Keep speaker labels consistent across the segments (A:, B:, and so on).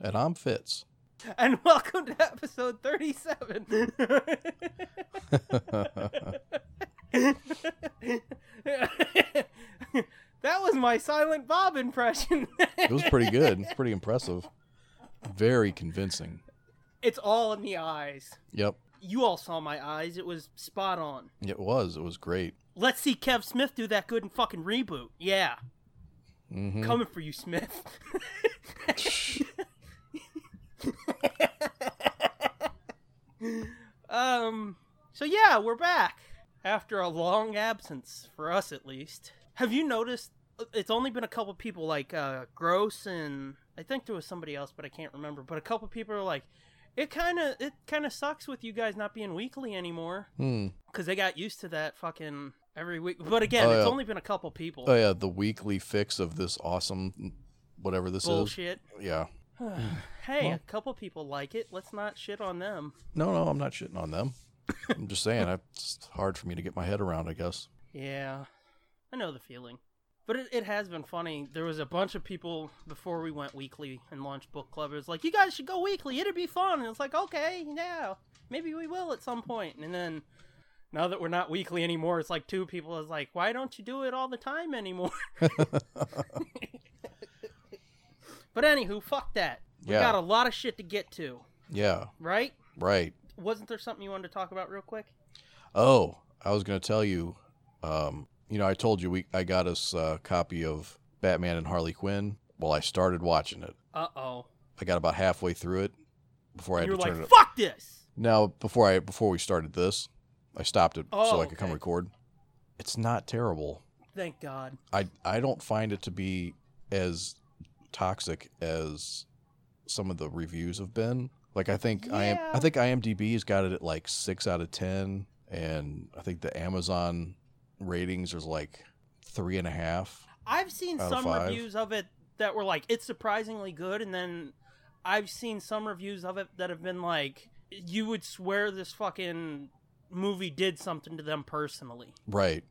A: And I'm Fitz.
B: And welcome to episode 37. that was my Silent Bob impression.
A: It was pretty good. It's pretty impressive. Very convincing.
B: It's all in the eyes.
A: Yep.
B: You all saw my eyes. It was spot on.
A: It was. It was great.
B: Let's see Kev Smith do that good in fucking reboot. Yeah.
A: hmm
B: Coming for you, Smith. um, so yeah, we're back after a long absence for us at least. Have you noticed it's only been a couple people like uh Gross and I think there was somebody else but I can't remember, but a couple people are like it kind of it kind of sucks with you guys not being weekly anymore
A: Hmm.
B: cuz they got used to that fucking every week. But again,
A: Oh,
B: it's
A: yeah.
B: only been a couple people.
A: Oh yeah, the weekly fix of this awesome, whatever this
B: Bullshit.
A: is. Yeah.
B: hey,
A: Well-
B: a couple people like it. Let's not shit on them.
A: No, no, I'm not shitting on them. I'm just saying, I, it's hard for me to get my head around. I guess.
B: Yeah, I know the feeling. But it, it has been funny. There was a bunch of people before we went weekly and launched book club. It was like, you guys should go weekly. It'd be fun. And it's like, okay, yeah, maybe we will at some point. And then now that we're not weekly anymore, it's like two people is like, why don't you do it all the time anymore? but anywho, fuck that. We
A: Yeah.
B: got a lot of shit to get to,
A: Yeah.
B: right?
A: Right.
B: Wasn't there something you wanted to talk about real quick?
A: Oh, I was going to tell you. Um, you know, I told you we I got us a copy of Batman and Harley Quinn. Well, I started watching it.
B: Uh oh.
A: I got about halfway through it before I had
B: You're
A: to turn it.
B: like, fuck this.
A: Now, before I before we started this, I stopped it
B: Oh,
A: so I could come
B: okay.
A: record. It's not terrible.
B: Thank God.
A: I I don't find it to be as toxic as some of the reviews have been. Like I think I am
B: Yeah.
A: I think IMDb's got it at like 6 out of 10 and I think the Amazon ratings is like three and a half.
B: I've seen
A: Out of
B: some
A: five.
B: reviews of it that were like it's surprisingly good, and then I've seen some reviews of it that have been like you would swear this fucking movie did something to them personally.
A: Right.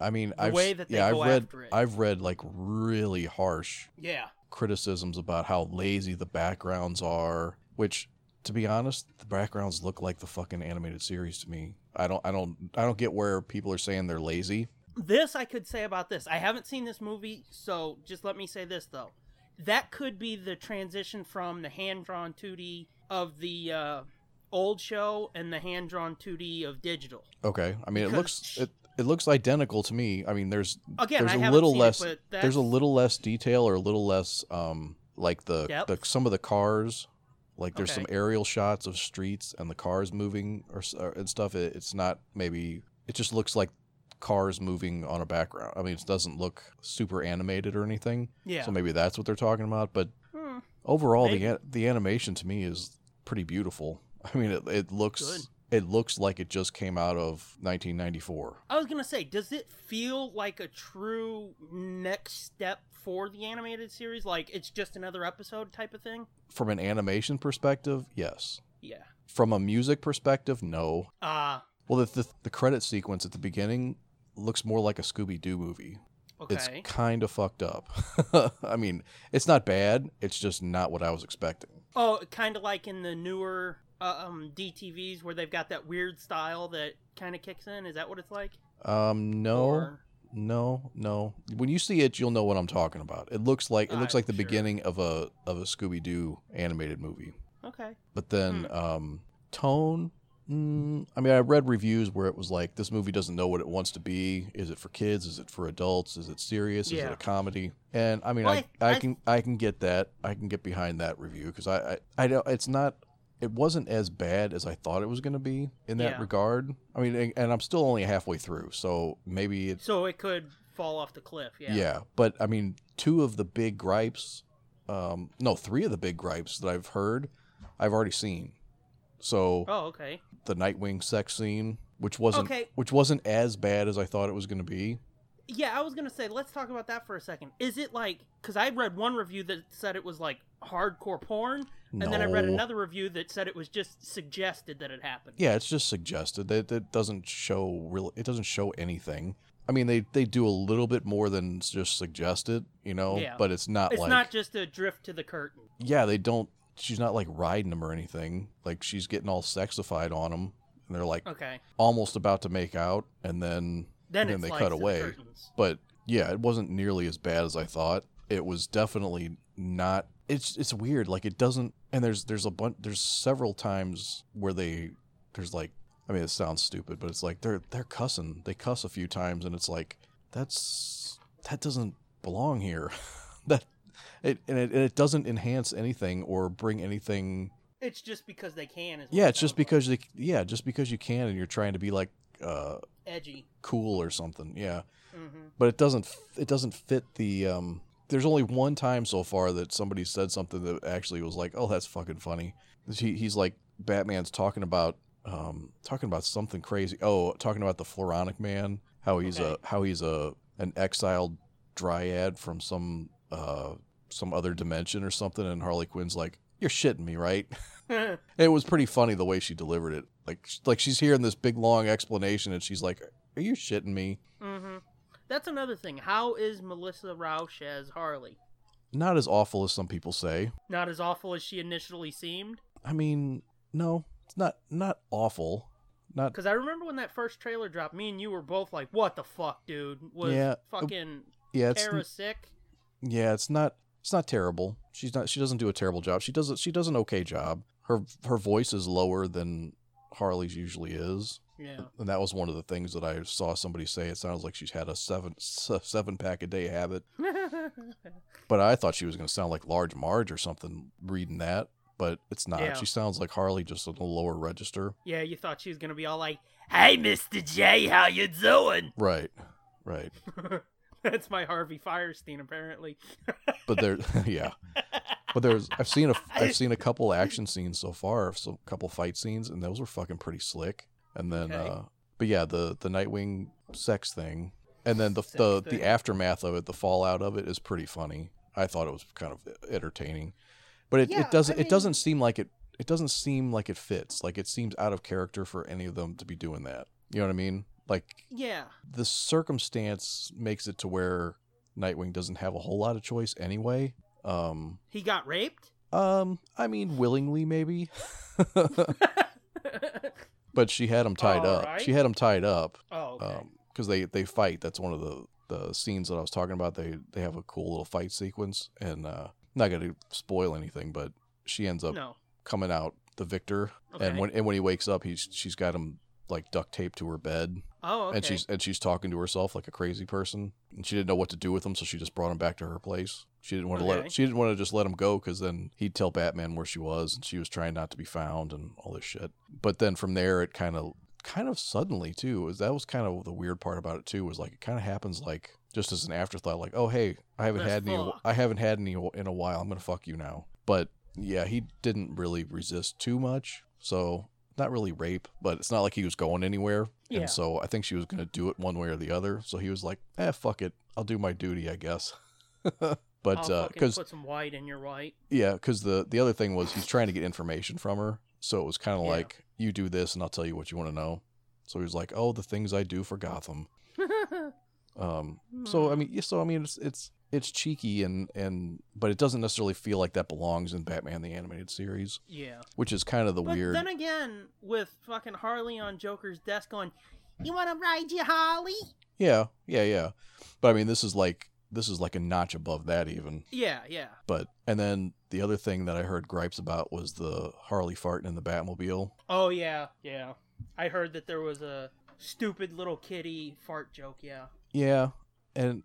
A: I mean, I've
B: way that they
A: yeah,
B: go
A: I've read
B: after it.
A: I've read like really harsh
B: Yeah,
A: criticisms about how lazy the backgrounds are, which to be honest, the backgrounds look like the fucking animated series to me. I don't I don't I don't get where people are saying they're lazy.
B: this I could say about this. I haven't seen this movie, so just let me say this though. That could be the transition from the hand drawn 2D of the uh, old show and the hand drawn 2D of digital.
A: Okay. I mean, it
B: Because-
A: looks it, it looks identical to me. I mean, there's
B: Again,
A: There's
B: I
A: a
B: haven't
A: little
B: seen
A: less-
B: It, but that's...
A: there's a little less detail or a little less um like the,
B: Depth?
A: the some of the cars like there's some
B: Okay.
A: aerial shots of streets and the cars moving or, s- or and stuff. It, it's not maybe it just looks like cars moving on a background. I mean, it doesn't look super animated or anything.
B: yeah.
A: So maybe that's what they're talking about. But
B: Hmm.
A: overall,
B: Maybe.
A: the an- the animation to me is pretty beautiful. I mean, it, it looks
B: Good.
A: it looks like it just came out of 1994.
B: I was gonna say, does it feel like a true next step for the animated series? Like it's just another episode type of thing?
A: From an animation perspective, yes.
B: Yeah.
A: From a music perspective, no.
B: Ah,
A: Well, the the, the credit sequence at the beginning looks more like a Scooby Doo movie.
B: okay.
A: It's kind of fucked up. I mean, it's not bad. It's just not what I was expecting.
B: Oh, kind of like in the newer uh, um, DTVs where they've got that weird style that kind of kicks in. Is that what it's like?
A: Um, no.
B: Or-
A: No, no. When you see it, you'll know what I'm talking about. It looks like it looks
B: I'm
A: like the
B: sure.
A: beginning of a of a Scooby Doo animated movie.
B: okay.
A: But then
B: Hmm.
A: um, tone. Mm, I mean, I read reviews where it was like this movie doesn't know what it wants to be. Is it for kids? Is it for adults? Is it serious? Is
B: Yeah.
A: it a comedy? And I mean,
B: Well,
A: I,
B: I-
A: I,
B: I-
A: can I can get that. I can get behind that review because I, I I don't. It's not it wasn't as bad as I thought it was going to be in that
B: Yeah.
A: regard. I mean, and- and I'm still only halfway through, so maybe it.
B: So it could fall off the cliff.
A: Yeah.
B: Yeah.
A: but I mean, two of the big gripes, um, no, three of the big gripes that I've heard, I've already seen. So
B: Oh, okay.
A: the Nightwing sex scene, which wasn't
B: Okay.
A: which wasn't as bad as I thought it was going to be.
B: Yeah, I was gonna say, let's talk about that for a second. Is it like? Because I read one review that said it was like hardcore porn, and then I read
A: No.
B: another review that said it was just suggested that it happened.
A: Yeah, it's just suggested that that doesn't show real. It doesn't show anything. I mean, they they do a little bit more than just suggest it, you know.
B: Yeah.
A: But it's not
B: it's
A: like
B: not just a drift to the curtain.
A: yeah, they don't. She's not like riding him or anything. Like she's getting all sexified on him, and they're like
B: Okay.
A: almost about to make out, and then
B: Then,
A: And then
B: it
A: they
B: slides
A: cut
B: to the
A: away.
B: curtains.
A: but yeah, it wasn't nearly as bad as I thought. It was definitely not. It's it's weird. Like it doesn't. And there's there's a bunch. There's several times where they there's like. I mean, it sounds stupid, but it's like they're they're cussing. They cuss a few times, and it's like that's that doesn't belong here. that it and it, and it doesn't enhance anything or bring anything
B: It's just because they can. Is what
A: Yeah,
B: it
A: it's just
B: sounds like.
A: because they, yeah, just because you can and you're trying to be like uh
B: edgy.
A: cool or something. Yeah.
B: hmm
A: But it doesn't f- it doesn't fit the um there's only one time so far that somebody said something that actually was like, "Oh, that's fucking funny." He, he's like Batman's talking about um talking about something crazy. Oh, talking about the Floronic man, how he's
B: Okay.
A: a how he's a an exiled dryad from some uh some other dimension or something and Harley Quinn's like, "You're shitting me, right?" It was pretty funny the way she delivered it. Like, sh- like she's hearing this big long explanation, and she's like, "Are you shitting me?"
B: hmm That's another thing. How is Melissa Rauch as Harley?
A: Not as awful as some people say.
B: Not as awful as she initially seemed.
A: I mean, no, it's not not awful. Not
B: Because I remember when that first trailer dropped, me and you were both like, "What the fuck, dude? Was
A: Yeah, uh,
B: fucking
A: yeah, it's
B: Tara sick?"
A: yeah, it's not it's not terrible. She's not she doesn't do a terrible job. She does a- she does an okay job. Her her voice is lower than Harley's usually is,
B: Yeah.
A: and that was one of the things that I saw somebody say. It sounds like she's had a seven seven pack a day habit. But I thought she was going to sound like Large Marge or something reading that, but it's not.
B: Yeah.
A: She sounds like Harley, just on the lower register.
B: yeah, you thought she was gonna be all like, "Hey, Mister J, how you doing?"
A: Right, right.
B: That's my Harvey Firestein, apparently.
A: But there, yeah. But there's, I've seen a, I've seen a couple action scenes so far, so a couple fight scenes, and those were fucking pretty slick. And then,
B: Okay.
A: uh, but yeah, the the Nightwing sex thing, and then the
B: Sex
A: the,
B: thing.
A: the aftermath of it, the fallout of it, is pretty funny. I thought it was kind of entertaining, but it,
B: Yeah,
A: it doesn't
B: I
A: it doesn't
B: mean-
A: seem like it it doesn't seem like it fits. Like it seems out of character for any of them to be doing that. You know what I mean? Like
B: yeah.
A: the circumstance makes it to where Nightwing doesn't have a whole lot of choice anyway. Um,
B: He got raped.
A: um, I mean, willingly maybe,
B: Oh,
A: but she had him tied up.
B: Alright.
A: She had him tied up
B: oh, okay.
A: because they they fight. That's one of the the scenes that I was talking about. They they have a cool little fight sequence, and uh, not gonna spoil anything, but she ends up
B: no.
A: coming out the victor.
B: Okay.
A: And when and when he wakes up, he's she's got him like duct taped to her bed.
B: Oh, okay.
A: and she's and she's talking to herself like a crazy person and she didn't know what to do with him so she just brought him back to her place she didn't want to
B: Okay.
A: let she didn't want to just let him go because then he'd tell batman where she was and she was trying not to be found and all this shit but then from there it kind of kind of suddenly too was that was kind of the weird part about it too was like it kind of happens like just as an afterthought like oh hey i haven't
B: Let's
A: had any
B: fuck.
A: i haven't had any in a while i'm gonna fuck you now but yeah he didn't really resist too much so not really rape but it's not like he was going anywhere
B: Yeah.
A: and so i think she was gonna do it one way or the other so he was like eh fuck it i'll do my duty i guess but
B: I'll
A: uh
B: fucking
A: 'cause
B: put some white in your white.
A: yeah, because the the other thing was he's trying to get information from her, so it was kind of
B: Yeah.
A: like you do this and I'll tell you what you want to know. So he was like, "Oh, the things I do for Gotham." Um, so I
B: Hmm.
A: mean, yeah, so I mean, it's it's it's cheeky and and but it doesn't necessarily feel like that belongs in Batman the animated series,
B: yeah.
A: which is kind of the
B: But
A: weird.
B: then again, with fucking Harley on Joker's desk going, "You want to ride you, Harley?"
A: yeah, yeah, yeah. But I mean, this is like this is like a notch above that even.
B: Yeah, yeah.
A: But and then the other thing that I heard gripes about was the Harley farting in the Batmobile.
B: Oh yeah, yeah. I heard that there was a stupid little kitty fart joke. Yeah.
A: Yeah, and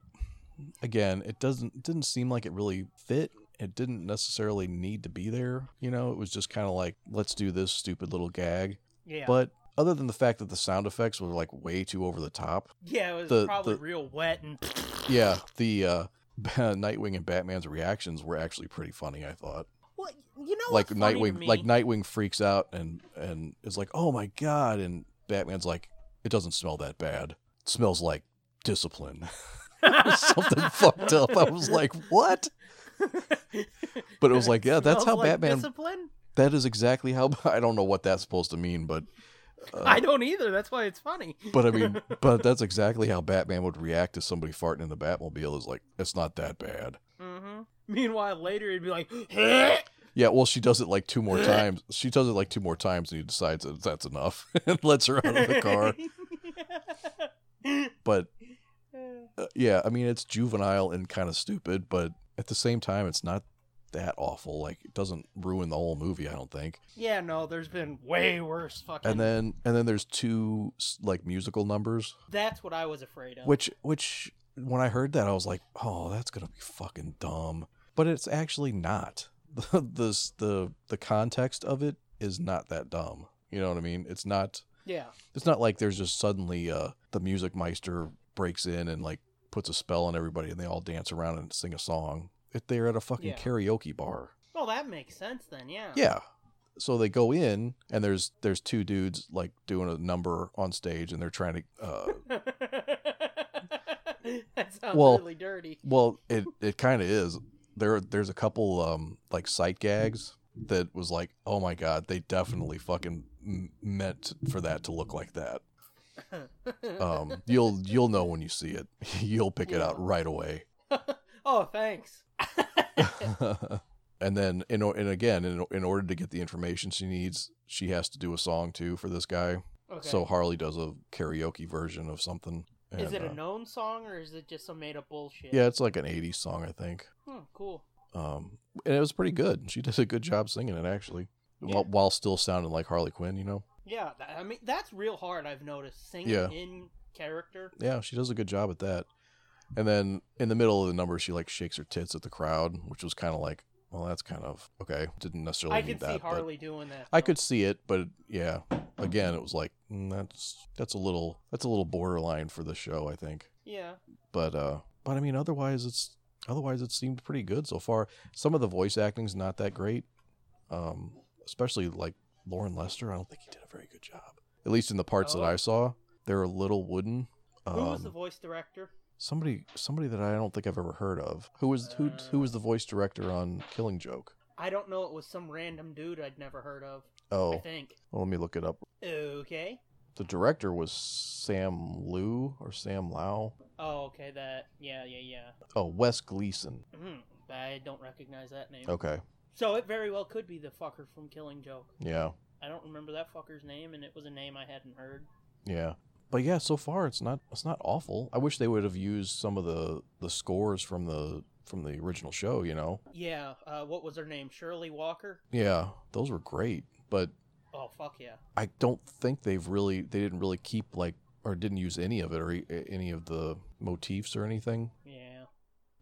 A: again, it doesn't it didn't seem like it really fit, it didn't necessarily need to be there. You know, it was just kind of like, let's do this stupid little gag.
B: Yeah.
A: But other than the fact that the sound effects were like way too over the top,
B: yeah, it was
A: the-
B: probably
A: the-
B: real wet and
A: yeah, the uh, Nightwing and Batman's reactions were actually pretty funny. I thought,
B: Well, you know,
A: like
B: what's funny to
A: Nightwing,
B: me?
A: like Nightwing freaks out and and is like, "Oh my god!" and Batman's like, "It doesn't smell that bad. It smells like discipline." Something fucked up. I was like, "What?" But it was like, yeah, that's how
B: Smells like
A: Batman.
B: Discipline?
A: That is exactly how. I don't know what that's supposed to mean, but uh,
B: I don't either. That's why it's funny.
A: but I mean, but that's exactly how Batman would react to somebody farting in the Batmobile. Is like, it's not that bad.
B: hmm Meanwhile, later it'd be like,
A: Yeah, well, she does it like two more times. She does it like two more times, and he decides that that's enough and lets her out of the car. But uh, yeah, I mean, it's juvenile and kind of stupid, but at the same time, it's not that awful. Like, it doesn't ruin the whole movie, I don't think.
B: yeah, no, there's been way worse fucking.
A: And then, and then there's two s- like musical numbers,
B: that's what I was afraid of.
A: which, which when I heard that, I was like, oh, that's gonna be fucking dumb. But it's actually not. The the s- the, the context of it is not that dumb. You know what I mean? It's not.
B: yeah,
A: It's not like there's just suddenly uh, the music meister breaks in and like puts a spell on everybody and they all dance around and sing a song. If they're at a fucking
B: Yeah.
A: karaoke bar,
B: well, that makes sense then. Yeah.
A: yeah. So they go in and there's there's two dudes like doing a number on stage and they're trying to. Uh,
B: that sounds
A: Well-
B: really dirty.
A: well, it it kind of is. There there's a couple um like sight gags that was like, oh my god, they definitely fucking m- meant for that to look like that. Um, you'll you'll know when you see it. you'll pick it out
B: Yeah.
A: right away.
B: oh, thanks.
A: and then in, o- and again in, o- in order to get the information she needs she has to do a song too for this guy
B: Okay.
A: so harley does a karaoke version of something
B: is it
A: and,
B: a
A: uh,
B: known song or is it just some made up bullshit?
A: yeah it's like an 80s song i think
B: Hmm, cool.
A: um and it was pretty good she did a good job singing it actually while, while still sounding like harley quinn you know
B: Yeah, tha- I mean that's real hard. I've noticed singing
A: Yeah.
B: in character.
A: yeah she does a good job at that and then in the middle of the number she like shakes her tits at the crowd which was kind of like well that's kind of okay didn't necessarily
B: I
A: need
B: could
A: that
B: see
A: but-
B: Harley doing that.
A: I
B: though.
A: could see it, but yeah, again, it was like mm, that's that's a little that's a little borderline for the show, I think.
B: Yeah.
A: But uh, but I mean, otherwise it's otherwise it seemed pretty good so far. Some of the voice acting's not that great, um, especially like Lauren Lester. I don't think he did a very good job, at least in the parts that
B: Oh.
A: I saw. They're a little wooden. Um,
B: Who was the voice director?
A: somebody somebody that I don't think I've ever heard of. Who was who who was the voice director on Killing Joke?
B: I don't know. It was some random dude I'd never heard of. I
A: Oh,
B: think.
A: well, let me look it up
B: Okay.
A: the director was Sam Liu or Sam Lau.
B: Oh, okay. That. Yeah, yeah, yeah.
A: Oh, Wes Gleason.
B: Mm, I don't recognize that name.
A: Okay.
B: So it very well could be the fucker from Killing Joke.
A: Yeah.
B: I don't remember that fucker's name, and it was a name I hadn't heard.
A: Yeah. But yeah, so far it's not it's not awful. I wish they would have used some of the the scores from the from the original show, you know.
B: Yeah. Uh, what was her name? Shirley Walker.
A: Yeah, those were great, but
B: Oh fuck yeah.
A: I don't think they've really they didn't really keep like or didn't use any of it or e- any of the motifs or anything.
B: Yeah.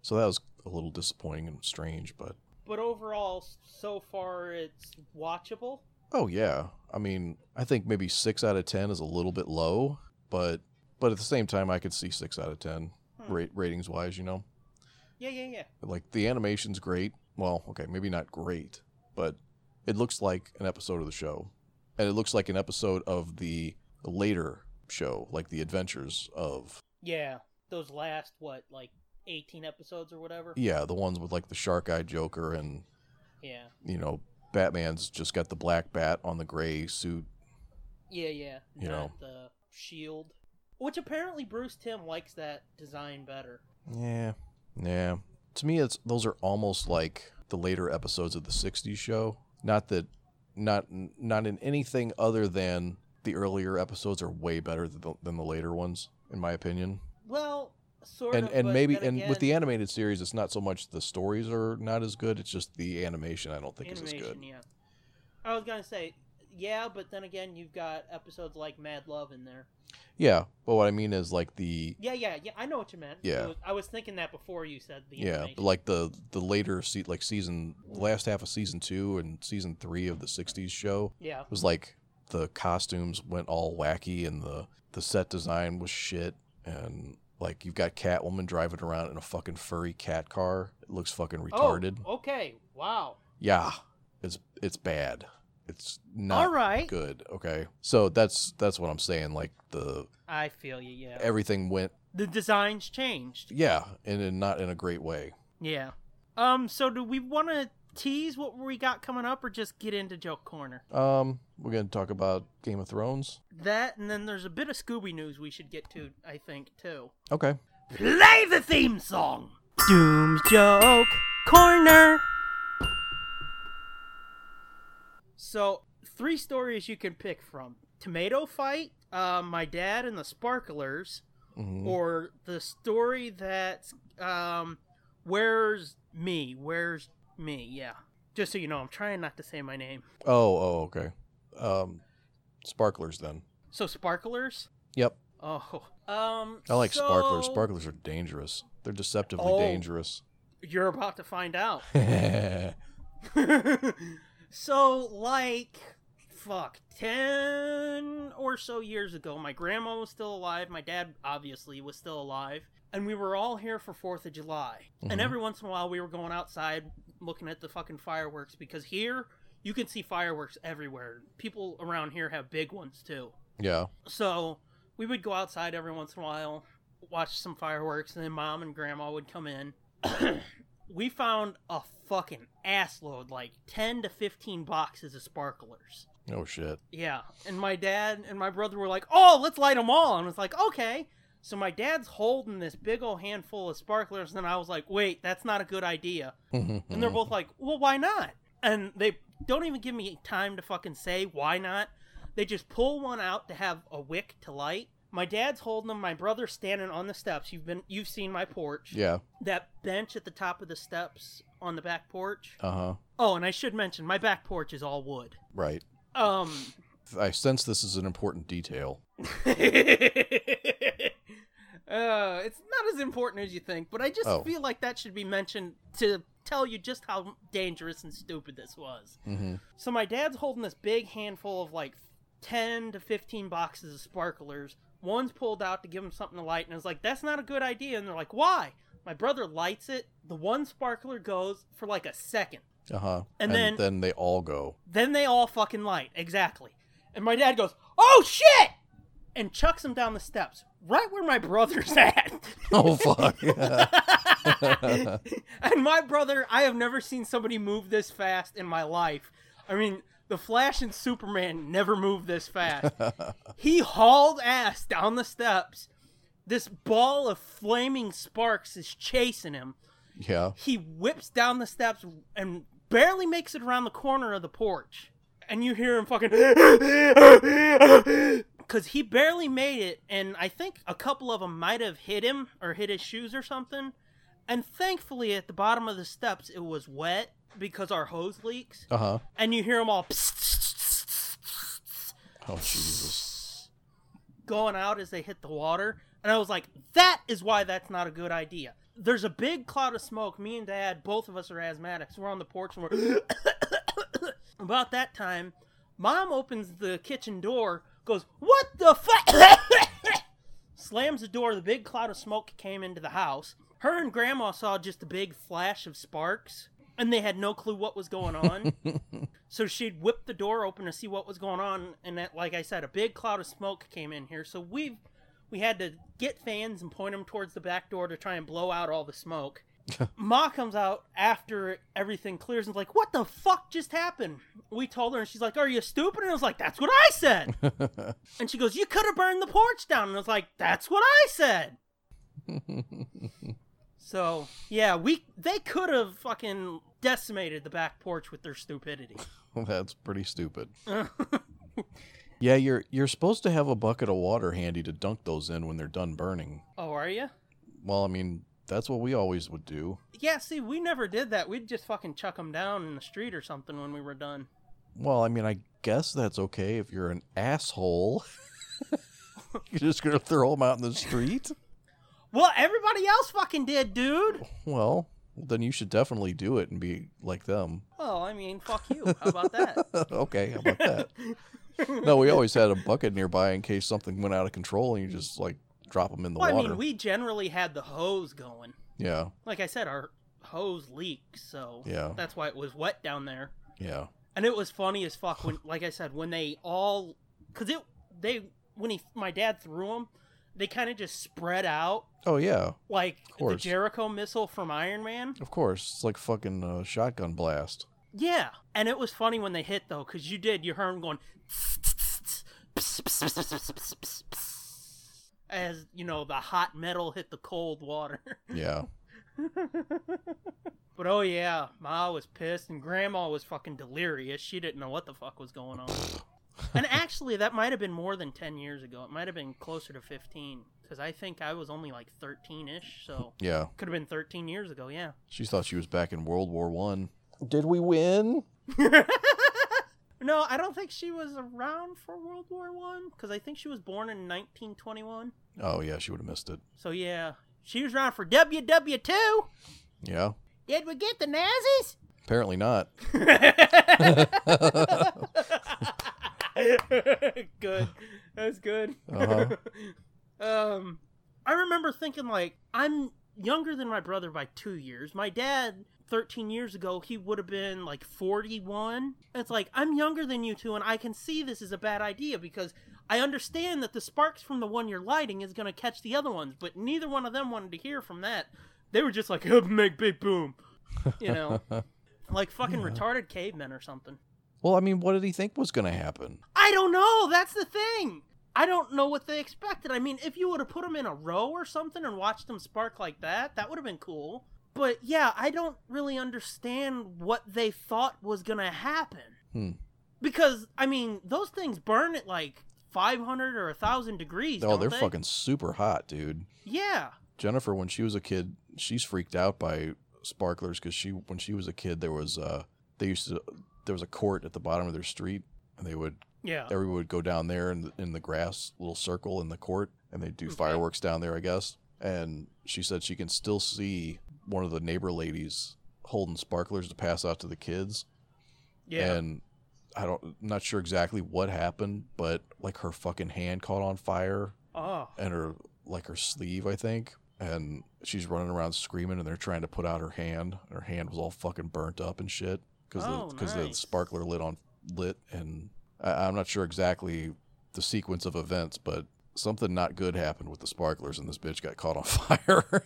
A: So that was a little disappointing and strange, but
B: But overall, s- so far it's watchable.
A: Oh yeah. I mean, I think maybe six out of ten is a little bit low, but but at the same time, I could see six out of ten
B: Hmm.
A: ra- ratings wise. You know,
B: Yeah, yeah, yeah.
A: like the animation's great. Well, okay, maybe not great, but it looks like an episode of the show, and it looks like an episode of the later show, like the Adventures of
B: Yeah. Those last what, like eighteen episodes or whatever?
A: yeah, the ones with like the Shark Eye Joker and
B: Yeah.
A: you know Batman's just got the black bat on the gray suit.
B: Yeah, yeah.
A: You know.
B: Not the shield. Which apparently Bruce Tim likes that design better.
A: Yeah. Yeah. To me it's those are almost like the later episodes of the 60s show. Not that not not in anything other than the earlier episodes are way better than the, than the later ones in my opinion.
B: Well, sort
A: And
B: of.
A: and
B: but
A: maybe
B: then
A: and with the
B: again,
A: animated series it's not so much the stories are not as good, it's just the animation I don't think is as
B: animation,
A: good.
B: yeah. I was gonna say yeah, but then again, you've got episodes like Mad Love in there.
A: Yeah, but what I mean is like the
B: Yeah, yeah, yeah. I know what you meant.
A: Yeah.
B: I was, I was thinking that before you said the.
A: yeah,
B: information.
A: like the the later se- like season last half of season 2 and season 3 of the 60s show
B: yeah,
A: was like the costumes went all wacky and the the set design was shit and like you've got Catwoman driving around in a fucking furry cat car. It looks fucking retarded.
B: Oh, okay. Wow.
A: Yeah, it's it's bad. It's not
B: All right.
A: good. Okay, so that's that's what I'm saying. Like the
B: I feel you. Yeah.
A: everything went
B: the designs changed.
A: yeah, and in, not in a great way.
B: Yeah. Um. So do we want to tease what we got coming up, or just get into joke corner?
A: Um, we're gonna talk about Game of Thrones.
B: That, and then there's a bit of Scooby news we should get to. I think too.
A: Okay,
B: Play the theme song. Doom's joke corner. So three stories you can pick from: tomato fight, uh, my dad and the sparklers,
A: Mhm.
B: or the story that's um, where's me? Where's me? Yeah. Just so you know, I'm trying not to say my name.
A: Oh, oh, okay. Um, sparklers then.
B: So sparklers.
A: Yep,
B: Oh. Um.
A: I like sparklers.
B: so-
A: Sparklers are dangerous. They're deceptively
B: Oh.
A: dangerous.
B: You're about to find out.
A: yeah,
B: so like fuck 10 or so years ago my grandma was still alive my dad obviously was still alive and we were all here for fourth of july
A: Mhm.
B: and every once in a while we were going outside looking at the fucking fireworks because here you can see fireworks everywhere people around here have big ones too
A: yeah.
B: so we would go outside every once in a while, watch some fireworks, and then mom and grandma would come in. we found a fucking assload, like 10 to 15 boxes of sparklers.
A: Oh shit.
B: Yeah. And my dad and my brother were like, oh, let's light them all. And I was like, okay. So my dad's holding this big old handful of sparklers, and then I was like, wait, that's not a good idea.
A: Mm-hmm.
B: And
A: Mm.
B: they're both like, well, why not? And they don't even give me time to fucking say why not. They just pull one out to have a wick to light. My dad's holding them. My brother's standing on the steps. You've been, you've seen my porch.
A: Mm-hmm. yeah.
B: That bench at the top of the steps on the back porch.
A: Uh huh.
B: Oh, and I should mention my back porch is all wood.
A: Right.
B: Um.
A: I sense this is an important detail.
B: uh, it's not as important as you think, but I just
A: Oh.
B: feel like that should be mentioned to tell you just how dangerous and stupid this was.
A: Mm-hmm.
B: So my dad's holding this big handful of like 10 to 15 boxes of sparklers. One's pulled out to give him something to light, and I was like, that's not a good idea. And they're like, why? My brother lights it. The one sparkler goes for like a second.
A: Uh huh.
B: And then-
A: they all go.
B: Then they all fucking light. Exactly. And my dad goes, oh shit! And chucks him down the steps, right where my brother's at.
A: Oh fuck.
B: and my brother, I have never seen somebody move this fast in my life. I mean, the Flash and Superman never moved this fast. he hauled ass down the steps. This ball of flaming sparks is chasing him.
A: yeah.
B: He whips down the steps and barely makes it around the corner of the porch. And you hear him fucking. Because he barely made it, and I think a couple of them might have hit him or hit his shoes or something. And thankfully, at the bottom of the steps, it was wet because our hose leaks.
A: Uh huh.
B: And you hear him all
A: Oh Jesus.
B: going out as they hit the water. And I was like, that is why that's not a good idea. There's a big cloud of smoke. Me and Dad, both of us are asthmatics. We're on the porch and we're. About that time, Mom opens the kitchen door, goes, What the fuck? Slams the door. The big cloud of smoke came into the house. Her and Grandma saw just a big flash of sparks, and they had no clue what was going on. So she'd whip the door open to see what was going on, and that, like I said, a big cloud of smoke came in here. So we we had to get fans and point them towards the back door to try and blow out all the smoke. Ma comes out after everything clears and's like, "What the fuck just happened?" We told her, and she's like, "Are you stupid?" And I was like, "That's what I said." and she goes, "You could have burned the porch down." And I was like, "That's what I said." so yeah, we they could have fucking decimated the back porch with their stupidity.
A: That's pretty stupid. Yeah, you're you're supposed to have a bucket of water handy to dunk those in when they're done burning.
B: Oh, are you?
A: Well, I mean, that's what we always would do.
B: Yeah, see, we never did that. We'd just fucking chuck them down in the street or something when we were done.
A: Well, I mean, I guess that's okay if you're an asshole. you're just gonna throw them out in the street.
B: Well, everybody else fucking did, dude.
A: Well, then you should definitely do it and be like them.
B: Well, I mean, fuck you. How about that?
A: okay, how about that? No, we always had a bucket nearby in case something went out of control, and you just like drop them in the
B: well, I
A: water.
B: mean, we generally had the hose going.
A: yeah,
B: Like I said, our hose leaked, so
A: Yeah.
B: that's why it was wet down there.
A: yeah,
B: And it was funny as fuck when, like I said, when they all, cause it they when he my dad threw them, they kind of just spread out
A: oh yeah,
B: like the
A: course.
B: Jericho missile from Iron Man.
A: of course. It's like fucking uh, shotgun blast.
B: Yeah, and it was funny when they hit though, cause you did you heard them going. As you know, the hot metal hit the cold water.
A: Yeah,
B: But oh yeah, Ma was pissed and Grandma was fucking delirious. She didn't know what the fuck was going on. and actually, that might have been more than 10 years ago. It might have been closer to 15 because I think I was only like 13 ish. So
A: yeah.
B: could have been 13 years ago, yeah.
A: She thought she was back in World War One. Did we win?
B: no, I don't think she was around for World War One because I think she was born in 1921.
A: Oh yeah, she would have missed it.
B: So yeah, she was around for WW2.
A: Yeah,
B: Did we get the Nazis?
A: apparently not.
B: good. That's good.
A: Uh-huh.
B: um, I remember thinking like I'm younger than my brother by two years. My dad, thirteen years ago, he would have been like forty-one. It's like I'm younger than you two, and I can see this is a bad idea because I understand that the sparks from the one you're lighting is going to catch the other ones, but neither one of them wanted to hear from that. They were just like, "Help make big boom," you know. Like fucking retarded cavemen or something.
A: Well, I mean, what did he think was going to happen?
B: I don't know. That's the thing. I don't know what they expected. I mean, if you would have put them in a row or something and watched them spark like that, that would have been cool. But yeah, I don't really understand what they thought was going to happen.
A: Hmm.
B: Because, I mean, those things burn at like 500 or 1,000 degrees.
A: Oh,
B: don't
A: they're
B: they?
A: fucking super hot, dude.
B: Yeah.
A: Jennifer, when she was a kid, she's freaked out by sparklers because she, when she was a kid, there was uh, they used to, there was a court at the bottom of their street, and they would,
B: Yeah.
A: everyone would go down there in the, in the grass, little circle in the court, and they'd do
B: Okay.
A: fireworks down there, I guess. And she said she can still see one of the neighbor ladies holding sparklers to pass out to the kids,
B: Yeah.
A: and I don't, not sure exactly what happened, but like her fucking hand caught on fire
B: oh.
A: and her like her sleeve, I think. And she's running around screaming, and they're trying to put out her hand. Her hand was all fucking burnt up and shit because
B: Oh,
A: because the
B: nice.
A: sparkler lit on lit, and I, I'm not sure exactly the sequence of events, but something not good happened with the sparklers, and this bitch got caught on fire.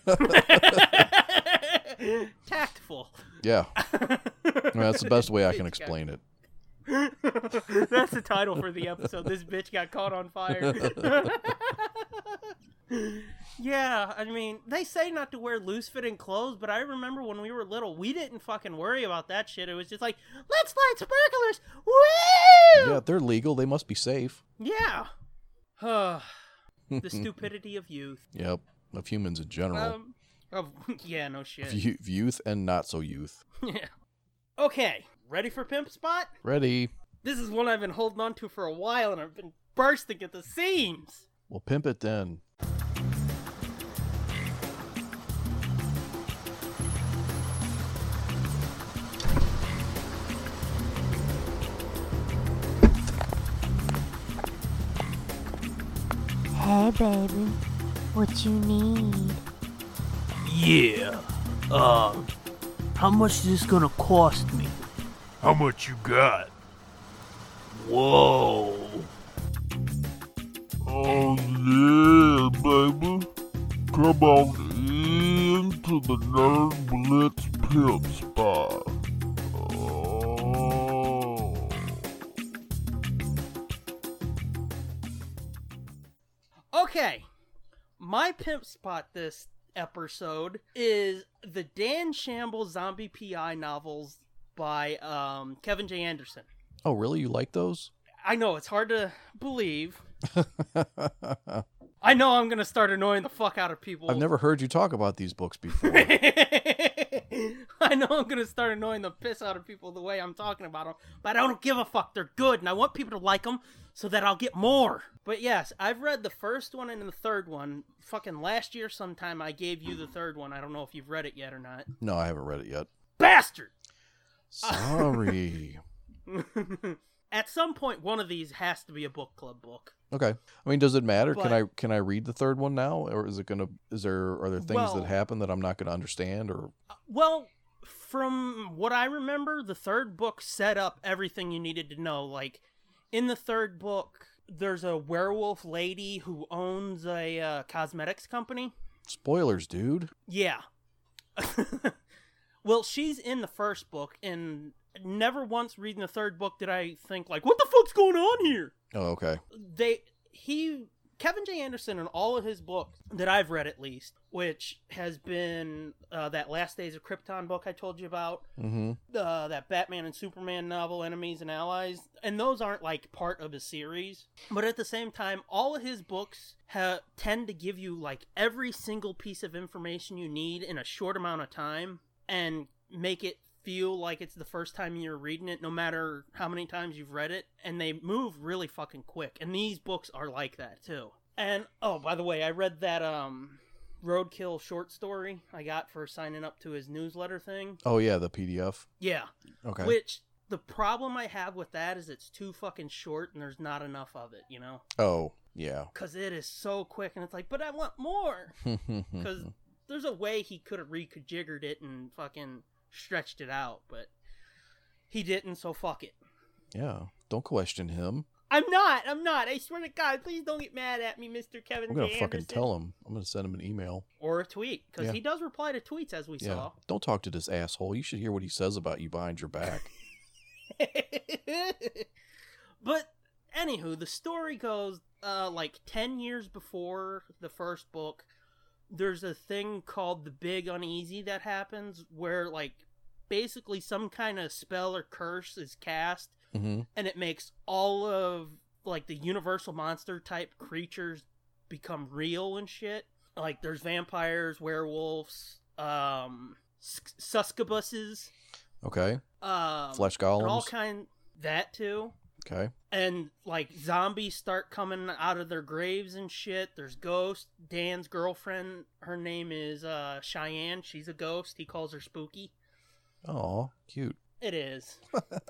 B: Tactful.
A: yeah, I mean, that's the best way I can explain it.
B: That's the title for the episode. This bitch got caught on fire. yeah, I mean, they say not to wear loose fitting clothes, but I remember when we were little, we didn't fucking worry about that shit. It was just like, let's light sparklers.
A: Yeah,
B: Woo!
A: they're legal; they must be safe.
B: Yeah. yeah. the stupidity of youth.
A: Yep, of humans in general,
B: Um, of, yeah, no
A: of
B: shit.
A: y- of youth and not so youth.
B: yeah. Okay, ready for Pimp Spot?
A: Ready?
B: This is one I've been holding on to for a while and I've been bursting at the seams.
A: Well, pimp it then.
C: Hey, baby. What you need?
D: Yeah. Uh, how much is this gonna cost me? How much you got? Whoa. Oh yeah, baby. Come on in to the Nerd Blitz Pimp Spot. Oh.
B: Okay. My pimp spot this episode is the Dan Shamble zombie PI novels by um, Kevin J. Anderson.
A: Oh, really? You like those?
B: I know it's hard to believe. I know I'm gonna start annoying the fuck out of people.
A: I've never heard you talk about these books before.
B: I know I'm gonna start annoying the piss out of people the way I'm talking about them, but I don't give a fuck. They're good, and I want people to like them so that I'll get more. But yes, I've read the first one and the third one. Fucking last year, sometime I gave you the third one. I don't know if you've read it yet or not.
A: No, I haven't read it yet.
B: Bastard!
A: Sorry.
B: At some point, one of these has to be a book club book.
A: okay. I mean, does it matter?
B: But-
A: can I can I read the third one now, or is it gonna? Is there are there things
B: Well-
A: that happen that I'm not gonna understand? Or
B: Well, from what I remember, the third book set up everything you needed to know. Like, in the third book, there's a werewolf lady who owns a uh, cosmetics company.
A: spoilers, dude.
B: Yeah. well, she's in the first book, and never once reading the third book did I think, like, what the fuck's going on here?
A: Oh, okay.
B: they he Kevin J. Anderson in all of his books that I've read at least, which has been uh, that Last Days of Krypton book I told you about,
A: Mm-hmm.
B: uh, that Batman and Superman novel Enemies and Allies, and those aren't like part of a series. But at the same time, all of his books ha- tend to give you like every single piece of information you need in a short amount of time and make it feel like it's the first time you're reading it no matter how many times you've read it and they move really fucking quick and these books are like that too and oh by the way i read that um roadkill short story i got for signing up to his newsletter thing
A: Oh yeah, the PDF.
B: yeah
A: Okay.
B: which the problem I have with that is it's too fucking short and there's not enough of it, you know?
A: Oh yeah.
B: Because it is so quick and it's like, but I want more. Because there's a way he could have reconfigured it and fucking stretched it out, but he didn't, so fuck it.
A: yeah. Don't question him.
B: I'm not. I'm not. I swear to God, please don't get mad at me, Mister Kevin.
A: I'm gonna
B: J.
A: fucking
B: Anderson.
A: tell him. I'm gonna send him an email.
B: Or a tweet, because
A: Yeah.
B: he does reply to tweets as we
A: Yeah. Don't talk to this asshole. You should hear what he says about you behind your back.
B: but anywho, the story goes uh, like ten years before the first book. There's a thing called the Big Uneasy that happens, where like basically some kind of spell or curse is cast,
A: mm-hmm.
B: and it makes all of like the universal monster type creatures become real and shit. Like there's vampires, werewolves, um, s- suscubuses,
A: Okay.
B: um,
A: Flesh
B: and all
A: golems.
B: kind that too
A: Okay.
B: and like zombies start coming out of their graves and shit there's ghosts dan's girlfriend her name is uh cheyenne she's a ghost he calls her spooky
A: Oh, cute.
B: it is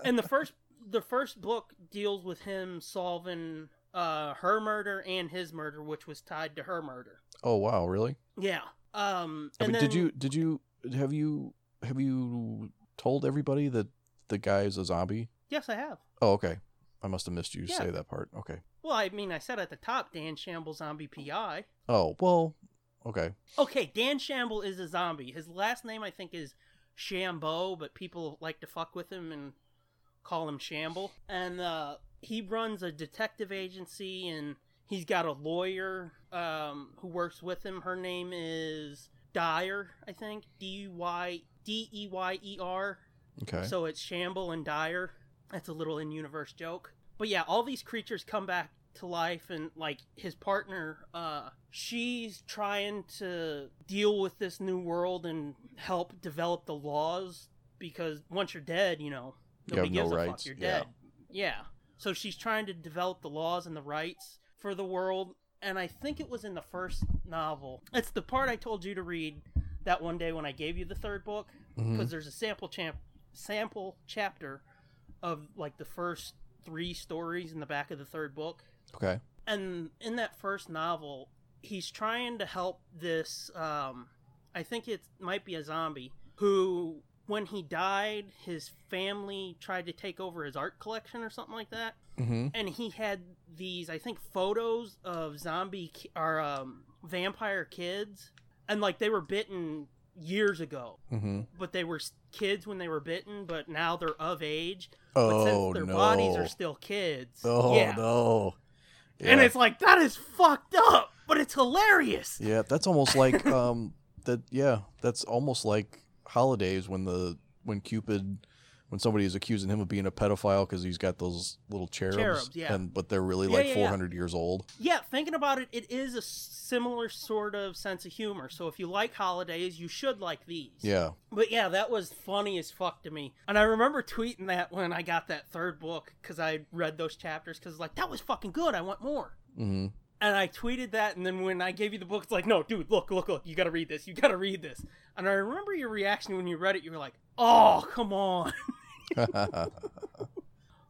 B: and the first the first book deals with him solving uh her murder and his murder which was tied to her murder
A: Oh wow, really?
B: yeah um
A: I
B: and
A: mean, did
B: then-
A: you did you have you have you told everybody that the guy is a zombie?
B: yes i have
A: Oh, okay. I must have missed you
B: Yeah.
A: say that part. Okay.
B: well i mean i said at the top dan shamble zombie pi
A: Oh well. Okay.
B: Okay, Dan Shamble is a zombie. His last name, I think, is Shambo, but people like to fuck with him and call him Shamble. And uh, he runs a detective agency, and he's got a lawyer um, who works with him. Her name is Dyer, I think. D Y D E Y E R.
A: Okay.
B: So it's Shamble and Dyer. That's a little in universe joke. But yeah, all these creatures come back to life and like his partner, uh, she's trying to deal with this new world and help develop the laws because once you're dead, you know,
A: You have
B: nobody
A: no
B: gives a
A: rights.
B: fuck. You're
A: Yeah.
B: dead. yeah. So she's trying to develop the laws and the rights for the world. And I think it was in the first novel. It's the part I told you to read that one day when I gave you the third book
A: Mhm.
B: because there's a sample champ sample chapter of like the first three stories in the back of the third book
A: Okay.
B: and in that first novel he's trying to help this um i think it might be a zombie who when he died his family tried to take over his art collection or something like that
A: Mm-hmm.
B: and he had these i think photos of zombie ki- or um, vampire kids and like they were bitten years ago
A: Mm-hmm.
B: but they were s- kids when they were bitten, but now they're of age. but
A: Oh
B: since their
A: no.
B: bodies are still kids.
A: oh
B: yeah.
A: no.
B: And
A: Yeah.
B: it's like that is fucked up, but it's hilarious.
A: Yeah, that's almost like um that yeah, that's almost like holidays when the when Cupid when somebody is accusing him of being a pedophile because he's got those little cherubs,
B: Cherubs, yeah.
A: and but they're really
B: Yeah,
A: like
B: yeah, yeah.
A: 400 years old.
B: Yeah, thinking about it, it is a similar sort of sense of humor. So if you like holidays, you should like these.
A: Yeah,
B: But yeah, that was funny as fuck to me. And I remember tweeting that when I got that third book because I had read those chapters because like that was fucking good. I want more.
A: hmm
B: And I tweeted that, and then when I gave you the book, it's like, no, dude, look, look, look, you gotta read this, you gotta read this. And I remember your reaction when you read it. You were like, oh, come on.
A: yeah,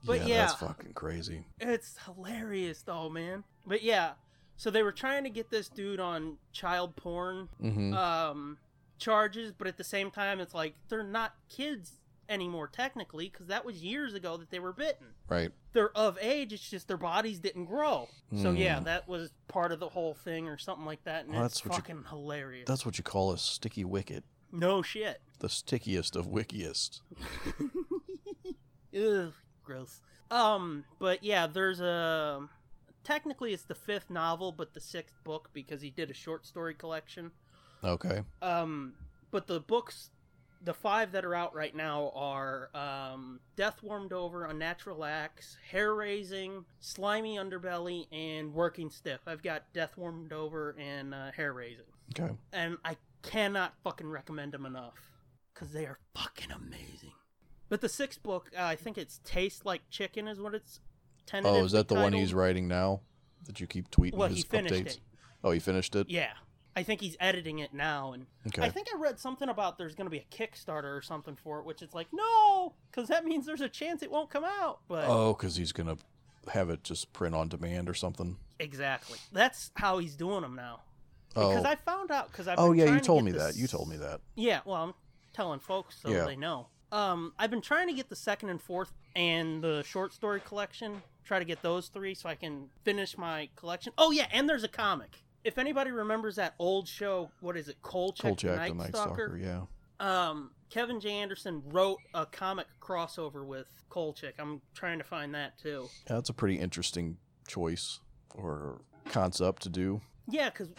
B: yeah.
A: that's fucking crazy.
B: It's hilarious though, man. But yeah, so they were trying to get this dude on child porn
A: hmm
B: um charges, but at the same time, it's like they're not kids anymore technically because that was years ago that they were bitten.
A: right.
B: They're of age, it's just their bodies didn't grow. So
A: Mm.
B: yeah, that was part of the whole thing or something like that, and
A: Well,
B: it's
A: that's what you-
B: fucking hilarious.
A: That's what you call a sticky wicket.
B: No shit.
A: The stickiest of wickiest.
B: Ugh, gross. Um, but yeah, there's a. Technically, it's the fifth novel, but the sixth book because he did a short story collection.
A: Okay.
B: Um, but the books, the five that are out right now are um, Death Warmed Over, Unnatural Acts, Hair Raising, Slimy Underbelly, and Working Stiff. I've got Death Warmed Over and uh, Hair Raising.
A: Okay.
B: And I cannot fucking recommend them enough because they are fucking amazing. But the sixth book, uh, I think it's Taste Like Chicken, is what it's tentatively
A: Oh, is that the one
B: titled.
A: he's writing now that you keep tweeting
B: Well,
A: his
B: he finished
A: updates?
B: it.
A: Oh, he finished it.
B: Yeah. I think he's editing it now, and
A: Okay.
B: I think I read something about there's going to be a Kickstarter or something for it, which it's like no, because that means there's a chance it won't come out. But
A: Oh, because he's gonna have it just print on demand or something.
B: exactly, that's how he's doing them now.
A: Oh.
B: Because I found out because I.
A: oh yeah, you told me that. You told me that.
B: Yeah, well, I'm telling folks so
A: Yeah.
B: they know. Um, I've been trying to get the second and fourth and the short story collection. Try to get those three so I can finish my collection. Oh yeah, and there's a comic. If anybody remembers that old show, what is it, Kolchak,
A: Kolchak
B: the Night, Stalker?
A: Yeah.
B: Um, Kevin J. Anderson wrote a comic crossover with Kolchak. I'm trying to find that too.
A: Yeah, That's a pretty interesting choice or concept to do.
B: Yeah, because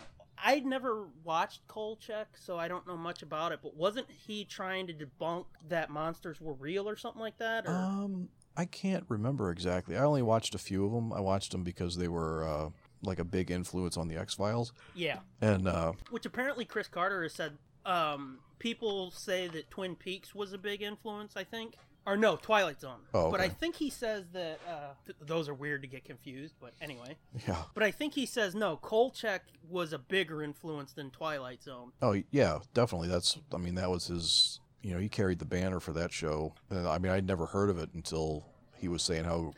B: I'd never watched Kolchak, so I don't know much about it. But wasn't he trying to debunk that monsters were real or something like that? Or...
A: Um, I can't remember exactly. I only watched a few of them. I watched them because they were uh, like a big influence on the X Files,
B: yeah,
A: and uh,
B: which apparently Chris Carter has said. Um, people say that Twin Peaks was a big influence. I think, or no, Twilight Zone.
A: Oh,
B: But
A: okay.
B: I think he says that uh, th- those are weird to get confused. But anyway,
A: yeah.
B: but I think he says no. Kolchak was a bigger influence than Twilight Zone.
A: Oh yeah, definitely. That's I mean that was his. You know, he carried the banner for that show. Uh, I mean, I'd never heard of it until he was saying how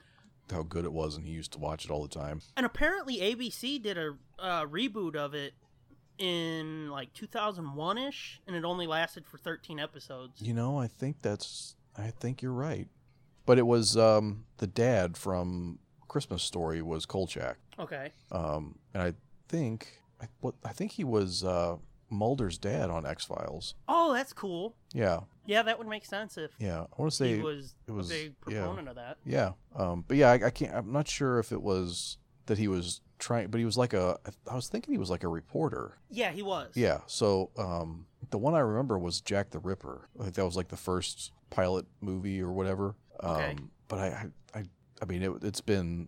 A: how good it was, and he used to watch it all the time.
B: And apparently ABC did a uh, reboot of it in like 2001 ish, and it only lasted for 13 episodes.
A: You know, I think that's I think you're right. But it was um the dad from Christmas Story was Kolchak.
B: Okay.
A: Um and I think I what I think he was uh Mulder's dad on X-Files.
B: Oh, that's cool.
A: Yeah.
B: Yeah, that would make sense if
A: Yeah. I want to say
B: he was,
A: it was-
B: a big
A: yeah.
B: proponent of that.
A: Yeah. Um but yeah, I, I can't I'm not sure if it was that he was trying but he was like a I was thinking he was like a reporter.
B: Yeah, he was.
A: Yeah. So um the one I remember was Jack the Ripper. I think that was like the first pilot movie or whatever. Um
B: Okay.
A: but I I I, I mean it, it's been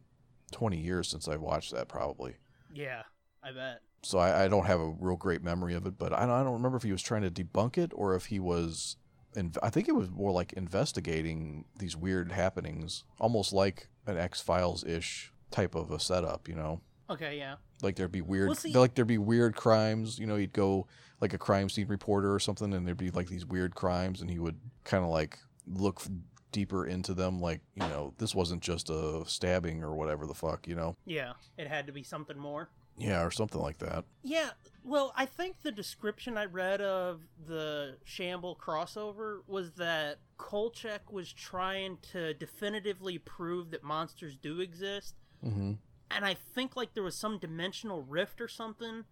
A: 20 years since I watched that probably.
B: Yeah, I bet.
A: So I, I don't have a real great memory of it, but I don't, I don't remember if he was trying to debunk it or if he was in, I think it was more like investigating these weird happenings, almost like an X-Files ish type of a setup, you know.
B: Okay, yeah.
A: Like there'd be weird,
B: Well, see-
A: like there'd be weird crimes. You know, he'd go like a crime scene reporter or something, and there'd be like these weird crimes, and he would kind of like look f- deeper into them. Like you know, this wasn't just a stabbing or whatever the fuck, you know?
B: Yeah, it had to be something more.
A: Yeah, or something like that.
B: Yeah, well, I think the description I read of the Shamble crossover was that Kolchak was trying to definitively prove that monsters do exist,
A: Mm-hmm.
B: and I think like there was some dimensional rift or something,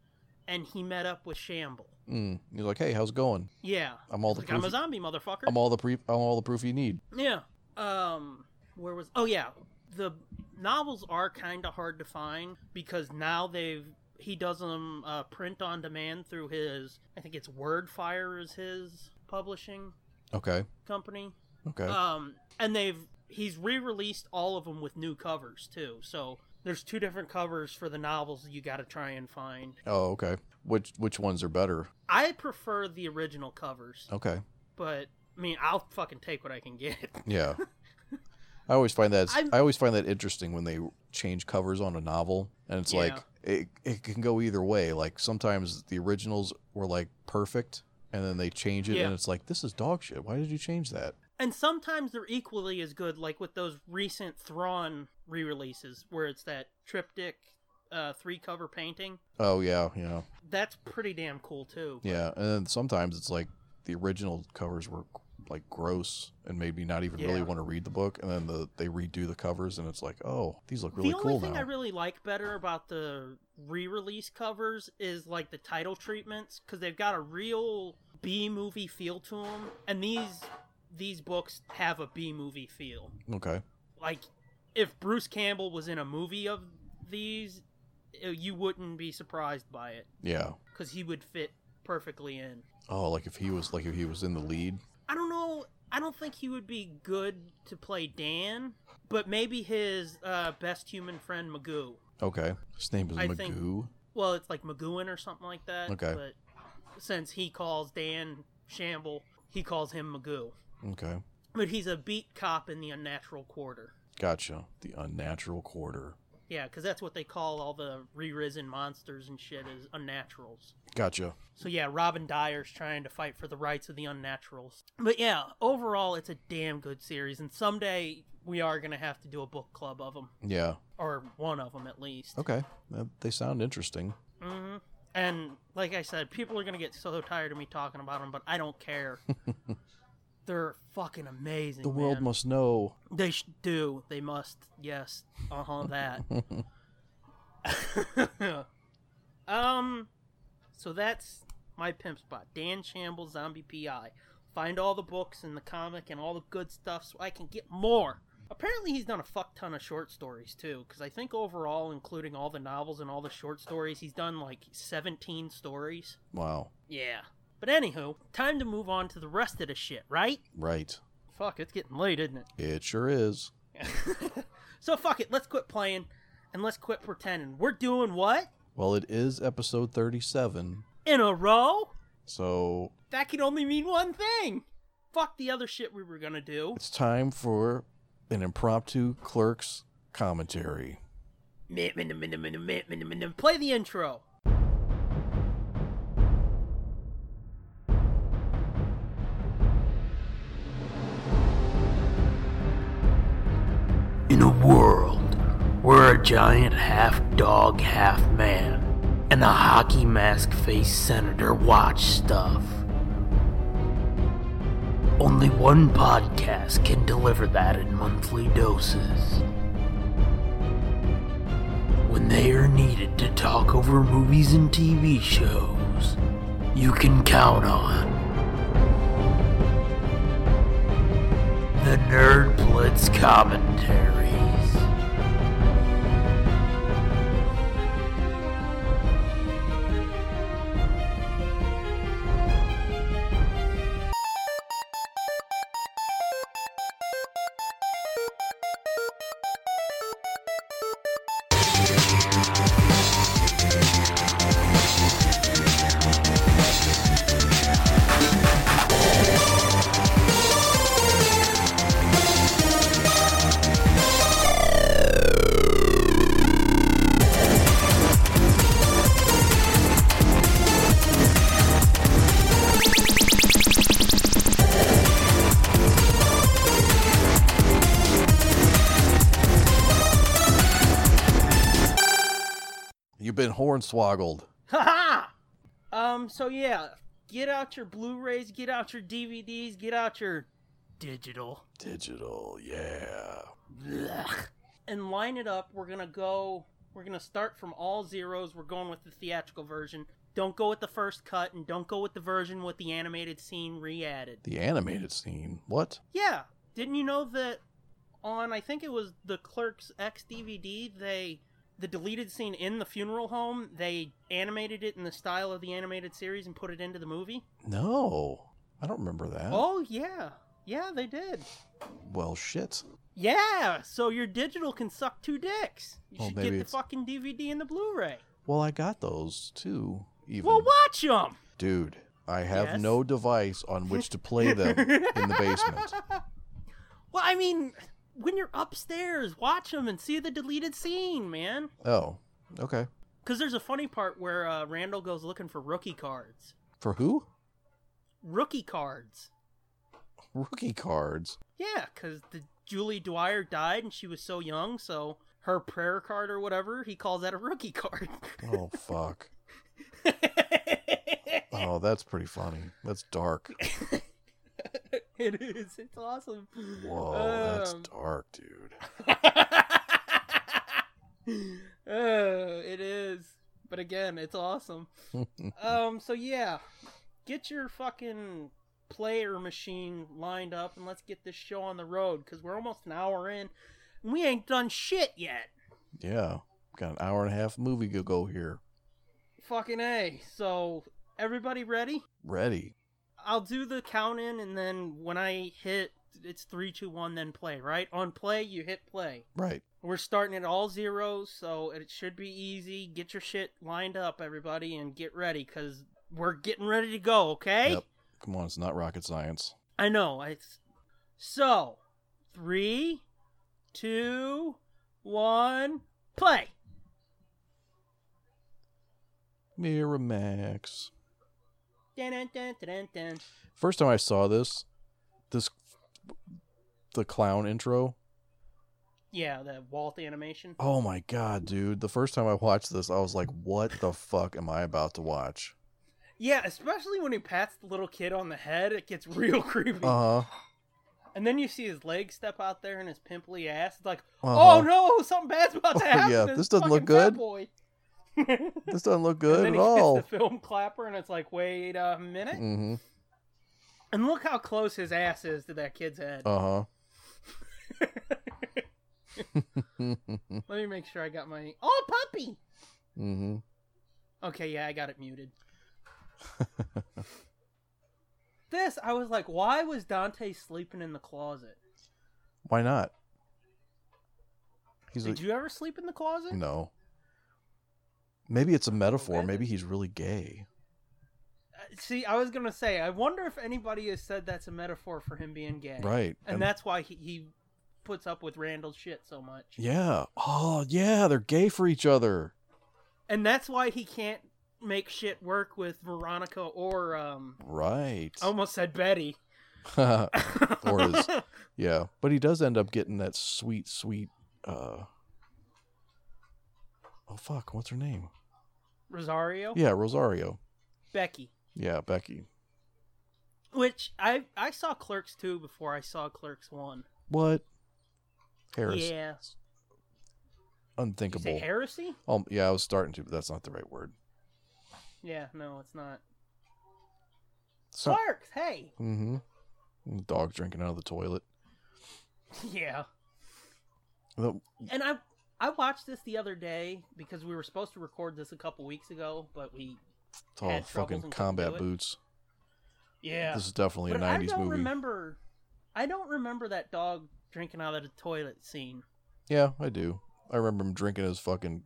B: and he met up with Shamble.
A: Mm. He's like, hey, how's it going?
B: Yeah,
A: I'm all the
B: like I'm a
A: proof.
B: zombie motherfucker.
A: I'm all the pre- I'm all the proof you need.
B: Yeah. Um where was Oh yeah, the novels are kind of hard to find because now they've he does them uh, print on demand through his I think it's Wordfire is his publishing
A: Okay.
B: company.
A: Okay.
B: Um, and they've he's re-released all of them with new covers too. So there's two different covers for the novels that you got to try and find.
A: oh, okay. Which which ones are better?
B: I prefer the original covers,
A: Okay.
B: but I mean, I'll fucking take what I can get.
A: Yeah. I always find that
B: I'm-
A: I always find that interesting when they change covers on a novel, and it's like it, it can go either way. Like sometimes the originals were like perfect, and then they change it,
B: Yeah.
A: and it's like this is dog shit. Why did you change that?
B: And sometimes they're equally as good, like with those recent Thrawn re-releases, where it's that triptych, uh, three-cover painting.
A: Oh yeah, yeah,
B: That's pretty damn cool too.
A: yeah. And then sometimes it's like the original covers were like gross and made me not even really
B: Yeah.
A: want to read the book, and then the they redo the covers, and it's like oh these look really
B: the only
A: cool
B: thing
A: now.
B: I really like better about the re-release covers is like the title treatments because they've got a real B movie feel to them, and these these books have a B movie feel.
A: okay,
B: Like if Bruce Campbell was in a movie of these, uh, you wouldn't be surprised by it
A: yeah.
B: because he would fit perfectly in.
A: Oh, like if he was like if he was in the lead.
B: I don't know. I don't think he would be good to play Dan, but maybe his uh, best human friend Magoo.
A: Okay, his name is
B: I think-
A: Magoo.
B: Well, it's like Magooin or something like that.
A: Okay.
B: But since he calls Dan Shamble, he calls him Magoo.
A: Okay.
B: But he's a beat cop in the unnatural quarter.
A: Gotcha. The unnatural quarter.
B: Yeah, because that's what they call all the re-risen monsters and shit is unnaturals.
A: Gotcha.
B: So yeah, Robin Dyer's trying to fight for the rights of the unnaturals. But yeah, overall, it's a damn good series, and someday we are gonna have to do a book club of them,
A: Yeah.
B: or one of them at least.
A: Okay. Uh, They sound interesting. Mm-hmm.
B: hmm And like I said, people are gonna get so tired of me talking about them, but I don't care. They're fucking amazing.
A: The world
B: man.
A: must know.
B: They sh- do. They must. Yes. Uh huh. That. um. So that's my pimp spot. Dan Shamble, Zombie PI. Find all the books and the comic and all the good stuff so I can get more. Apparently, he's done a fuck ton of short stories too, because I think overall, including all the novels and all the short stories, he's done like 17 stories.
A: Wow.
B: Yeah. But anywho, time to move on to the rest of the shit, right?
A: Right.
B: Fuck, it's getting late, isn't it?
A: It sure is.
B: so fuck it. Let's quit playing and let's quit pretending. We're doing what?
A: Well, it is episode 37.
B: In a row?
A: So
B: That can only mean one thing. Fuck the other shit we were gonna do.
A: it's time for an impromptu clerk's commentary.
B: Play the intro.
E: In a world where a giant half dog, half man, and the hockey mask faced senator watch stuff, only one podcast can deliver that in monthly doses. When they are needed to talk over movies and TV shows, you can count on The Nerd Blitz Commentaries.
A: You've been hornswoggled.
B: Ha ha! Um. So yeah, get out your Blu-rays, get out your DVDs, get out your digital.
A: Digital. Yeah.
B: Blech. and line it up. We're gonna go. We're gonna start from all zeros. We're going with the theatrical version. Don't go with the first cut, and don't go with the version with the animated scene re-added.
A: The animated scene. What?
B: Yeah, didn't you know that on I think it was the Clerks X DVD they the deleted scene in the funeral home they animated it in the style of the animated series and put it into the movie.
A: No. I don't remember that.
B: Oh yeah, Yeah, they did.
A: Well, shit.
B: Yeah, so your digital can suck two dicks. You
A: Well,
B: should
A: maybe
B: get the
A: it's-
B: fucking DVD and the Blu-ray.
A: Well, I got those too. Even
B: Well, watch them.
A: dude, I have
B: Yes?
A: no device on which to play them in the basement.
B: Well, I mean, when you're upstairs, watch them and see the deleted scene, man.
A: Oh, okay.
B: Because there's a funny part where uh, Randall goes looking for rookie cards.
A: For who?
B: Rookie cards.
A: Rookie cards.
B: Yeah, because the Julie Dwyer died and she was so young, so her prayer card or whatever, he calls that a rookie card.
A: Oh fuck. Oh, that's pretty funny. That's dark.
B: it is. It's awesome.
A: Whoa, that's
B: Um,
A: dark, dude.
B: oh, it is. But again, it's awesome. um, so yeah, get your fucking player machine lined up and let's get this show on the road because we're almost an hour in and we ain't done shit yet.
A: Yeah, got an hour and a half movie to go here.
B: Fucking A. So, everybody ready?
A: Ready?
B: I'll do the count in and then when I hit, it's three, two, one, then play, right? On play, you hit play.
A: Right.
B: We're starting at all zeros, so it should be easy. Get your shit lined up, everybody, and get ready, because we're getting ready to go, okay?
A: Yep. Come on, it's not rocket science.
B: I know. I... So, three, two, one, play!
A: Miramax.
B: Dun, dun, dun, dun, dun.
A: First time I saw this, this the clown intro.
B: Yeah, that Walt animation.
A: Oh my god, dude! The first time I watched this, I was like, "What the fuck am I about to watch?"
B: Yeah, especially when he pats the little kid on the head, it gets real creepy.
A: Uh huh.
B: and then you see his legs step out there and his pimply ass. It's like,
A: Uh-huh.
B: oh no, something bad's about to
A: Oh,
B: happen.
A: yeah,
B: to
A: this doesn't look
B: fucking fat
A: good.
B: boy."
A: This doesn't look
B: and
A: good at
B: then he
A: all.
B: hits the film clapper, and it's like, wait a minute.
A: Mm-hmm.
B: And look how close his ass is to that kid's head.
A: Uh Mm-hmm. huh.
B: Let me make sure I got my oh puppy.
A: mm-hmm.
B: Okay, yeah, I got it muted. this, I was like, why was Dante sleeping in the closet?
A: Why not? He's like,
B: Did you ever sleep in the closet?
A: no. Maybe it's a metaphor.
B: Okay.
A: Maybe he's really gay.
B: Uh, See, I was gonna say, I wonder if anybody has said that's a metaphor for him being gay,
A: Right.
B: And, that's why he, he puts up with Randall's shit so much.
A: yeah. Oh, yeah. They're gay for each other.
B: And that's why he can't make shit work with Veronica or um
A: Right.
B: I almost said Betty.
A: Or is- yeah. But he does end up getting that sweet, sweet. uh Oh fuck! What's her name?
B: Rosario?
A: Yeah, Rosario.
B: Becky.
A: Yeah, Becky.
B: Which I I saw Clerks 2 before I saw Clerks 1.
A: What? Harris.
B: Yeah. Did you
A: Unthinkable.
B: say heresy?
A: um, yeah, I was starting to, but that's not the right word.
B: Yeah, no, it's not.
A: So,
B: Clerks, hey.
A: Mm-hmm. The dog drinking out of the toilet.
B: Yeah.
A: The-
B: And I I watched this the other day because we were supposed to record this a couple weeks ago, but we
A: Oh,
B: Had troubles and
A: fucking
B: couldn't do
A: combat
B: it.
A: boots.
B: yeah.
A: This is definitely
B: but
A: a
B: I
A: '90s
B: don't
A: movie.
B: remember I don't remember that dog drinking out of the toilet scene.
A: Yeah, I do. I remember him drinking his fucking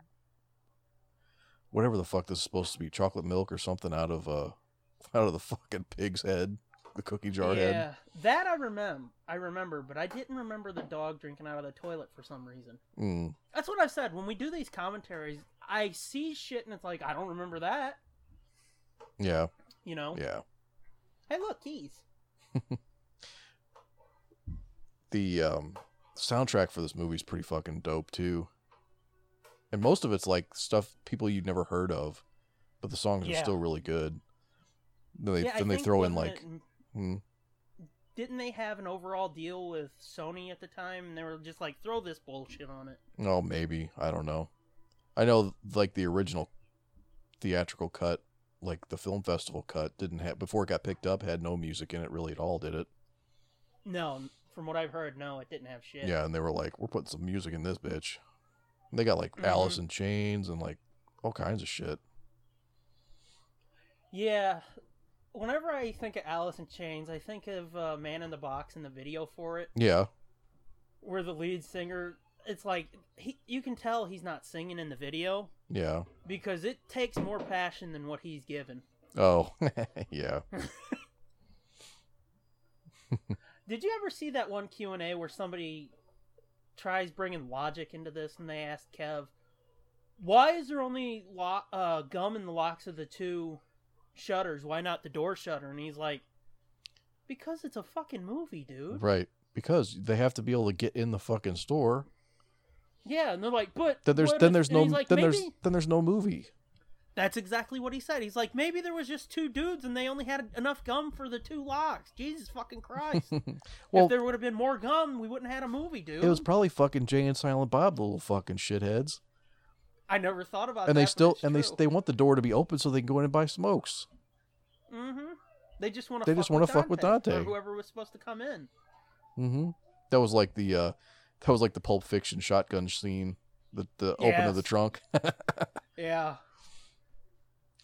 A: whatever the fuck this is supposed to be, chocolate milk or something out of uh out of the fucking pig's head, the cookie jar head.
B: Yeah, that I remember. I remember, but I didn't remember the dog drinking out of the toilet for some reason.
A: Mm.
B: That's what I've said. When we do these commentaries, I see shit and it's like I don't remember that.
A: Yeah,
B: You know?
A: yeah.
B: Hey, look, keys.
A: The um soundtrack for this movie is pretty fucking dope too. And most of it's like stuff people you'd never heard of, but the songs are
B: Yeah.
A: still really good. Then they
B: Yeah, I
A: then they
B: think,
A: throw in
B: wasn't
A: like
B: it-
A: hmm,
B: didn't they have an overall deal with Sony at the time? And they were just like, throw this bullshit on it.
A: Oh, maybe. I don't know. I know, like, the original theatrical cut, like the film festival cut, didn't have, before it got picked up, had no music in it really at all, did it?
B: No, from what I've heard, no, it didn't have shit.
A: Yeah. and they were like, we're putting some music in this bitch. And they got, like,
B: Mhm.
A: Alice in Chains and, like, all kinds of shit.
B: Yeah. whenever I think of Alice in Chains, I think of uh, Man in the Box and the video for it,
A: Yeah.
B: where the lead singer. It's like he, you can tell he's not singing in the video
A: Yeah.
B: because it takes more passion than what he's given.
A: Oh. yeah.
B: Did you ever see that one Q and A where somebody tries bringing logic into this, and they asked Kev, "Why is there only lo- uh, gum in the locks of the two shutters? Why not the door shutter?" And he's like, "Because it's a fucking movie, dude."
A: Right. Because they have to be able to get in the fucking store.
B: Yeah, and they're like, "But
A: Then there's
B: what
A: then
B: if-"
A: there's
B: and
A: no
B: he's like,
A: then
B: "Maybe-"
A: there's then there's no movie.
B: That's exactly what he said. He's like, maybe there was just two dudes and they only had enough gum for the two locks. Jesus fucking Christ.
A: Well,
B: if there would have been more gum, we wouldn't have had a movie, dude.
A: it was probably fucking Jay and Silent Bob, the little fucking shitheads.
B: I never thought about
A: And
B: that.
A: they still and
B: but
A: they
B: it's
A: they want the door to be open so they can go in and buy smokes.
B: true. Mhm. They just want to
A: They just
B: want
A: wanna
B: to
A: fuck with
B: Or
A: Dante.
B: whoever was supposed to come in.
A: Mm-hmm. That was like the uh that was like the Pulp Fiction shotgun scene, the the open of the
B: Yes.
A: trunk,
B: Yeah.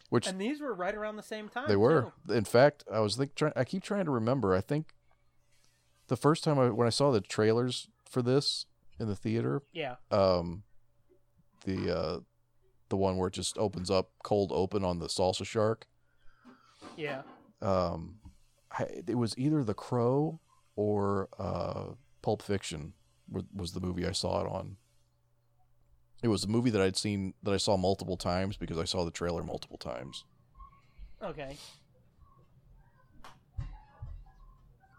A: which
B: And these were right around the same time.
A: They were.
B: too.
A: In fact, I was think try- I keep trying to remember. I think the first time I when I saw the trailers for this in the theater,
B: Yeah.
A: um, the uh, the one where it just opens up cold open on the salsa shark.
B: Yeah.
A: Um, I, it was either The Crow or uh, Pulp Fiction was, was the movie I saw it on. It was a movie that I'd seen that I saw multiple times because I saw the trailer multiple times.
B: Okay.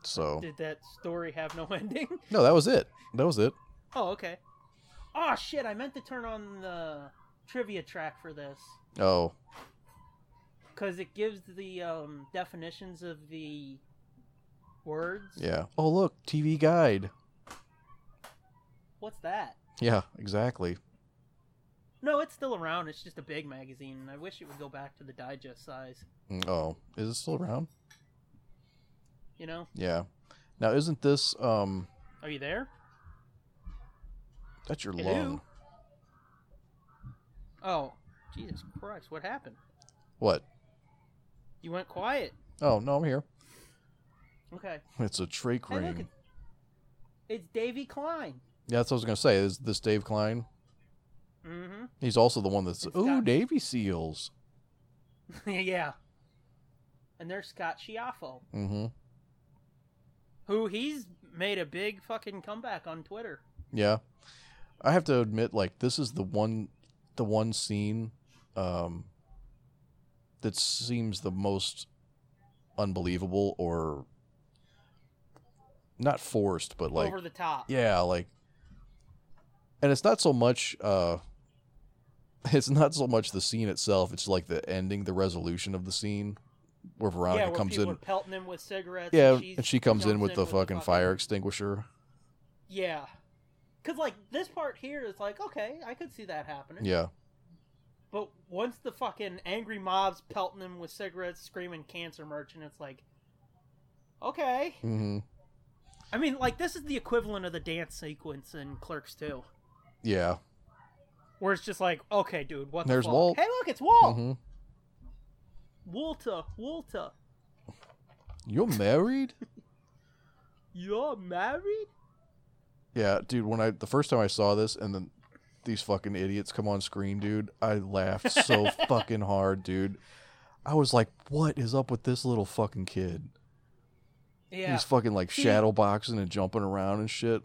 A: So
B: Did that story have no ending?
A: no, that was it. That was it.
B: Oh, okay. Oh shit, I meant to turn on the trivia track for this.
A: Oh,
B: because it gives the um, definitions of the words.
A: Yeah. Oh, look, TV guide.
B: What's that?
A: Yeah, exactly.
B: No, it's still around. It's just a big magazine, and I wish it would go back to the digest size.
A: Mm, Oh, is it still around?
B: You know?
A: Yeah. Now, isn't this um?
B: Are you there?
A: That's your
B: Hello?
A: lung.
B: Oh, Jesus Christ! What happened?
A: What?
B: You went quiet.
A: Oh no, I'm here.
B: Okay.
A: It's a trach
B: Hey,
A: ring.
B: look, it's- it's Davy Klein.
A: Yeah, that's what I was gonna say. Is this Dave Klein?
B: Mm-hmm.
A: He's also the one that's
B: It's
A: ooh
B: got-
A: Navy Seals.
B: yeah. And there's Scott Schiaffo,
A: Mm-hmm.
B: who he's made a big fucking comeback on Twitter.
A: Yeah. I have to admit, like this is the one, the one scene, um, that seems the most unbelievable or not forced, but like
B: Over the top.
A: yeah like and it's not so much uh it's not so much the scene itself it's like the ending the resolution of the scene where veronica
B: yeah, where
A: comes
B: people
A: in
B: Are pelting him with cigarettes.
A: yeah
B: and, she's-
A: and she comes in
B: jumps
A: with the fucking fire extinguisher
B: Yeah, because like this part here is like okay, I could see that happening.
A: yeah
B: But once the fucking angry mobs pelting him with cigarettes, screaming "cancer merchant," it's like, okay.
A: hmm
B: I mean, like this is the equivalent of the dance sequence in Clerks 2,
A: yeah
B: where it's just like, okay, dude, what?
A: There's
B: the fuck?
A: Walt.
B: Hey, look, it's Walt.
A: hmm
B: Walter, Walter,
A: you're married
B: you're married.
A: yeah dude when i the first time i saw this and then these fucking idiots come on screen dude i laughed so fucking hard dude i was like what is up with this little fucking kid
B: Yeah.
A: He's fucking like
B: See-
A: shadow boxing and jumping around and shit.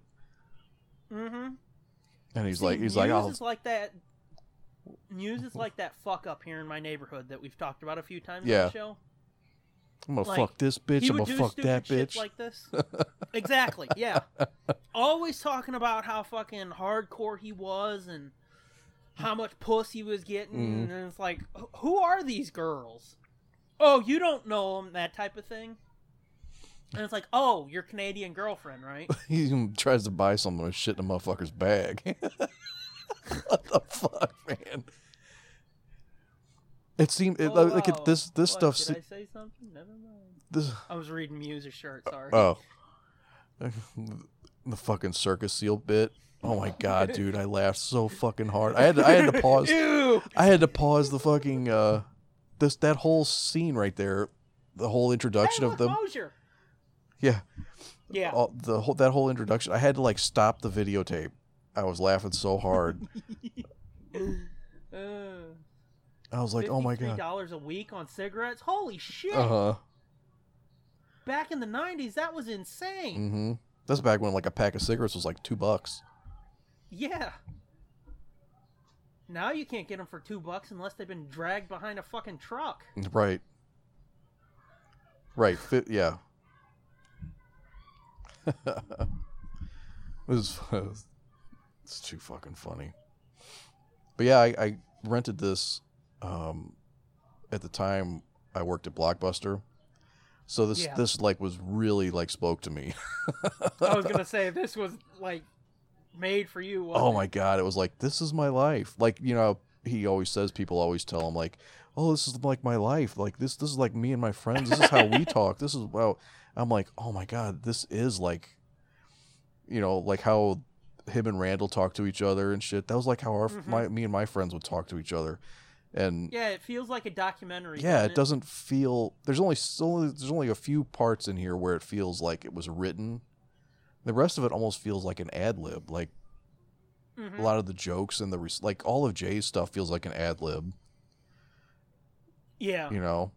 B: mm-hmm.
A: And he's
B: See,
A: like, he's like,
B: Muse
A: oh,
B: is like that. News is like that fuck up here in my neighborhood that we've talked about a few times on
A: Yeah.
B: the show.
A: I'm gonna
B: like,
A: fuck this bitch.
B: he
A: I'm
B: would
A: gonna
B: do
A: fuck
B: stupid
A: that
B: shit
A: bitch.
B: like this. exactly. Yeah. Always talking about how fucking hardcore he was and how much puss he was getting,
A: Mhm.
B: and it's like, "Wh- who are these girls? Oh, you don't know them, that type of thing. And it's like, oh, your Canadian girlfriend, right?
A: he even tries to buy something and shit in a motherfucker's bag. what the fuck, man? It seemed it,
B: Oh,
A: like
B: wow.
A: it, this this
B: What,
A: stuff.
B: Did
A: se-
B: I say something? Never mind.
A: this,
B: I was reading Muse shirt. Sorry.
A: oh, the fucking circus seal bit. Oh my god, dude! I laughed so fucking hard. I had to, I had to pause.
B: Ew.
A: I had to pause the fucking uh this that whole scene right there the whole introduction
B: Hey,
A: of
B: look,
A: them.
B: Mosier!
A: yeah,
B: Yeah.
A: all, the whole that whole introduction. I had to like stop the videotape. I was laughing so hard.
B: Uh,
A: I was like, oh my god.
B: dollars a week on cigarettes. Holy shit!
A: Uh huh.
B: Back in the '90s, that was insane.
A: Mm-hmm. That's back when like a pack of cigarettes was like two bucks.
B: Yeah. Now you can't get them for two bucks unless they've been dragged behind a fucking truck.
A: Right. Right. Fit, yeah. it was, it's too fucking funny. But yeah, I, I rented this um, at the time I worked at Blockbuster. So this
B: Yeah.
A: this like was really like spoke to me.
B: I was gonna say this was like made for you. wasn't
A: oh
B: it?
A: my god it was like this is my life like you know he always says people always tell him like oh this is like my life like this this is like me and my friends this is how we talk this is wow i'm like oh my god this is like you know like how him and randall talk to each other and shit that was like how our
B: Mhm.
A: my, me and my friends would talk to each other and
B: Yeah, it feels like a documentary.
A: yeah,
B: doesn't
A: it doesn't feel. There's only so there's only a few parts in here where it feels like it was written. The rest of it almost feels like an ad lib. Like
B: Mhm.
A: a lot of the jokes and the res- like, all of Jay's stuff feels like an ad lib.
B: Yeah.
A: You know,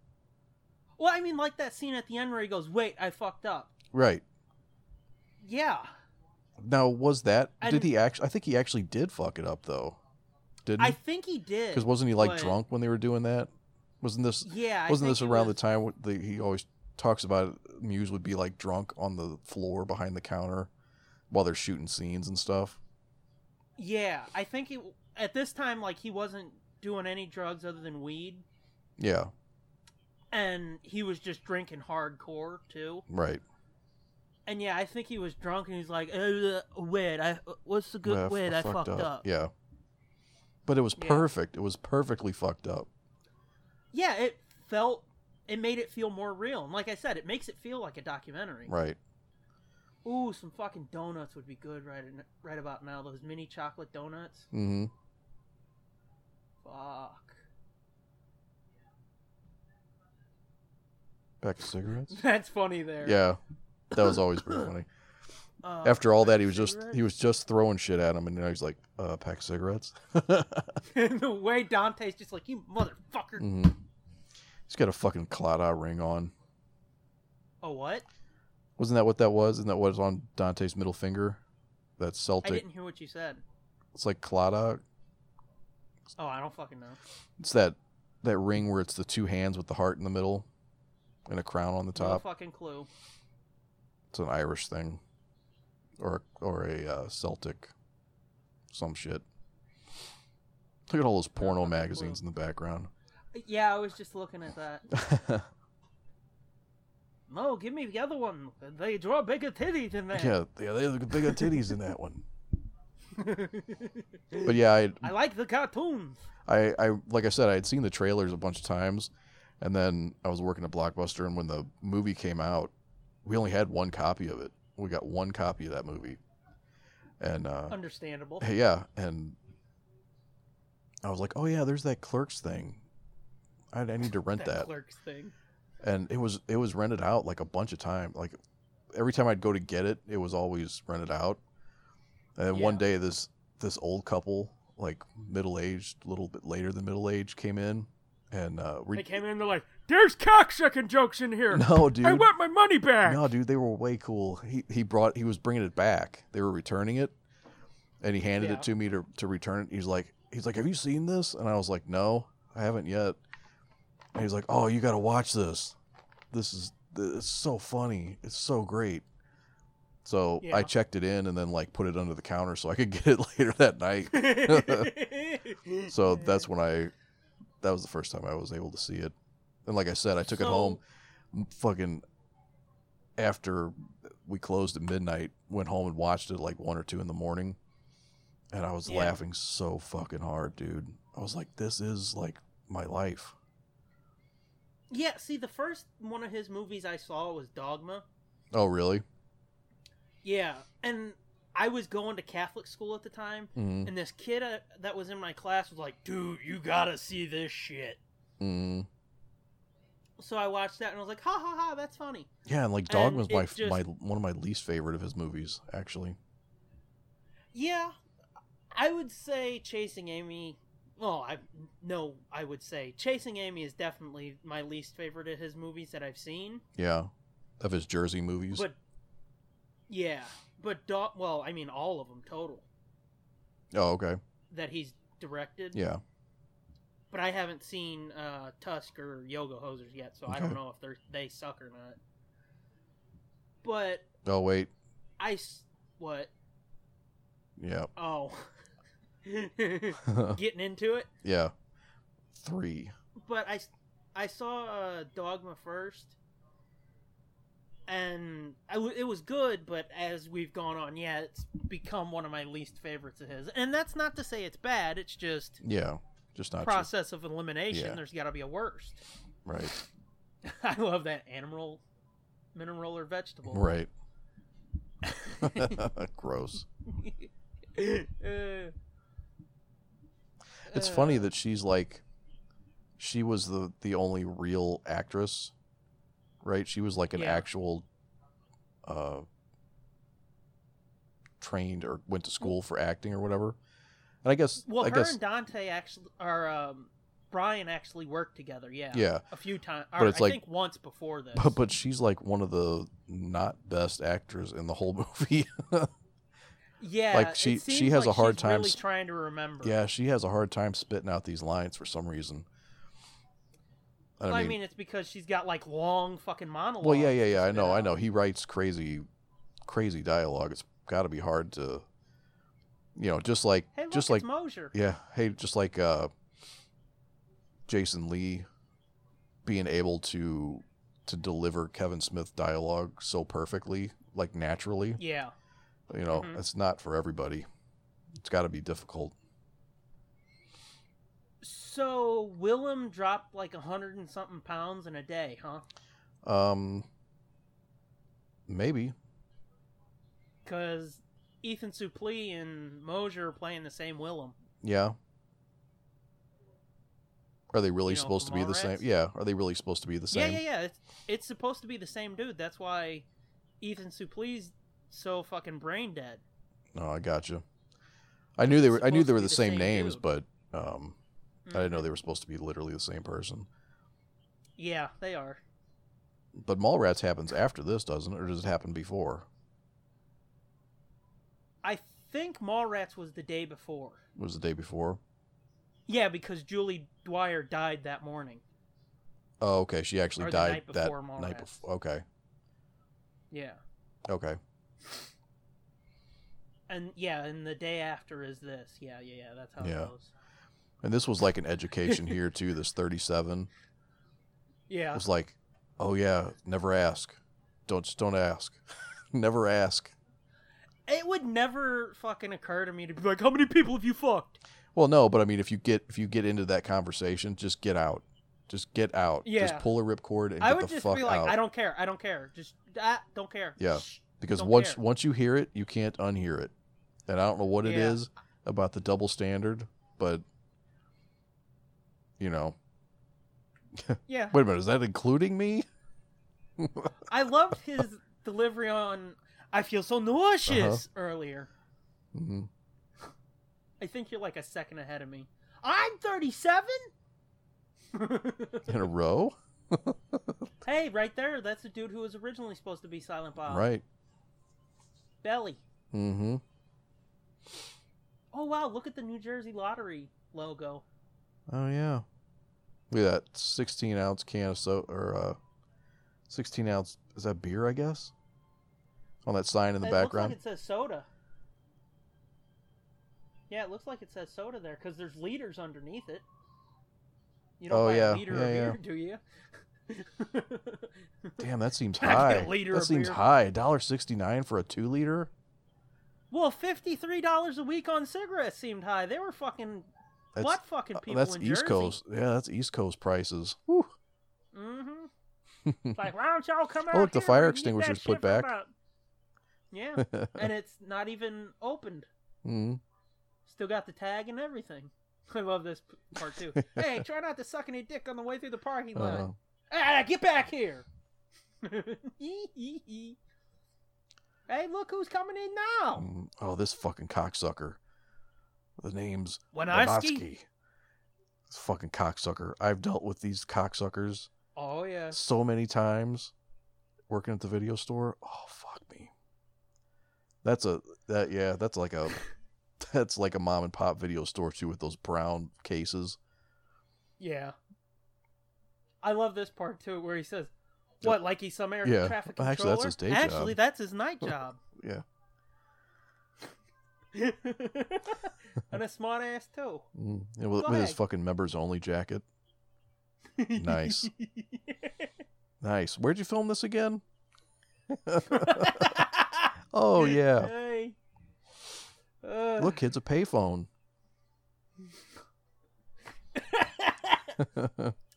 B: Well, I mean, like that scene at the end where he goes, "Wait, I fucked up."
A: right
B: Yeah.
A: now was that
B: I
A: did
B: didn't-
A: he actually? I think he actually did fuck it up though,
B: I
A: didn't?
B: think he did.
A: Because wasn't he like
B: but-
A: drunk when they were doing that? Wasn't this
B: Yeah. I
A: wasn't
B: think
A: this
B: he
A: around
B: was-
A: the time wh- the, he always talks about it, Muse would be like drunk on the floor behind the counter while they're shooting scenes and stuff?
B: Yeah, I think he at this time like he wasn't doing any drugs other than weed,
A: Yeah,
B: and he was just drinking hardcore too.
A: right.
B: And yeah, I think he was drunk, and he's like, uh, "Wait, I what's the good
A: Yeah, f-
B: wait? I fucked, up."
A: Yeah. But it was
B: Yeah.
A: perfect. It was perfectly fucked up.
B: Yeah, it felt it made it feel more real, and like I said, it makes it feel like a documentary.
A: Right.
B: Ooh, some fucking donuts would be good right in, right about now. Those mini chocolate donuts.
A: Mm-hmm.
B: Fuck.
A: Pack of cigarettes.
B: That's funny there.
A: yeah. That was always pretty funny.
B: Uh,
A: After all that,
B: pack
A: he was
B: of
A: just he was just throwing shit at him, and now he's like, uh, "Pack of cigarettes." hmm
B: cigarettes? the way Dante's just like you motherfucker.
A: Mm. He's got a fucking cloud eye ring on.
B: Oh what?
A: Wasn't that what that was? Isn't that what's on Dante's middle finger? That
B: I
A: Celtic.
B: didn't hear what you said.
A: It's like cloud
B: Oh, I don't fucking know.
A: It's that that ring where it's the two hands with the heart in the middle, and a crown on the
B: No
A: top.
B: fucking clue.
A: It's an Irish thing, or or a uh, Celtic, some shit. Look at all those porno
B: fucking
A: magazines in the background.
B: Yeah, I was just looking at that. No, give me the other one. They draw bigger titties in there.
A: yeah, yeah, they look big at titties in that one.
B: Yeah.
A: But yeah, I,
B: I like the cartoons.
A: I, I, like I said, I had seen the trailers a bunch of times, and then I was working at Blockbuster, and when the movie came out, we only had one copy of it. We got one copy of that movie, and uh,
B: Oh, Understandable.
A: Hey, yeah, and I was like, "Oh yeah, there's that Clerks thing. I, I need to rent that."
B: clerks thing.
A: And it was it was rented out like a bunch of time. Like every time I'd go to get it, it was always rented out. And then one
B: Yeah.
A: day, this this old couple, like middle aged, a little bit later than middle age, came in, and uh, we
B: They came in. They're like, "There's cocksucking jokes in here.
A: no, dude,
B: I want my money back."
A: No, dude, they were way cool. He he brought he was bringing it back. They were returning it, and he handed
B: Yeah.
A: it to me to to return it. He's like he's like, have you seen this? And I was like, no, I haven't yet. And he's like, oh, you got to watch this. This is th- it's so funny. It's so great. So I
B: Yeah.
A: checked it in and then like put it under the counter so I could get it later that night. So that's when I that was the first time I was able to see it. And like I said, I took it
B: So-
A: home m- fucking after we closed at midnight, went home and watched it at, like one or two in the morning. And I was
B: Yeah.
A: laughing so fucking hard, dude. I was like, this is like my life.
B: Yeah, see, the first one of his movies I saw was Dogma.
A: Oh really?
B: Yeah, and I was going to Catholic school at the time,
A: Mm-hmm.
B: and this kid uh, that was in my class was like, "Dude, you gotta see this shit."
A: mm
B: So I watched that and I was like, ha ha ha, that's funny.
A: Yeah, and like Dogma's
B: it
A: my
B: just-
A: my one of my least favorite of his movies, actually.
B: Yeah, I would say Chasing Amy. Well, I no, I would say Chasing Amy is definitely my least favorite of his movies that I've seen.
A: Yeah, of his Jersey movies.
B: But yeah, but Dog. Well, I mean, all of them total
A: oh, okay.
B: that he's directed.
A: Yeah,
B: But I haven't seen uh, Tusk or Yoga Hosers yet, so I
A: Okay.
B: don't know if they're they suck or not. But
A: Oh wait,
B: I s- what?
A: yeah,
B: Oh, getting into it.
A: yeah. Three.
B: but I, I saw uh, Dogma first, and I w- it was good. But as we've gone on, yeah, it's become one of my least favorites of his. And that's not to say it's bad. It's just
A: Yeah, just not your-
B: process of elimination.
A: Yeah.
B: There's got to be a worst.
A: right.
B: I love that animal, mineral or vegetable.
A: Right. Gross.
B: Uh,
A: It's
B: uh,
A: funny that she's like, she was the the only real actress, right? She was like an
B: Yeah.
A: actual, uh, trained or went to school for acting or whatever. And I guess,
B: Well,
A: I
B: her
A: guess,
B: and Dante actually, or um, Brian actually worked together. Yeah.
A: yeah.
B: A few times,
A: But it's
B: I
A: like-
B: think once before this.
A: But but she's like one of the not best actors in the whole movie.
B: Yeah,
A: Like,
B: it
A: she-
B: seems
A: she has a
B: like
A: hard
B: she's
A: time
B: Really
A: s-
B: trying to remember.
A: yeah, she has a hard time spitting out these lines for some reason. And
B: Well, I, mean, it's because she's got like long fucking monologues.
A: Well, yeah, yeah, yeah. I
B: to
A: know,
B: spit
A: I
B: out.
A: know. He writes crazy, crazy dialogue. It's got to be hard to, you know, just like,
B: Hey, look,
A: just like,
B: it's Mosher.
A: yeah. Hey, just like uh, Jason Lee being able to to deliver Kevin Smith dialogue so perfectly, like naturally.
B: Yeah,
A: You know,
B: Mhm.
A: it's not for everybody. It's got to be difficult.
B: So Willem dropped like a hundred and something pounds in a day, huh?
A: Um, maybe.
B: Because Ethan Suplee and Mosher are playing the same Willem.
A: Yeah. Are they really
B: You know,
A: supposed to be the same?
B: Mallrats?
A: Yeah. Are they really supposed to be the same?
B: Yeah, yeah, yeah. It's, it's supposed to be the same dude. That's why Ethan Supplee's so fucking brain dead.
A: No, Oh, I gotcha. I knew they were. I knew
B: Supposed
A: they
B: to
A: were
B: be
A: the
B: the
A: same,
B: same
A: names,
B: dude.
A: but um, I didn't know
B: Mhm.
A: they were supposed to be literally the same person.
B: Yeah, they are.
A: But Mallrats happens after this, doesn't it, or does it happen before?
B: I think Mallrats was the day before.
A: It was the day before.
B: Yeah, because Julie Dwyer died that morning.
A: Oh, okay. She actually
B: Or the
A: died
B: night
A: that
B: before
A: night
B: Mallrats.
A: before. Okay.
B: Yeah.
A: Okay.
B: And yeah, and the day after is this. Yeah, yeah, yeah. That's how
A: Yeah.
B: it goes.
A: And this was like an education here too. This thirty-seven It
B: Yeah.
A: was like, oh yeah, never ask. Don't just don't ask. never ask.
B: It would never fucking occur to me to be like, how many people have you fucked?
A: Well, no, but I mean, if you get if you get into that conversation, just get out. Just get out.
B: Yeah.
A: Just pull a ripcord and
B: I
A: get
B: would
A: the
B: just
A: fuck
B: be like,
A: out.
B: I don't care. I don't care. Just, ah, don't care.
A: Yeah.
B: Shh.
A: because
B: don't
A: once
B: care.
A: once you hear it, you can't unhear it. And I don't know what it
B: Yeah.
A: is about the double standard, but you know,
B: Yeah.
A: wait a minute, is that including me?
B: I loved his delivery on I feel so nauseous
A: Uh-huh.
B: earlier.
A: hmm
B: I think you're like a second ahead of me. I'm 37?
A: In a row,
B: hey, right there. That's the dude who was originally supposed to be Silent Bob.
A: right?
B: Belly.
A: Mm-hmm.
B: Oh, wow. Look at the New Jersey Lottery logo.
A: Oh yeah. Look at that sixteen ounce can of soda or uh sixteen ounce is that beer, I guess? On that sign in the
B: it
A: background.
B: Looks like it says soda. Yeah, it looks like it says soda there because there's liters underneath it. You don't
A: Oh,
B: buy
A: yeah,
B: a liter
A: yeah,
B: of
A: yeah.
B: beer, do you?
A: Damn, that seems
B: I got a
A: high.
B: liter
A: That
B: of
A: seems
B: beer.
A: high. A dollar sixty nine for a two liter?
B: well, fifty-three dollars a week on cigarettes seemed high. They were fucking
A: That's
B: what fucking
A: uh,
B: people
A: that's
B: in
A: East
B: Jersey.
A: Coast. Yeah, that's East Coast prices. Whew.
B: Mm-hmm. It's like, why don't y'all come out?
A: Oh, look, the
B: here?
A: fire
B: We need that
A: extinguisher's
B: shit
A: put
B: from
A: back.
B: up- Yeah, and it's not even opened.
A: Mhm.
B: Still got the tag and everything. I love this p- part too. hey, try not to suck any dick on the way through the parking lot.
A: Uh,
B: Ah, get back here! hey, look who's coming in now!
A: Mm, oh, this fucking cocksucker. The name's
B: Winoski.
A: Winoski. This fucking cocksucker. I've dealt with these cocksuckers
B: Oh yeah.
A: so many times working at the video store. Oh fuck me. That's a that yeah, that's like a that's like a mom and pop video store too with those brown cases.
B: Yeah. I love this part too, where he says, "What? Like he's some American
A: Yeah.
B: traffic
A: Well,
B: controller?"
A: actually, that's his day job.
B: Actually, that's his night job.
A: Yeah.
B: and a smart ass too.
A: Mm. Yeah, with,
B: Go
A: with his
B: ahead.
A: fucking members only jacket. Nice. Nice. Where'd you film this again? oh yeah.
B: Hey. Uh,
A: Look, kid's a payphone.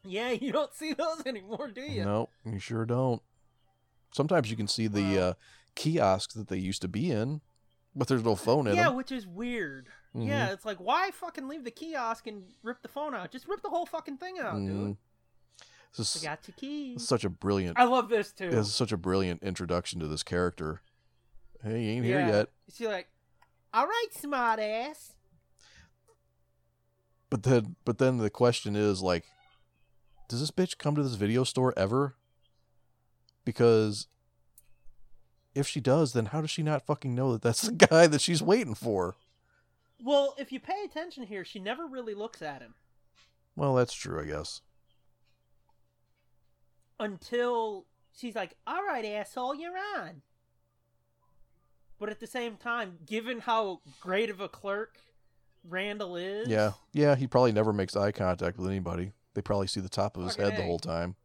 B: yeah, you don't see those anymore, do you?
A: No, you sure don't. Sometimes you can see the
B: Wow.
A: uh, kiosks that they used to be in, but there's no phone in
B: Uh, Yeah,
A: them.
B: which is weird.
A: Mhm.
B: Yeah, it's like why fucking leave the kiosk and rip the phone out? Just rip the whole fucking thing out,
A: Mhm.
B: dude.
A: This
B: I
A: is
B: got your keys.
A: such a brilliant.
B: I love this too.
A: This is such a brilliant introduction to this character. Hey, you ain't here
B: Yeah.
A: yet.
B: She's like, "All right, smart ass."
A: But then, but then the question is like, does this bitch come to this video store ever? Because if she does, then how does she not fucking know that that's the guy that she's waiting for?
B: Well, if you pay attention here, she never really looks at him
A: Well, that's true, I guess.
B: until she's like, "All right, asshole, you're on." But at the same time, given how great of a clerk Randall is,
A: Yeah, yeah. He probably never makes eye contact with anybody. They probably see the top of his
B: Fucking
A: head the
B: A.
A: whole time.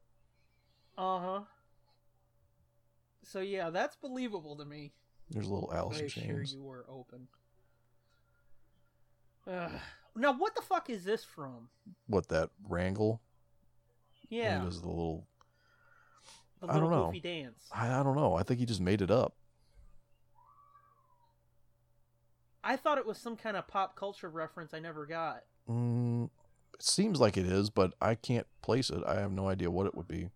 B: uh huh. So yeah, that's believable to me.
A: There's a little Alice
B: I
A: in
B: assure
A: Chains.
B: you were open. Ugh. Now, what the fuck is this from?
A: What that wrangle? When
B: Yeah,
A: He does the little.
B: the
A: I don't
B: little
A: know.
B: goofy dance.
A: I, I don't know. I think he just made it up.
B: I thought it was some kind of pop culture reference I never got.
A: Mm, it seems like it is, but I can't place it. I have no idea what it would be.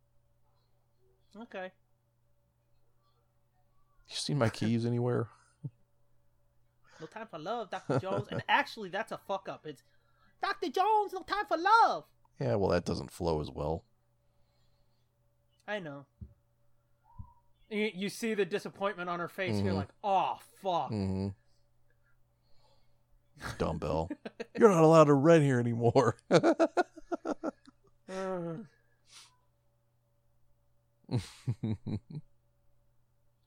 B: Okay.
A: You seen my keys anywhere?
B: No time for love, Dr. Jones. and actually, that's a fuck up. It's Dr. Jones, no time for love.
A: Yeah. Well, that doesn't flow as well.
B: I know. You, you see the disappointment on her face. You're
A: Mhm.
B: like, oh, fuck.
A: hmm Dumbbell. You're not allowed to rent here anymore. Mm.
B: Ugh.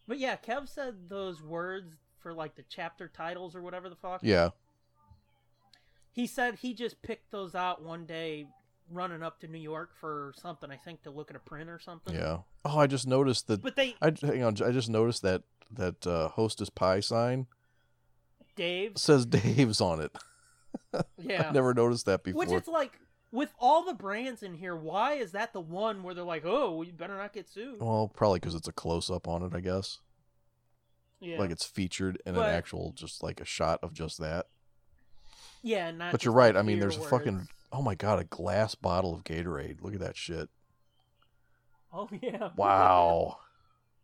B: but yeah, Kev said those words for like the chapter titles or whatever the fuck.
A: yeah.
B: He said he just picked those out one day running up to New York for something, I think, to look at a print or something.
A: Yeah. Oh, I just noticed that
B: But they,
A: I hang on. I just noticed that that uh, hostess pie sign
B: Dave,
A: says Dave's on it.
B: yeah.
A: I never noticed that before.
B: Which is like, with all the brands in here, why is that the one where they're like, oh, well, you better not get sued?
A: well, probably because it's a close up on it. I guess
B: yeah.
A: like it's featured in
B: But-
A: an actual, just like a shot of just that.
B: yeah, and not
A: but
B: just
A: you're
B: the
A: right. I mean,
B: clear
A: there's a
B: words.
A: fucking oh my god, a glass bottle of Gatorade. Look at that shit.
B: Oh, yeah.
A: Wow.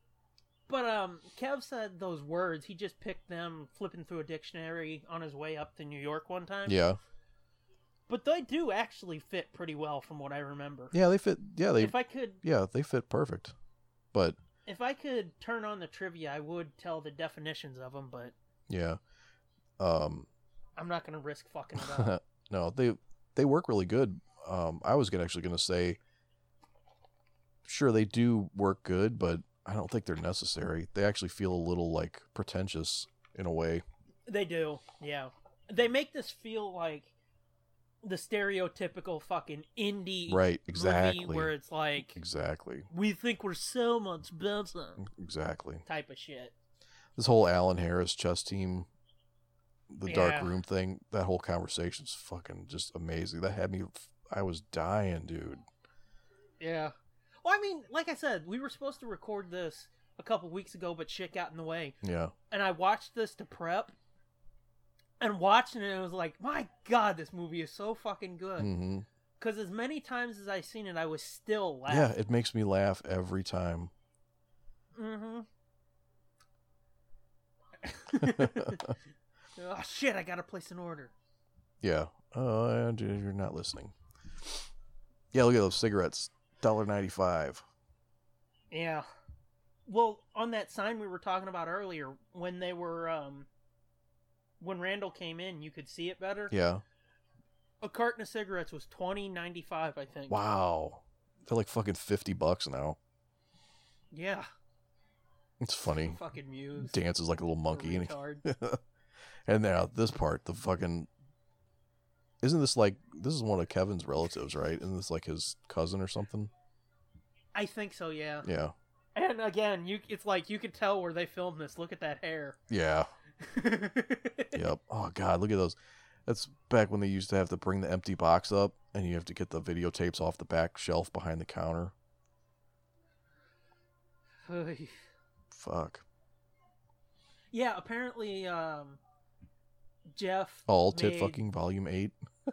B: but um, Kev said those words. He just picked them flipping through a dictionary on his way up to New York one time.
A: yeah.
B: But they do actually fit pretty well from what I remember.
A: Yeah. They fit. Yeah. They.
B: if I could
A: Yeah. They fit perfect. But
B: if I could turn on the trivia, I would tell the definitions of them, but
A: yeah. Um.
B: I'm not going to risk fucking it up.
A: no, they they work really good. Um, I was gonna, actually going to say, sure they do work good, but I don't think they're necessary. They actually feel a little like pretentious in a way.
B: They do, yeah. They make this feel like the stereotypical fucking indie
A: Right?
B: movie
A: Exactly.
B: where it's like
A: Exactly.
B: we think we're so much better
A: Exactly.
B: type of shit.
A: This whole Alan Harris chess team, the dark
B: Yeah.
A: room thing, that whole conversation's fucking just amazing. That had me. I was dying, dude.
B: Yeah. Well, I mean, like I said, we were supposed to record this a couple weeks ago, but shit got in the way.
A: Yeah.
B: And I watched this to prep, and watching it, it was like, my god, this movie is so fucking good.
A: hmm
B: Because as many times as I seen it, I was still laughing.
A: Yeah, it makes me laugh every time.
B: Mm-hmm. oh shit! I gotta place an order.
A: Yeah. Oh, and you're not listening. Yeah, look at those cigarettes. Dollar ninety five.
B: Yeah. Well, on that sign we were talking about earlier, when they were, um, when Randall came in, you could see it better.
A: Yeah.
B: A carton of cigarettes was twenty ninety five, I think.
A: Wow. They're like fucking fifty bucks now.
B: Yeah.
A: It's funny.
B: Fucking muse.
A: Dances like a little monkey, and,
B: Retard.
A: and now this part, the fucking. Isn't this like this is one of Kevin's relatives, right? Isn't this like his cousin or something?
B: I think so. Yeah.
A: Yeah.
B: And again, you it's like you could tell where they filmed this. Look at that hair.
A: Yeah. Yep. Oh god, look at those. That's back when they used to have to bring the empty box up, and you have to get the videotapes off the back shelf behind the counter. Fuck.
B: yeah. Apparently, um, Jeff.
A: All tit
B: made-
A: fucking volume eight.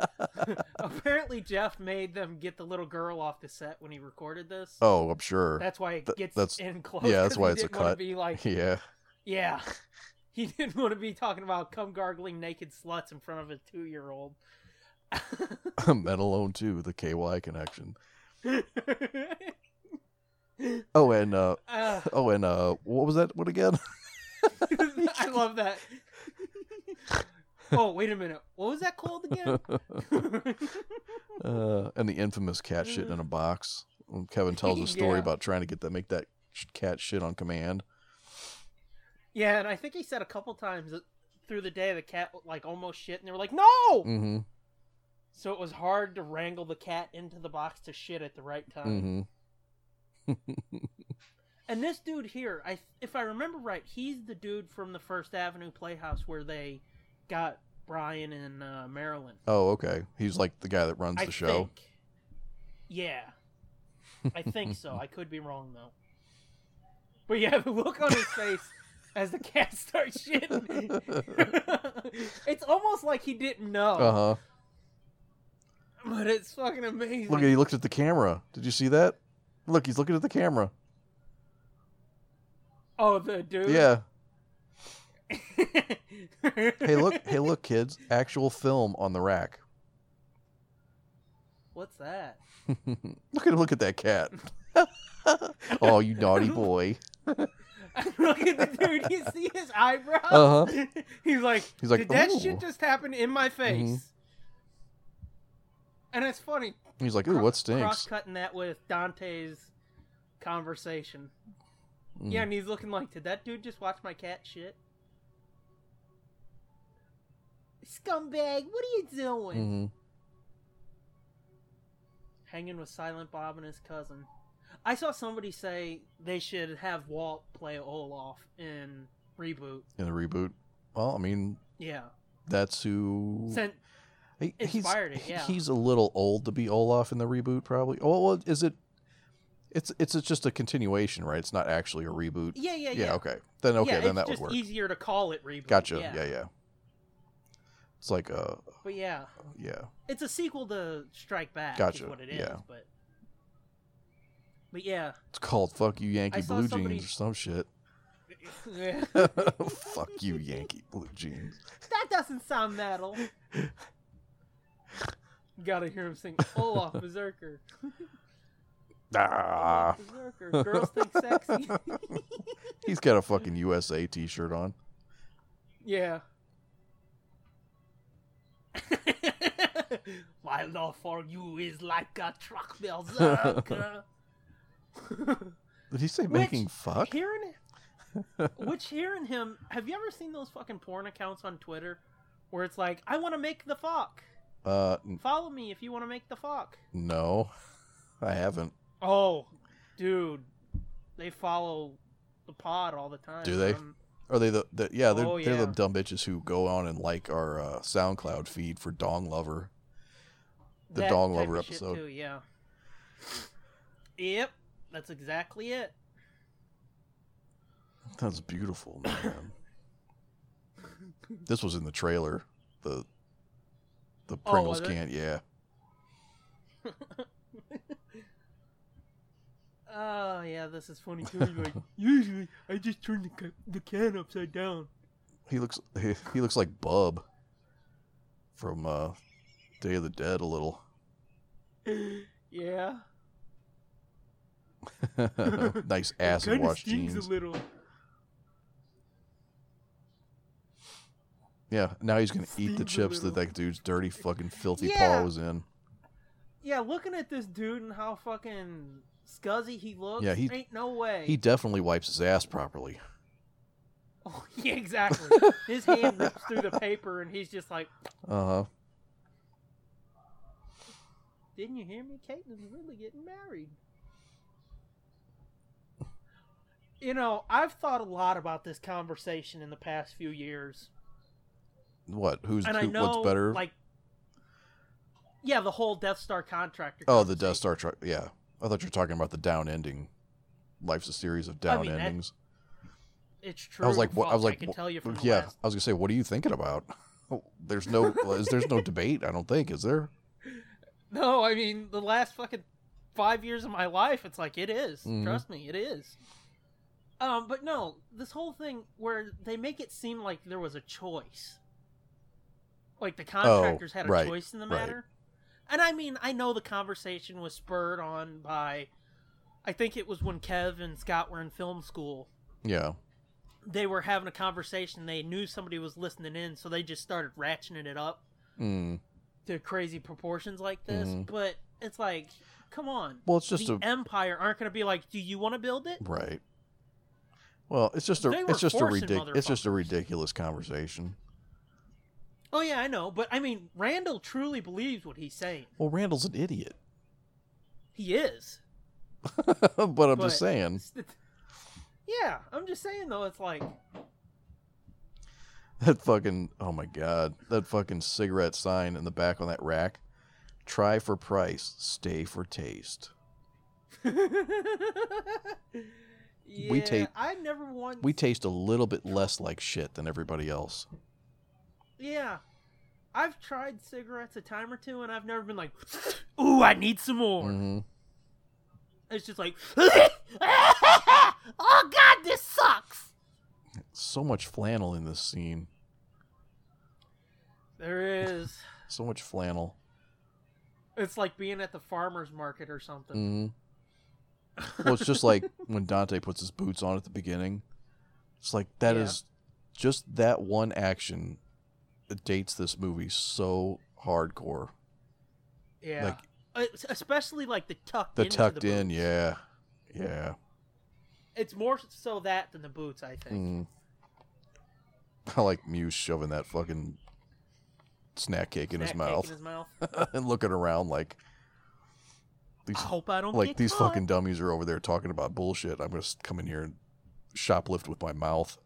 B: Apparently, Jeff made them get the little girl off the set when he recorded this.
A: Oh, I'm sure.
B: That's why it
A: Th-
B: gets
A: that's-
B: in close.
A: yeah, that's
B: 'cause
A: why
B: he
A: it's a
B: didn't wanna
A: cut.
B: Be like,
A: yeah.
B: yeah, he didn't want to be talking about cum gargling naked sluts in front of a two year old.
A: Metal Alone 2, the KY connection.
B: Uh,
A: Oh, and uh
B: uh,
A: oh and uh what was that one again?
B: I love that. oh, wait a minute. What was that called again?
A: uh and the infamous cat shit in a box. When Kevin tells a story
B: Yeah.
A: about trying to get that make that sh- cat shit on command.
B: yeah, and I think he said a couple times that through the day the cat like almost shit, and they were like, "No!"
A: Mhm.
B: So it was hard to wrangle the cat into the box to shit at the right time.
A: Mhm. mm-hmm.
B: And this dude here, I if I remember right, he's the dude from the First Avenue Playhouse where they got Brian and uh, Marilyn.
A: Oh, okay. He's like the guy that runs
B: I
A: the show.
B: think. Yeah. I think so. I could be wrong though. But yeah, the look on his face as the cat starts Oh, shitting. it's almost like he didn't know.
A: Uh-huh.
B: But it's fucking amazing.
A: Look, he looked at the camera. Did you see that? Look, he's looking at the camera.
B: oh, the dude.
A: Yeah.
B: hey,
A: Hey, look. hey, look, kids. Actual film on the rack.
B: What's that?
A: look at look at that cat. oh, you naughty boy.
B: look at the dude. You see his eyebrows?
A: Uh-huh.
B: He's like,
A: He's like,
B: did that
A: "Ooh."
B: shit just happen in my face?
A: Mhm.
B: And it's funny.
A: He's like, ooh, what
B: Cross
A: stinks?
B: cutting that with Dante's conversation.
A: Mm-hmm.
B: Yeah, and he's looking like, did that dude just watch my cat shit? Scumbag, what are you doing?
A: Mm-hmm.
B: Hanging with Silent Bob and his cousin. I saw somebody say they should have Walt play Olaf in reboot.
A: In the reboot. Well, I mean,
B: Yeah,
A: that's who.
B: sent
A: He-
B: inspired it,
A: he's, he-
B: yeah.
A: He's a little old to be Olaf in the reboot, probably. Oh, well, is it? It's it's just a continuation, right? It's not actually a reboot.
B: yeah, yeah, yeah.
A: okay. Then okay,
B: yeah,
A: then
B: it's
A: that would
B: just
A: work.
B: Easier to call it reboot.
A: Gotcha.
B: Yeah.
A: Yeah. yeah, It's like a
B: But yeah,
A: yeah.
B: it's a sequel to Strike Back. is
A: Gotcha,
B: what it is,
A: yeah.
B: but but yeah,
A: It's called "Fuck You
B: I
A: Yankee
B: saw
A: Blue
B: somebody-
A: Jeans" or some shit. Fuck you, Yankee Blue Jeans.
B: that doesn't sound metal. Gotta hear him sing Olaf Berserker.
A: Ah,
B: Olaf Berserker. Girls think sexy.
A: he's got a fucking USA T-shirt on.
B: yeah. My love for you is like a truck berserker.
A: Did he say
B: Which-
A: making fuck?
B: Hearing which hearing him, have you ever seen those fucking porn accounts on Twitter where it's like, I want to make the fuck.
A: Uh, n-
B: Follow me if you want to make the fuck.
A: no, I haven't.
B: Oh, dude, they follow the pod all the time.
A: Do they?
B: Um,
A: Are they the, the yeah? They're,
B: Oh,
A: they're
B: yeah.
A: the dumb bitches who go on and like our uh, SoundCloud feed for Dong Lover. The
B: that
A: Dong
B: type
A: Lover
B: of shit
A: episode.
B: too, yeah. Yep, that's exactly it.
A: That's beautiful, man. this was in the trailer. The the
B: Oh,
A: Pringles
B: was it?
A: can, yeah.
B: oh yeah, this is funny too. He's like, usually I just turn the, ca- the can upside down.
A: He looks he, he looks like Bub from uh, Day of the Dead a little.
B: Yeah.
A: nice acid
B: kinda
A: wash jeans.
B: a little.
A: Yeah, now he's gonna eat
B: Stings a
A: the chips that
B: little.
A: that dude's dirty fucking filthy
B: Yeah.
A: paw was in.
B: Yeah, looking at this dude and how fucking scuzzy he looks.
A: Yeah, he-
B: ain't no way.
A: He definitely wipes his ass properly.
B: Oh, yeah, exactly. His hand rips through the paper, and he's just like,
A: Uh huh.
B: "Didn't you hear me? Caitlin's really getting married." You know, I've thought a lot about this conversation in the past few years,
A: What? Who's
B: and I
A: who,
B: know,
A: what's better?
B: like, yeah, the whole Death Star contractor.
A: oh, the Death
B: conversation.
A: Star truck. Yeah, I thought you were talking about the down ending. Life's a series of down
B: mean, that-
A: endings.
B: It's true.
A: I was like, what? I
B: fuck,
A: was like,
B: can
A: wh-
B: tell you from the
A: yeah.
B: last-
A: I was gonna say, what are you thinking about? There's no, is- there's no debate. I don't think is there.
B: No, I mean the last fucking five years of my life, it's like it is.
A: Mhm.
B: Trust me, it is. Um, but no, this whole thing where they make it seem like there was a choice, like the contractors had a
A: Oh, right,
B: choice in the
A: right.
B: matter. And I mean, I know the conversation was spurred on by, I think it was when Kev and Scott were in film school.
A: Yeah.
B: They were having a conversation. They knew somebody was listening in, so they just started ratcheting it up
A: Mm.
B: to crazy proportions like this,
A: Mhm.
B: but it's like, come on.
A: Well, it's just
B: the
A: a
B: Empire aren't going to be like, do you want to build it?
A: right. Well, it's just a,
B: They were
A: it's just a
B: forcing
A: ridic- it's just a
B: motherfuckers.
A: ridiculous conversation.
B: Oh, yeah, I know. But I mean, Randall truly believes what he's saying.
A: Well, Randall's an idiot,
B: He is.
A: but I'm
B: But-
A: just saying.
B: Yeah, I'm just saying, though, it's like,
A: That fucking oh my god, that fucking cigarette sign in the back on that rack. Try for price, stay for taste.
B: yeah,
A: take-
B: I never want.
A: We taste a little bit less like shit than everybody else.
B: yeah. I've tried cigarettes a time or two, and I've never been like, ooh, I need some more.
A: Mhm.
B: It's just like, oh, God, this sucks.
A: So much flannel in this scene.
B: There is.
A: So much flannel.
B: It's like being at the farmer's market or something.
A: Mhm. Well, it's just like when Dante puts his boots on at the beginning. It's like that is
B: Yeah.
A: just that one action that dates this movie so hardcore.
B: Yeah.
A: Like-
B: It's- especially like the tucked
A: The
B: into
A: tucked
B: the
A: in,
B: boots.
A: yeah. Yeah.
B: It's more so that than the boots, I
A: Mm.
B: think.
A: I like Muse shoving that fucking snack cake in his
B: Snack cake
A: mouth
B: In his mouth.
A: and looking around like
B: I
A: these
B: hope I don't
A: like
B: get
A: these
B: caught.
A: fucking dummies are over there talking about bullshit. I'm gonna s- come in here and shoplift with my mouth.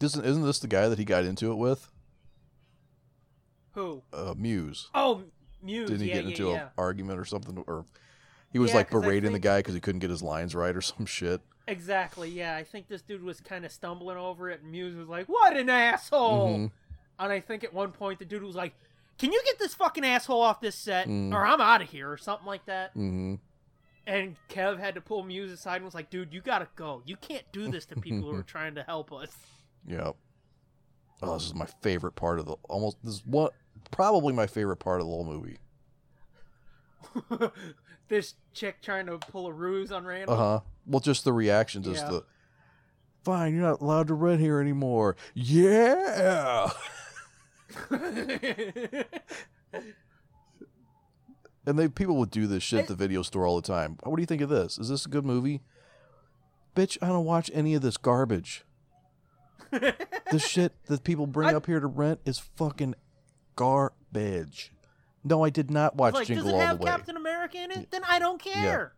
A: Isn't isn't this the guy that he got into it with?
B: Who?
A: Uh, Muse.
B: Oh, Muse.
A: Didn't he
B: yeah,
A: get into
B: yeah,
A: an
B: yeah.
A: argument or something? Or he was
B: Yeah,
A: like
B: 'cause I
A: berating the
B: think-
A: guy because he couldn't get his lines right or some shit.
B: Exactly. Yeah, I think this dude was kind of stumbling over it, and Muse was like, "What an asshole!"
A: Mhm.
B: And I think at one point the dude was like, "Can you get this fucking asshole off this set,
A: Mm.
B: or I'm out of here, or something like that."
A: Mhm.
B: And Kev had to pull Muse aside and was like, dude, you gotta go. You can't do this to people who are trying to help us.
A: Yep. Oh, this is my favorite part of the almost this is what probably my favorite part of the whole movie.
B: this chick trying to pull a ruse on
A: Uh
B: Randall.
A: huh. Well, just the reactions is
B: Yeah.
A: the fine. You're not allowed to rent here anymore. Yeah. And they people would do this shit at the video store all the time. What do you think of this? Is this a good movie? Bitch, I don't watch any of this garbage. the shit that people bring
B: I-
A: up here to rent is fucking garbage. No, I did not watch
B: like, does
A: Jingle
B: it
A: All
B: have
A: the Way.
B: Captain America in it? Then I don't care.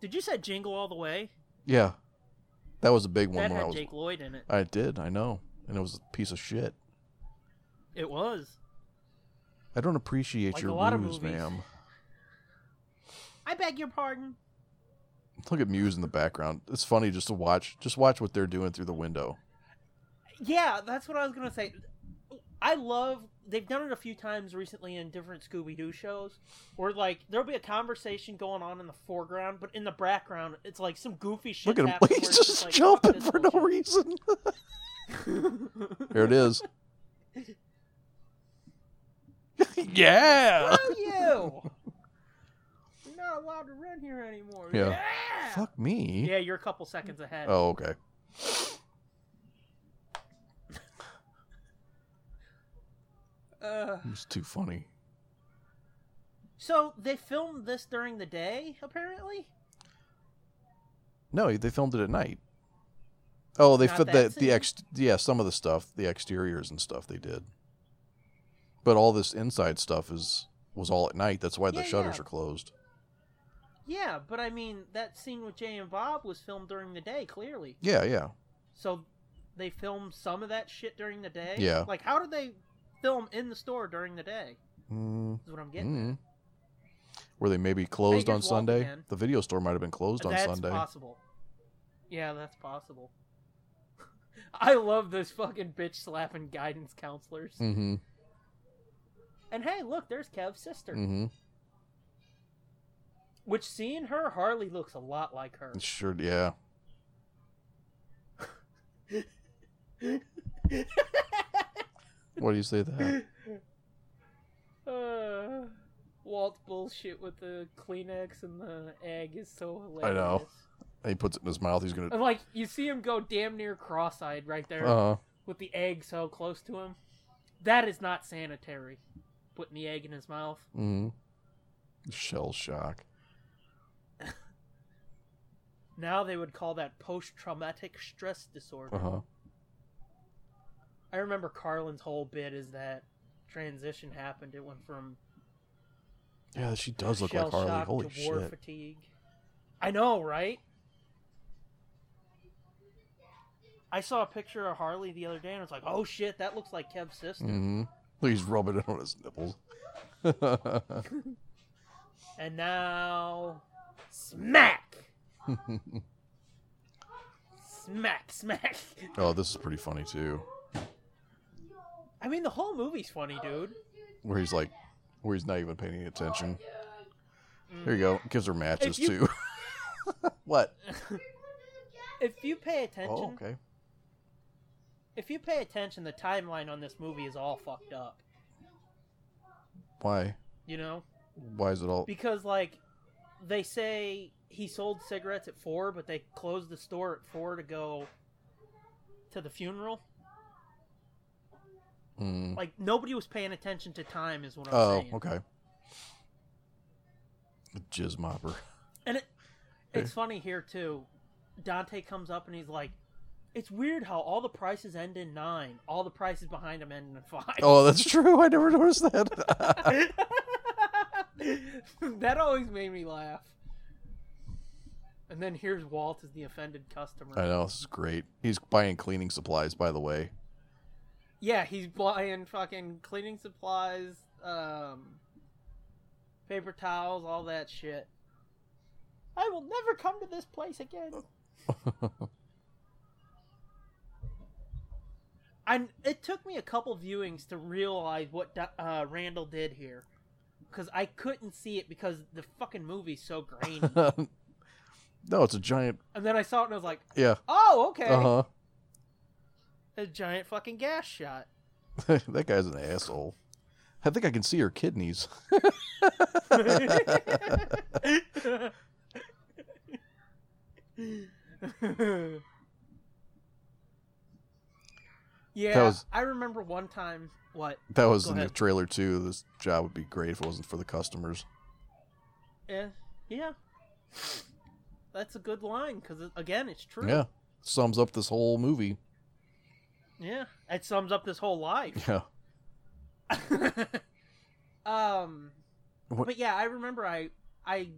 B: Did you say Jingle All the Way?
A: Yeah, that was a big one
B: that
A: when I
B: had
A: was.
B: Jake Lloyd in it.
A: I did, I know, and it was a piece of shit.
B: It was.
A: I don't appreciate
B: Like
A: your
B: a lot of
A: ruse,
B: movies.
A: ma'am.
B: I beg your pardon.
A: Look at Muse in the background. It's funny just to watch. Just watch what they're doing through the window.
B: Yeah, that's what I was gonna say. I love they've done it a few times recently in different Scooby Doo shows, where like there'll be a conversation going on in the foreground, but in the background it's like some goofy shit.
A: Look at him. He's just jumping for no reason. Here it is. yeah.
B: Screw you! You're not allowed to run here anymore.
A: Yeah.
B: yeah.
A: Fuck me.
B: Yeah, you're a couple seconds ahead.
A: Oh, okay.
B: Uh,
A: It's too funny.
B: so they filmed this during the day, apparently.
A: No, they filmed it at night. Oh, they
B: Not
A: fit
B: that
A: the the
B: scene?
A: ex yeah some of the stuff the exteriors and stuff they did, but all this inside stuff is was all at night. That's why the
B: Yeah,
A: shutters
B: yeah.
A: are closed.
B: Yeah, but I mean that scene with Jay and Bob was filmed during the day, clearly.
A: Yeah, yeah.
B: So they filmed some of that shit during the day.
A: Yeah.
B: Like, how did they film in the store during the day?
A: Mm,
B: Is what I'm
A: mm.
B: getting.
A: Were they maybe closed on
B: just walked
A: Sunday?
B: again.
A: The video store might have been closed on
B: that's
A: Sunday.
B: possible. Yeah, that's possible. I love those fucking bitch slapping guidance counselors.
A: Mm-hmm.
B: And hey, look, there's Kev's sister.
A: Mm-hmm.
B: Which, seeing her, Harley looks a lot like her.
A: Sure. Yeah. Why do you say that?
B: Uh, Walt bullshit with the Kleenex and the egg is so
A: I
B: hilarious.
A: know. He puts it in his mouth. He's gonna.
B: And like you see him go damn near cross-eyed right Oh, there
A: Uh,
B: with the egg so close to him. That is not sanitary. Putting the egg in his mouth.
A: mm. Shell shock.
B: Now they would call that post-traumatic stress disorder.
A: Uh huh.
B: I remember Carlin's whole bit is that transition happened. It went from
A: Yeah, she does look
B: shell
A: like Harley.
B: shock
A: Holy
B: to war
A: shit.
B: fatigue. I know, right? I saw a picture of Harley the other day and I was like, oh shit, that looks like Kev's sister.
A: Mm-hmm. Look, he's rubbing it on his nipples.
B: And now, smack, smack, smack.
A: oh, this is pretty funny too.
B: I mean, the whole movie's funny, dude.
A: Where he's like, where he's not even paying any attention. There you go. Gives her matches
B: you-
A: too. what?
B: If you pay attention,
A: Oh, okay.
B: if you pay attention, the timeline on this movie is all fucked up.
A: Why?
B: You know,
A: Why is it all?
B: because like they say he sold cigarettes at four, but they closed the store at four to go to the funeral.
A: Mm.
B: Like nobody was paying attention to time, is what I'm
A: Oh,
B: saying.
A: okay. Jizz mopper.
B: And it,
A: Okay.
B: it's funny here too. Dante comes up and he's like, "It's weird how all the prices end in nine. All the prices behind him end in five.
A: Oh, that's true. I never noticed that.
B: that always made me laugh. And then here's Walt as the offended customer.
A: I know this is great. He's buying cleaning supplies, by the way.
B: Yeah, he's buying fucking cleaning supplies, um, paper towels, all that shit. I will never come to this place again. And it took me a couple viewings to realize what Da- uh, Randall did here, because I couldn't see it because the fucking movie's so grainy.
A: no, it's a giant.
B: and then I saw it and I was like,
A: Yeah.
B: "Oh, okay,
A: Uh huh.
B: a giant fucking gas shot."
A: that guy's an asshole. I think I can see her kidneys.
B: yeah,
A: That was-
B: I remember one time. What?
A: That was
B: Go
A: in the
B: ahead.
A: trailer too. This job would be great if it wasn't for the customers.
B: Eh, yeah, that's a good line because again, it's true.
A: Yeah, sums up this whole movie.
B: yeah, it sums up this whole life.
A: Yeah,
B: um,
A: What-
B: but yeah, I remember I I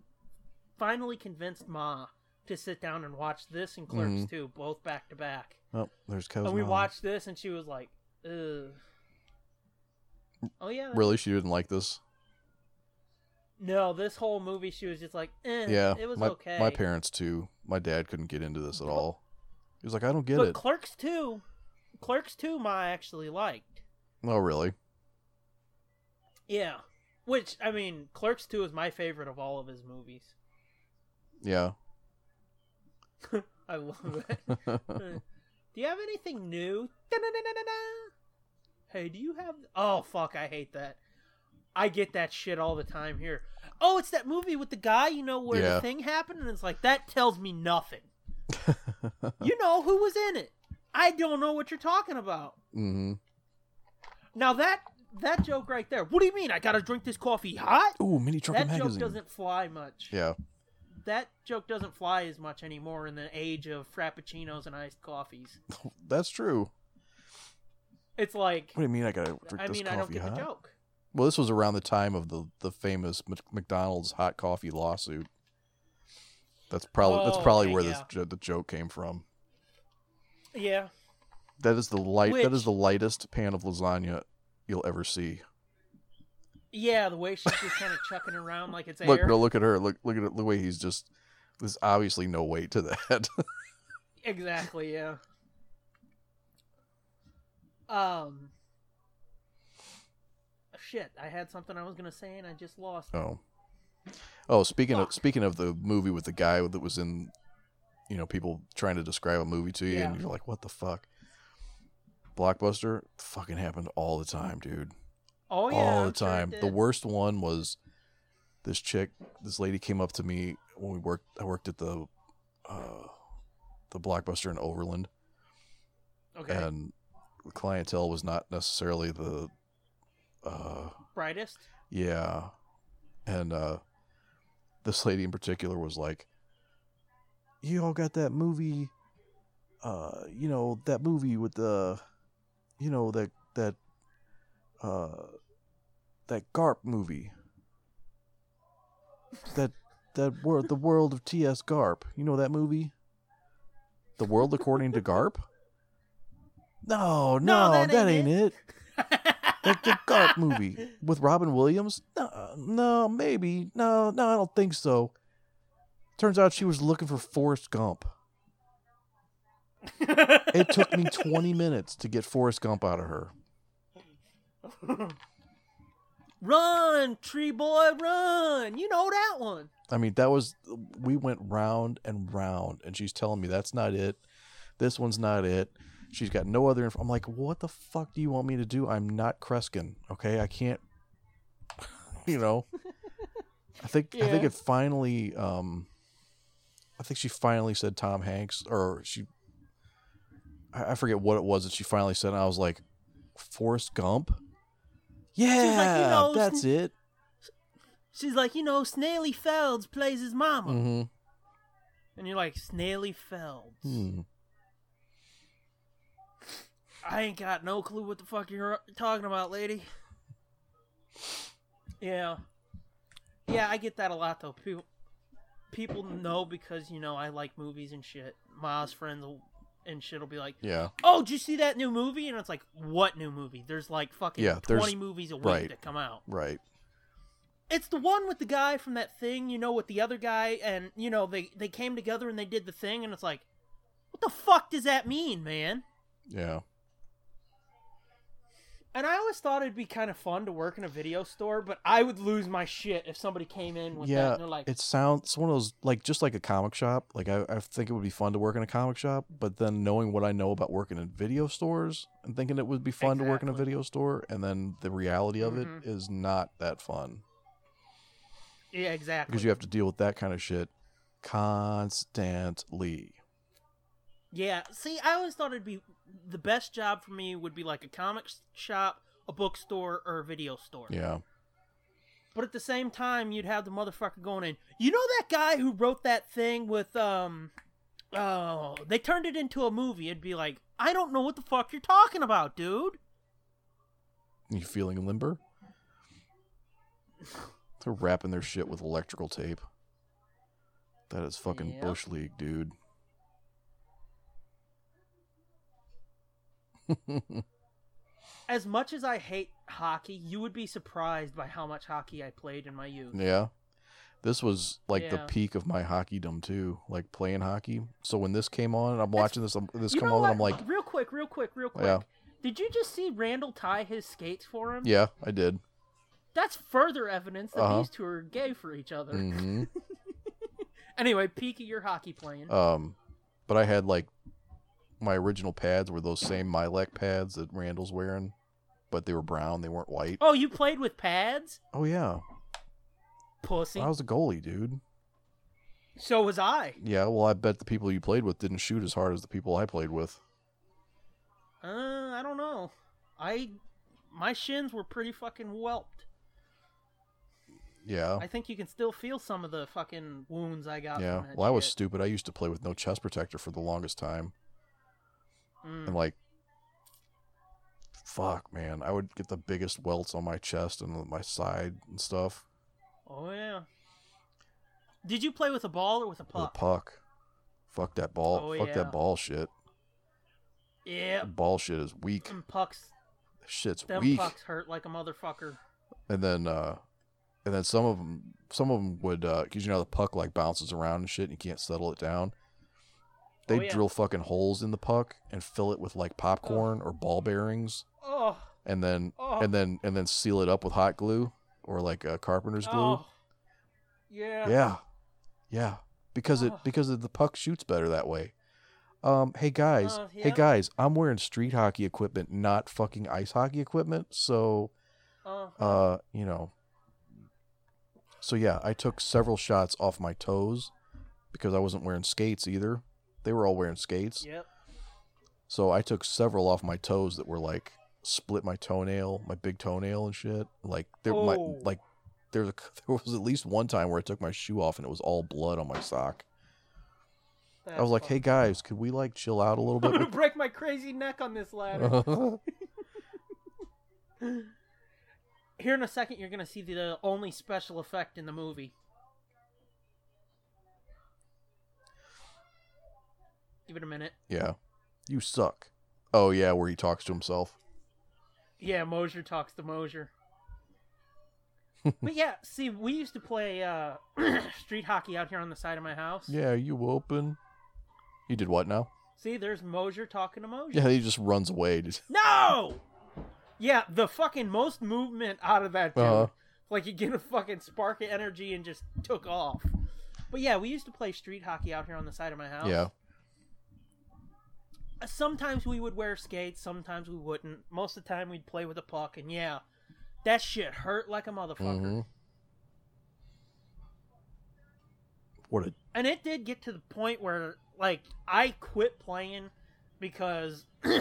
B: finally convinced Ma to sit down and watch this and Clerks
A: Mhm.
B: too, both back to back.
A: oh, there's Kev's
B: and we
A: mom.
B: watched this, and she was like, "Ugh." Oh yeah. that-
A: Really, she didn't like this.
B: No, this whole movie, she was just like, eh,
A: yeah,
B: it was
A: my
B: okay.
A: my parents too. My dad couldn't get into this at all. He was like, I don't get
B: but
A: it.
B: Clerks two, Clerks two, Ma actually liked.
A: Oh, really?
B: Yeah. Which I mean, Clerks 2 is my favorite of all of his movies.
A: Yeah.
B: I love it.
A: Mm-hmm.
B: Hmm. do you have anything new? Da-na-na-na-na-na. Hey, do you have? Oh fuck, I hate that. I get that shit all the time here. Oh, it's that movie with the guy, you know, where
A: Yeah.
B: the thing happened, and it's like that tells me nothing. you know who was in it? I don't know what you're talking about.
A: mm-hmm.
B: Now that that joke right there. What do you mean? I gotta drink this coffee hot?
A: Ooh, mini trucker
B: That joke
A: magazine.
B: doesn't fly much.
A: Yeah.
B: That joke doesn't fly as much anymore in the age of frappuccinos and iced coffees.
A: That's true.
B: It's like
A: What do you mean I gotta drink
B: I
A: this
B: mean,
A: coffee
B: I don't get
A: hot?
B: the joke.
A: Well, this was around the time of the the famous Mc- McDonald's hot coffee lawsuit. That's probably
B: Oh,
A: that's probably
B: okay,
A: where
B: yeah.
A: this jo- the joke came from.
B: Yeah.
A: That is the light. that
B: Which-
A: is the lightest pan of lasagna you'll ever see.
B: Yeah, the way she's just kind of chucking around like it's
A: Look,
B: air.
A: no, look at her. Look, look at it. The way he's just. There's obviously no weight to that.
B: Exactly, yeah. Um shit, I had something I was going to say and I just lost. it.
A: oh. Oh, speaking
B: Fuck.
A: of speaking of the movie with the guy that was in, you know, people trying to describe a movie to you, and
B: Yeah.
A: you're like, "What the fuck?" Blockbuster fucking happened all the time, dude.
B: Oh yeah.
A: all the
B: I'm sure it
A: time. the
B: did.
A: worst one was this chick, this lady came up to me when we worked. I worked at the uh, the blockbuster in Overland,
B: Okay.
A: and the clientele was not necessarily the uh,
B: Brightest?
A: yeah, and uh, this lady in particular was like, "You all got that movie, uh, you know that movie with the, you know that that, uh, that Garp movie, that that world the world of T S Garp. You know that movie, the world according to Garp." No, no,
B: No, that ain't
A: it. Like the Garp movie with Robin Williams? No, no, maybe. No, no, I don't think so. Turns out she was looking for Forrest Gump. It took me 20 minutes to get Forrest Gump out of her.
B: Run, tree boy, run. You know that one.
A: I mean, that was, we went round and round, and she's telling me that's not it. This one's not it. She's got no other. Inf- I'm like, what the fuck do you want me to do? I'm not Kreskin, okay? I can't, you know. I think I think
B: Yeah.
A: it finally. Um, I think she finally said Tom Hanks, or she. I, I forget what it was that she finally said. And I was like, Forrest Gump. Yeah,
B: know,
A: that's it.
B: She's like, you know, Snaily Felds plays his mama.
A: hmm
B: And you're like, Snaily Felds.
A: Hmm.
B: I ain't got no clue what the fuck you're talking about, lady. Yeah. Yeah, I get that a lot though. People people know because, you know, I like movies and shit. Miles friends will, and shit will be like,
A: Yeah.
B: "Oh, did you see that new movie?" And it's like, "What new movie?" There's like fucking
A: Yeah, there's-
B: 20 movies a week
A: right.
B: that come out.
A: Right.
B: It's the one with the guy from that thing, you know, with the other guy and, you know, they they came together and they did the thing and it's like, "What the fuck does that mean, man?"
A: Yeah.
B: And I always thought it'd be kind of fun to work in a video store, but I would lose my shit if somebody came in with that
A: yeah.
B: and they're like,
A: it sounds it's one of those like just like a comic shop. Like I, I think it would be fun to work in a comic shop, but then knowing what I know about working in video stores and thinking it would be fun to work in a
B: Exactly.
A: video store, and then the reality of it
B: Mhm.
A: is not that fun
B: "Yeah, exactly."
A: because you have to deal with that kind of shit constantly.
B: yeah, see, I always thought it'd be the best job for me would be like a comic s- shop, a bookstore, or a video store.
A: Yeah.
B: But at the same time, you'd have the motherfucker going in. You know that guy who wrote that thing with um, oh, they turned it into a movie. It'd be like, I don't know what the fuck you're talking about, dude.
A: You feeling limber? They're wrapping their shit with electrical tape. That is fucking
B: Yep.
A: bush league, dude.
B: As much as I hate hockey, you would be surprised by how much hockey I played in my youth.
A: Yeah. This was like the
B: Yeah.
A: peak of my hockeydom too, like playing hockey. So when this came on, and I'm
B: That's-
A: watching this. I'm, this
B: You
A: come
B: know
A: on,
B: what?
A: and I'm like,
B: real quick, real quick, real quick.
A: Yeah.
B: Did you just see Randall tie his skates for him?
A: Yeah, I did.
B: That's further evidence that
A: Uh-huh.
B: these two are gay for each other.
A: hmm
B: Anyway, peek at your hockey playing.
A: um, but I had like my original pads were those same Milac pads that Randall's wearing, but they were brown. They weren't white.
B: oh, you played with pads?
A: Oh yeah,
B: Pussy.
A: I was a goalie, dude.
B: so was I.
A: Yeah, well, I bet the people you played with didn't shoot as hard as the people I played with.
B: Uh, I don't know. I my shins were pretty fucking whelped.
A: Yeah,
B: I think you can still feel some of the fucking wounds I got.
A: Oh. yeah.
B: From that
A: Well, I was
B: shit.
A: stupid. I used to play with no chest protector for the longest time,
B: Mm.
A: and like, fuck, man, I would get the biggest welts on my chest and my side and stuff
B: Oh yeah. Did you play with a ball or with a
A: with a
B: puck?
A: puck. Fuck that ball.
B: Oh,
A: fuck
B: yeah.
A: that ball shit.
B: Yeah.
A: Ball shit is weak.
B: Them pucks.
A: Shit's
B: Mm. Them
A: weak.
B: pucks hurt like a motherfucker.
A: and then uh and then some of them some of them would uh because you know how the puck like bounces around and shit and you can't settle it down they'd
B: Oh, yeah.
A: drill fucking holes in the puck and fill it with like popcorn or ball bearings
B: Oh.
A: and then
B: Oh.
A: and then and then seal it up with hot glue or like uh, carpenter's glue
B: Oh. Yeah.
A: yeah yeah because it
B: Oh.
A: because the puck shoots better that way um hey guys
B: Oh,
A: hey
B: yeah.
A: guys i'm wearing street hockey equipment not fucking ice hockey equipment so
B: Oh.
A: uh, you know. So yeah, I took several shots off my toes because I wasn't wearing skates either. They were all wearing skates.
B: Yep.
A: So I took several off my toes that were like split my toenail, my big toenail and shit. Like there my
B: Oh.
A: like there was, a, there was at least one time where I took my shoe off and it was all blood on my sock. I was like, "Hey guys, could we like chill out a little bit?"
B: I'm gonna break my crazy neck on this ladder.
A: with-"
B: Here in a second, you're gonna see the only special effect in the movie. Give it a minute.
A: yeah. You suck. Oh yeah, where he talks to himself.
B: Yeah, Mosier talks to Mosier. but yeah, see, we used to play uh, street hockey out here on the side of my house.
A: Yeah, you open. You did what now?
B: See, there's Mosier talking to Mosier.
A: Yeah, he just runs away. Just-
B: No! Yeah, the fucking most movement out of that dude.
A: Uh-huh.
B: Like you get a fucking spark of energy and just took off. But yeah, we used to play street hockey out here on the side of my house.
A: Yeah,
B: Uh, Sometimes we would wear skates, sometimes we wouldn't. Most of the time we'd play with a puck, and yeah, that shit hurt like a motherfucker.
A: mhm. What a
B: And it did get to the point where, like, I quit playing because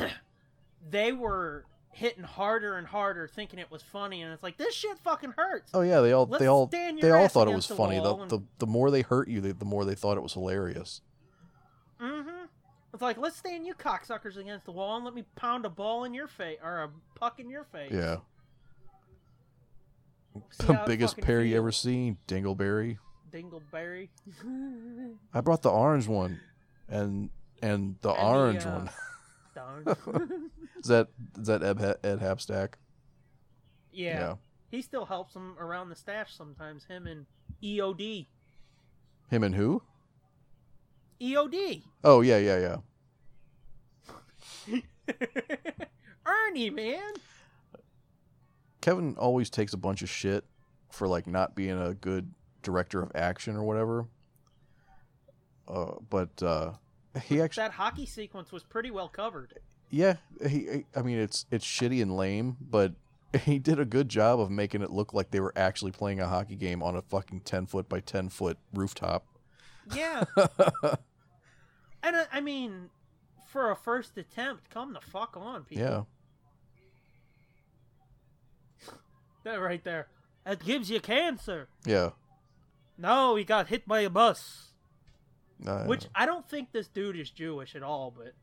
B: they were hitting harder and harder, thinking it was funny, and it's like this shit fucking hurts.
A: oh yeah they all
B: Let's
A: they all
B: stand
A: they
B: your
A: all
B: ass
A: thought it was
B: against the
A: funny. The,
B: wall and-
A: the the more they hurt you, the, the more they thought it was hilarious.
B: Mm-hmm. It's like let's stand you cocksuckers against the wall and let me pound a ball in your face or a puck in your face.
A: Yeah,
B: See
A: the
B: how it
A: biggest
B: fucking
A: pair you ever
B: feels,
A: seen, Dingleberry.
B: Dingleberry.
A: I brought the orange one, and and the
B: And the,
A: orange
B: uh,
A: one
B: Darn.
A: is that is that Ed, Ha- Ed Hapstack?
B: yeah. He still helps him around the stash sometimes. Him and E EOD.
A: him and who?
B: EOD.
A: Oh yeah, yeah, yeah.
B: Ernie, man.
A: Kevin always takes a bunch of shit for like not being a good director of action or whatever. Uh, but uh, he actually,
B: That hockey sequence was pretty well covered.
A: yeah, he, he- I mean, it's it's shitty and lame, but he did a good job of making it look like they were actually playing a hockey game on a fucking ten foot by ten foot rooftop.
B: Yeah. and uh, I, I mean, for a first attempt, come the fuck on, people.
A: yeah,
B: That right there. That gives you cancer.
A: yeah.
B: No, he got hit by a bus.
A: Uh,
B: Which I don't think this dude is Jewish at all, but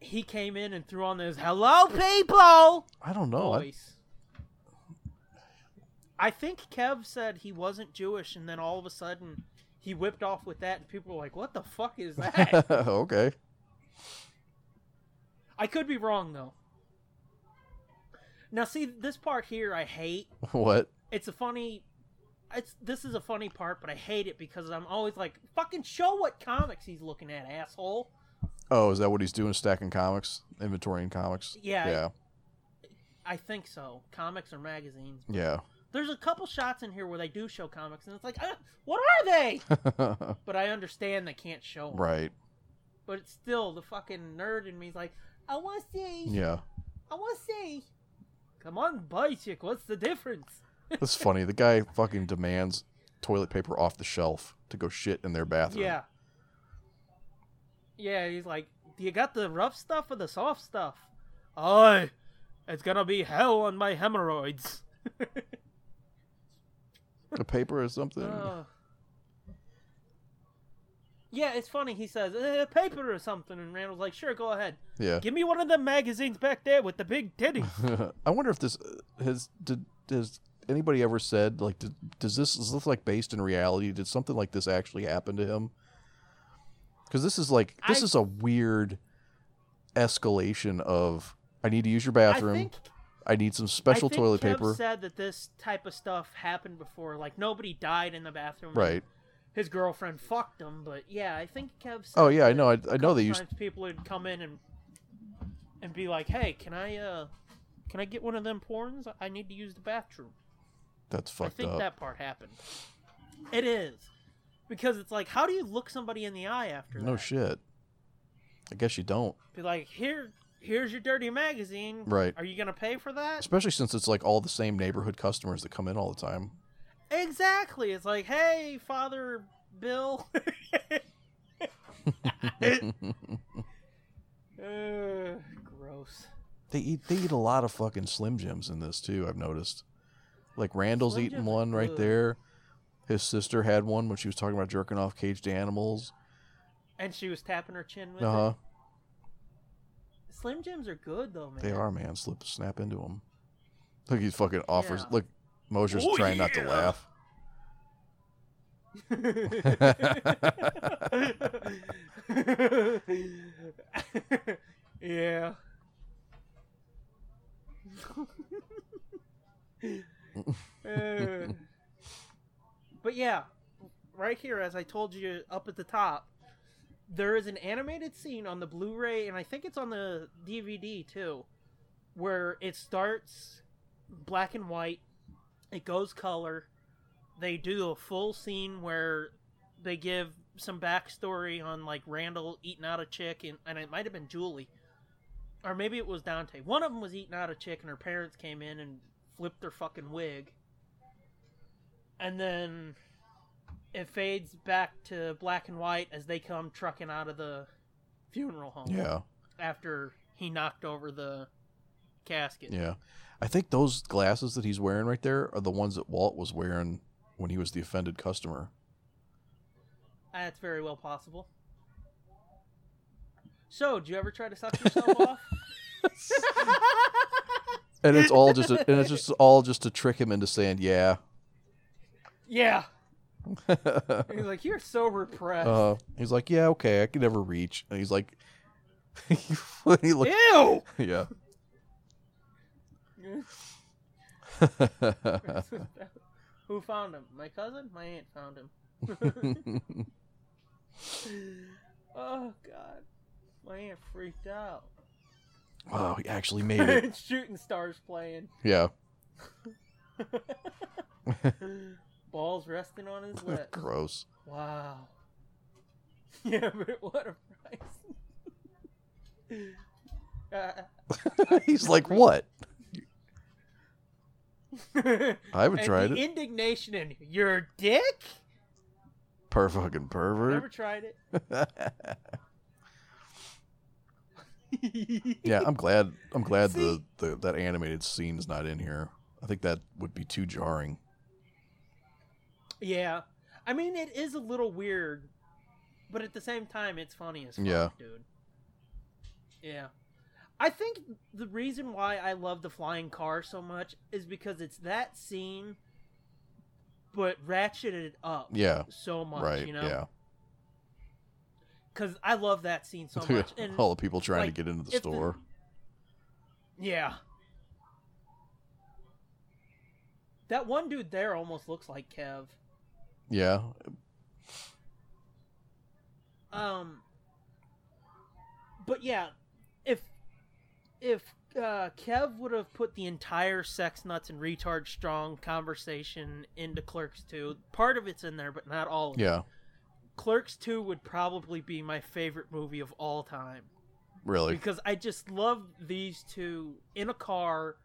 B: he came in and threw on this hello people
A: I don't know. I,
B: voice. I think Kev said he wasn't Jewish and then all of a sudden he whipped off with that and people were like, What the fuck is that?
A: okay.
B: I could be wrong though. Now see this part here I hate
A: What?
B: it's a funny it's this is a funny part but i hate it because i'm always like fucking show what comics he's looking at asshole
A: Oh, is that what he's doing? Stacking comics, inventorying comics.
B: Yeah.
A: Yeah.
B: I think so. Comics or magazines.
A: Yeah.
B: There's a couple shots in here where they do show comics, and it's like, "Ah, what are they? but I understand they can't show 'em.
A: right.
B: But it's still the fucking nerd in me's like, I want to see.
A: Yeah.
B: I want to see. Come on, buy chick. What's the difference?
A: That's funny. The guy fucking demands toilet paper off the shelf to go shit in their bathroom.
B: Yeah. Yeah, he's like, do you got the rough stuff or the soft stuff? Aye, it's gonna be hell on my hemorrhoids.
A: A paper or something.
B: Ugh. yeah, it's funny. He says, eh, paper or something, and Randall's like, sure, go ahead.
A: yeah.
B: Give me one of them magazines back there with the big titties.
A: I wonder if this uh, has did has anybody ever said like did, does this is this like based in reality? Did something like this actually happen to him? Because this is like this
B: I-
A: is a weird escalation of I need to use your bathroom.
B: I think
A: I need some special
B: I think
A: toilet
B: Kev
A: paper.
B: said that this type of stuff happened before. Like nobody died in the bathroom.
A: right.
B: His girlfriend fucked him, but yeah, I think Kev. Said
A: Oh yeah, I
B: that
A: know. I, I know they
B: Sometimes
A: used.
B: people would come in and and be like, "Hey, can I uh, can I get one of them porns? I need to use the bathroom."
A: That's fucked
B: I think
A: up.
B: that part happened. It is because it's like, how do you look somebody in the eye after that?
A: no shit. I guess you don't.
B: Be like, here, here's your dirty magazine.
A: Right.
B: Are you gonna pay for that?
A: Especially since it's like all the same neighborhood customers that come in all the time.
B: Exactly. It's like, hey, Father Bill. Ugh, gross.
A: They eat they eat a lot of fucking Slim Jims in this too. I've noticed. Like Randall's
B: Slim
A: eating
B: Jims are
A: one right
B: good.
A: there. His sister had one when she was talking about jerking off caged animals.
B: And she was tapping her chin with
A: Uh huh.
B: it. Slim Jims are good though, man.
A: They are man. Slip snap into them. Look, he fucking offers.
B: Yeah.
A: Look, Mosier's
B: Oh,
A: trying not to
B: yeah.
A: laugh.
B: yeah. Uh, but yeah, right here, as I told you up at the top, there is an animated scene on the Blu-ray, and I think it's on the DVD too, where it starts black and white, it goes color, they do a full scene where they give some backstory on like Randall eating out a chick and, and it might have been Julie or maybe it was Dante. One of them was eating out a chick and her parents came in and flipped their fucking wig. And then it fades back to black and white as they come trucking out of the funeral home
A: Yeah,
B: after he knocked over the casket.
A: yeah. I think those glasses that he's wearing right there are the ones that Walt was wearing when he was the offended customer.
B: That's very well possible. So, do you ever try to suck yourself off?
A: And it's all just a, and it's just all just to trick him into saying yeah.
B: yeah. He's like, you're so repressed.
A: Uh, he's like, yeah, okay, I can never reach. And he's like, he looked,
B: Ew!
A: yeah.
B: Who found him? My cousin? My aunt found him. Oh, God. My aunt freaked out.
A: wow, he actually made it.
B: Shooting stars playing.
A: Yeah.
B: Balls resting on his lips.
A: Gross.
B: Wow. Yeah, but what a price. Uh,
A: he's like, what? I haven't
B: and
A: tried
B: the
A: it.
B: Indignation in your dick?
A: Per fucking
B: Never
A: pervert.
B: tried it.
A: yeah, I'm glad. I'm glad the, the that animated scene's not in here. I think that would be too jarring.
B: Yeah. I mean, it is a little weird, but at the same time, it's funny as fuck,
A: Yeah.
B: dude. Yeah. I think the reason why I love the flying car so much is because it's that scene, but ratcheted up
A: Yeah.
B: so much,
A: right.
B: you know?
A: yeah.
B: Because I love that scene so much. And
A: All the people trying
B: like,
A: to get into the
B: if the-
A: store.
B: Yeah. That one dude there almost looks like Kev.
A: Yeah.
B: Um But yeah, if if uh, Kev would have put the entire sex nuts and retard strong conversation into Clerks 2, part of it's in there, but not all of it.
A: Yeah,
B: Clerks 2 would probably be my favorite movie of all time
A: really.
B: because I just loved these two in a car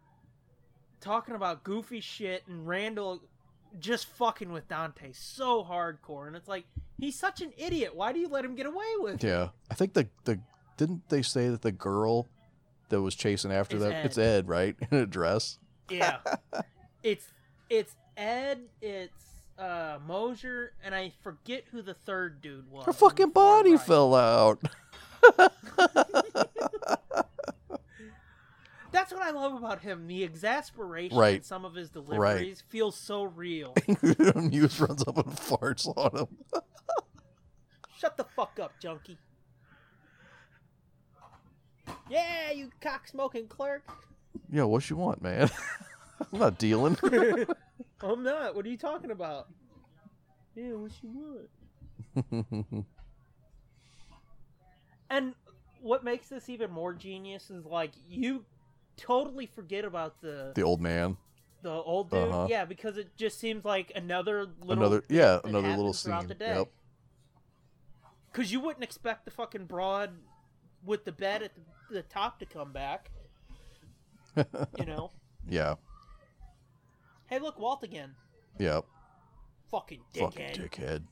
B: talking about goofy shit and Randall just fucking with Dante so hardcore and it's like he's such an idiot why do you let him get away with it
A: Yeah, I think the the didn't they say that the girl that was chasing after
B: It's
A: them
B: Ed.
A: it's Ed, right? In a dress.
B: yeah it's it's Ed it's uh Mosier and I forget who the third dude was
A: Her
B: on the
A: fucking
B: far
A: body
B: right.
A: fell out.
B: that's what I love about him the exasperation
A: Right.
B: in some of his deliveries feels so real
A: Muse runs up and farts on him.
B: Shut the fuck up, junkie. Yeah, you cock smoking clerk.
A: Yeah, what you want, man? I'm not dealing.
B: I'm not. What are you talking about? Yeah, what you want? And what makes this even more genius is like you totally forget about the
A: the old man.
B: the old dude.
A: Uh-huh.
B: Yeah, because it just seems like another little
A: another yeah,
B: that
A: another little
B: happens throughout
A: scene.
B: the day.
A: Yep.
B: Because you wouldn't expect the fucking broad with the bed at the, the top to come back. you know?
A: Yeah.
B: Hey, look, Walt again.
A: Yep.
B: Fucking dickhead.
A: Fucking dickhead.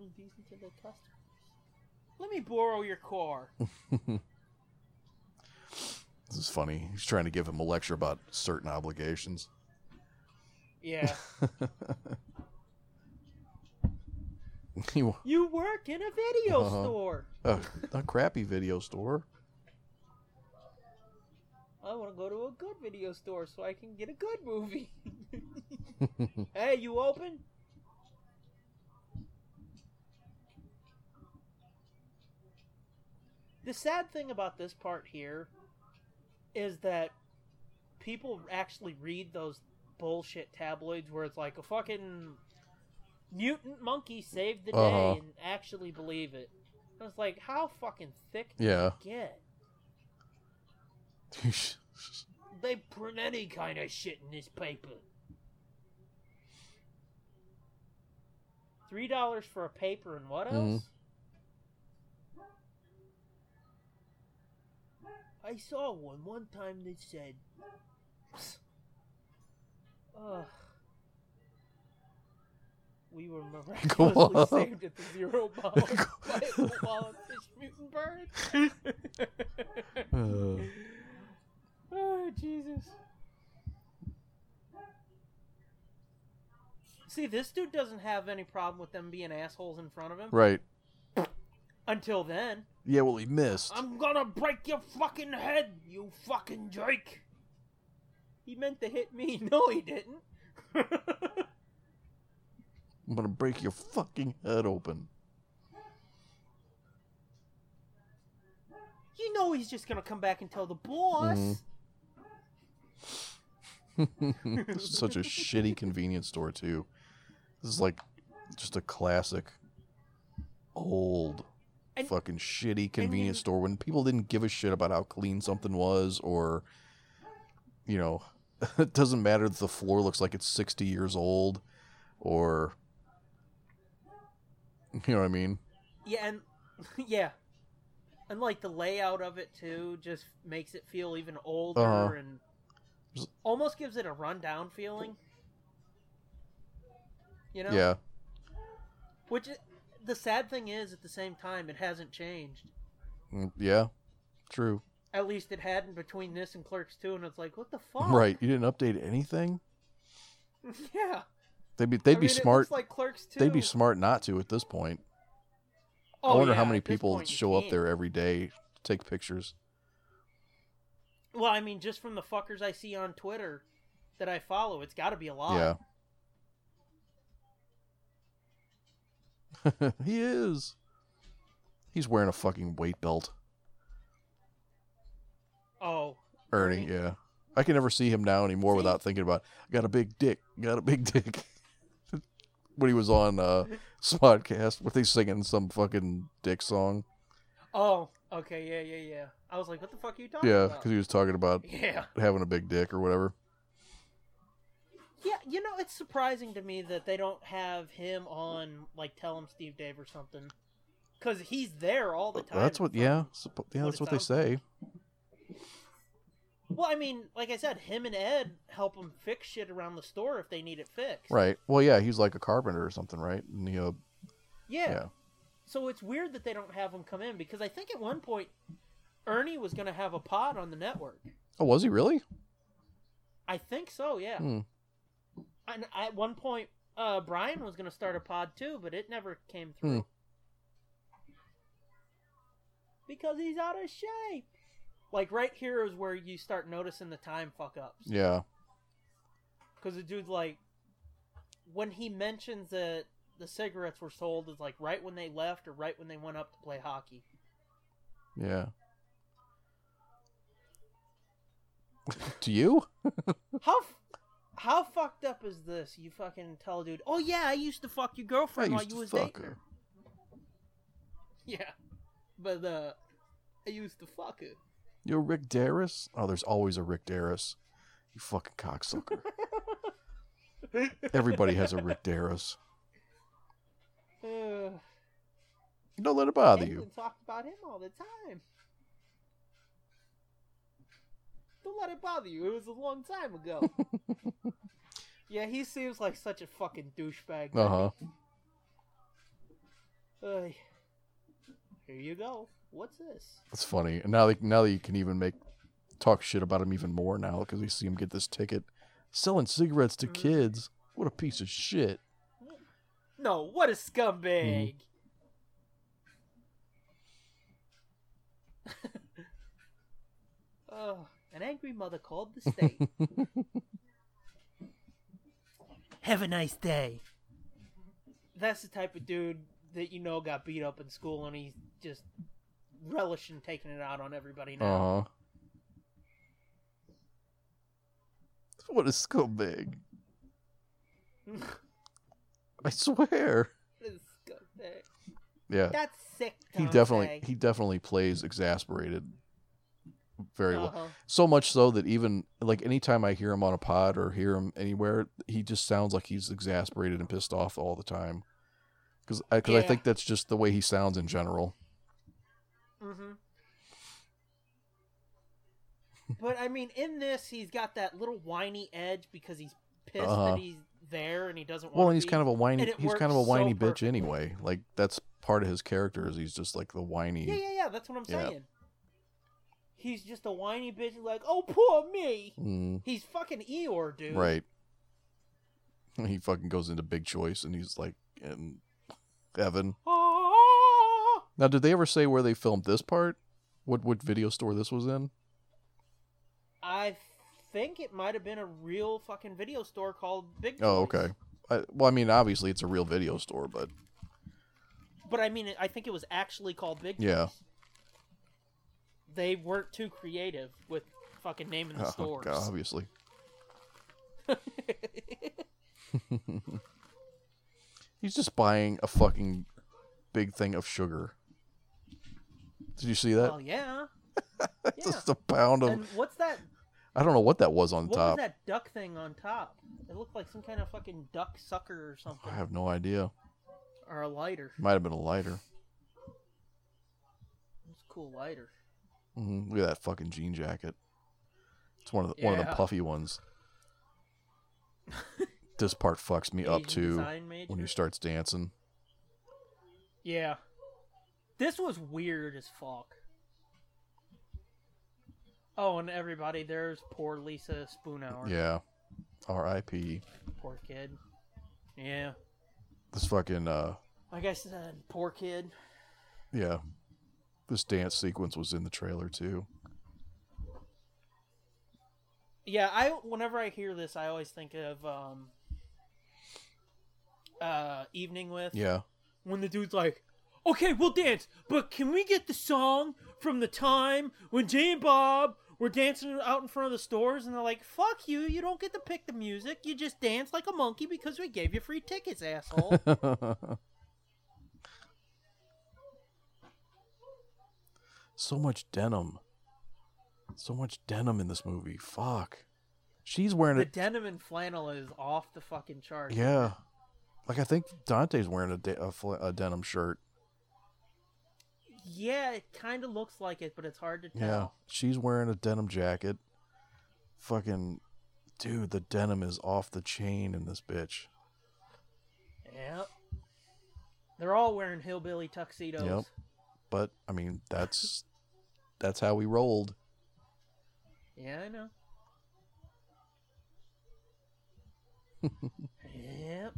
B: Indecent to the customers. Let me borrow your car.
A: This is funny. He's trying to give him a lecture about certain obligations.
B: yeah.
A: He wa-
B: You work in a video
A: Uh-huh.
B: store.
A: uh, a crappy video store.
B: I want to go to a good video store so I can get a good movie. hey, you open? The sad thing about this part here is that people actually read those bullshit tabloids where it's like a fucking mutant monkey saved the day
A: Uh-huh.
B: and actually believe it. I was like, how fucking thick do
A: Yeah.
B: you get? They print any kind of shit in this paper. Three dollars for a paper and what
A: Mhm.
B: else? I saw one one time that said. Ugh. We were miraculously
A: on.
B: saved at the zero bomb by a wall of fish mutant birds.
A: Uh,
B: Oh, Jesus. See, this dude doesn't have any problem with them being assholes in front of him.
A: right.
B: Until then.
A: Yeah, well he missed.
B: I'm gonna break your fucking head, you fucking Drake! He meant to hit me. No, he didn't.
A: I'm gonna break your fucking head open.
B: you know he's just gonna come back and tell the boss.
A: Mhm. this is such a shitty convenience store too. This is like just a classic old
B: And-
A: fucking shitty convenience store when people didn't give a shit about how clean something was or you know it doesn't matter that the floor looks like it's 60 years old or you know what I mean?
B: Yeah, and yeah, and like the layout of it too just makes it feel even older
A: Uh-huh.
B: and almost gives it a rundown feeling. You know,
A: Yeah.
B: Which i- the sad thing is, at the same time, it hasn't changed.
A: Mm, Yeah. True.
B: At least it hadn't between this and Clerks Two, and it's like, what the fuck?
A: Right. You didn't update anything?
B: Yeah.
A: They'd be they'd
B: I
A: be
B: mean, it
A: smart
B: looks like Clerks Two.
A: they'd be smart not to at this point. I
B: Oh,
A: wonder how
B: yeah,
A: many
B: at this
A: people
B: point you
A: show up
B: can't.
A: there every day to take pictures.
B: Well, I mean, just from the fuckers I see on Twitter that I follow, it's got to be a lot.
A: Yeah. he is. He's wearing a fucking weight belt.
B: Oh,
A: Ernie,
B: Ernie.
A: yeah. I can never see him now anymore without thinking about I got a big dick. Got a big dick. when he was on uh Smodcast were they singing some fucking dick song?
B: Oh, okay, yeah, yeah, yeah. I was like, what the fuck are you talking
A: Yeah,
B: about?
A: because he was talking about
B: Yeah.
A: having a big dick or whatever.
B: Yeah, you know, it's surprising to me that they don't have him on, like, Tell Him Steve Dave or something. Because he's there all the time.
A: That's what,
B: in
A: yeah,
B: fucking-
A: suppo- yeah,
B: what
A: that's
B: it
A: what they
B: sounds
A: say.
B: Well, I mean, like I said, him and Ed help him fix shit around the store if they need it fixed.
A: Right. Well, yeah, he's like a carpenter or something, right? And he, uh,
B: Yeah.
A: yeah.
B: So it's weird that they don't have him come in because I think at one point Ernie was going to have a pod on the network.
A: Oh, was he really?
B: I think so, yeah.
A: Hmm.
B: And at one point, uh, Brian was going to start a pod too, but it never came
A: Hmm.
B: through. Because he's out of shape. Like, right here is where you start noticing the time fuck ups.
A: Yeah.
B: Because the dude's like, when he mentions that the cigarettes were sold, is like right when they left or right when they went up to play hockey.
A: Yeah. to you?
B: How f- how fucked up is this? You fucking tell a dude, oh yeah, I used to fuck your
A: I
B: girlfriend while
A: used
B: you
A: to
B: was
A: fuck
B: dating
A: her.
B: her. Yeah, but uh, I used to fuck her.
A: You're Rick Darris? Oh, there's always a Rick Darris. You fucking cocksucker. Everybody has a Rick Darris.
B: Uh,
A: Don't let it bother you.
B: England talked about him all the time. Don't let it bother you. It was a long time ago. yeah, he seems like such a fucking douchebag.
A: Uh huh.
B: Uh, here you go. What's this?
A: That's funny. And now, they, now that you can even make talk shit about him even more now because we see him get this ticket selling cigarettes
B: Mm-hmm.
A: to kids. What a piece of shit.
B: No, what a scumbag!
A: Mm-hmm.
B: oh, an angry mother called the state. Have a nice day. That's the type of dude that you know got beat up in school, and he's just relishing taking it out on everybody now.
A: Uh huh. What a scumbag. I swear.
B: What a scumbag.
A: Yeah.
B: That's sick.
A: he
B: Tom
A: definitely
B: Tay.
A: he definitely plays exasperated very well.
B: Uh-huh.
A: So much so that even like anytime I hear him on a pod or hear him anywhere, he just sounds like he's exasperated and pissed off all the time. Because I, 'cause I
B: Yeah.
A: think that's just the way he sounds in general.
B: Mm-hmm. but I mean, in this, he's got that little whiny edge because he's pissed
A: Uh-huh.
B: that he's there and he doesn't.
A: Well,
B: wanna
A: and he's
B: be.
A: kind of a whiny
B: and it
A: he's kind of a
B: works so
A: whiny bitch
B: perfectly.
A: anyway. Like that's part of his character is he's just like the whiny.
B: Yeah, yeah, yeah. That's what I'm
A: Yeah.
B: saying. He's just a whiny bitch, like, oh poor me.
A: Mm,
B: He's fucking Eeyore, dude.
A: right. He fucking goes into big choice and he's like in heaven.
B: Ah!
A: Now, did they ever say where they filmed this part? What what video store this was in?
B: I think it might have been a real fucking video store called Big.
A: Oh,
B: Toys.
A: okay. I, well, I mean, obviously it's a real video store, but
B: But I mean, I think it was actually called Big.
A: Yeah.
B: Toys. They weren't too creative with fucking naming the
A: oh,
B: stores.
A: God, obviously. He's just buying a fucking big thing of sugar. Did you see that?
B: Well, yeah. Oh, yeah.
A: Just a pound of.
B: And what's that?
A: I don't know what that was on
B: What was
A: top.
B: that duck thing on top? It looked like some kind of fucking duck sucker or something,
A: I have no idea.
B: or a lighter.
A: Might have been a lighter.
B: It's a cool lighter.
A: hmm Look at that fucking jean jacket. It's one of the, one of the
B: Yeah.
A: puffy ones. this part fucks me up
B: Asian
A: too
B: design major.
A: when he starts dancing.
B: Yeah. This was weird as fuck. Oh, and everybody, there's poor Lisa Spoonhour.
A: Yeah. R.I.P.
B: Poor kid. Yeah.
A: This fucking uh
B: Like I said, poor kid.
A: yeah. This dance sequence was in the trailer too.
B: Yeah, I whenever I hear this, I always think of um, uh, "Evening with."
A: Yeah.
B: When the dude's like, "Okay, we'll dance, but can we get the song from the time when Jay and Bob we're dancing out in front of the stores, and they're like, "Fuck you! You don't get to pick the music. You just dance like a monkey because we gave you free tickets, asshole."
A: so much denim. So much denim in this movie. Fuck. She's wearing
B: the
A: it.
B: denim and flannel is off the fucking chart.
A: yeah. Like I think Dante's wearing a, de- a, fl- a denim shirt.
B: Yeah, it kind of looks like it, but it's hard to
A: Yeah.
B: tell.
A: She's wearing a denim jacket. Fucking dude, the denim is off the chain in this bitch.
B: Yeah. They're all wearing hillbilly tuxedos.
A: Yep. But I mean, that's that's how we rolled.
B: Yeah, I know. yep.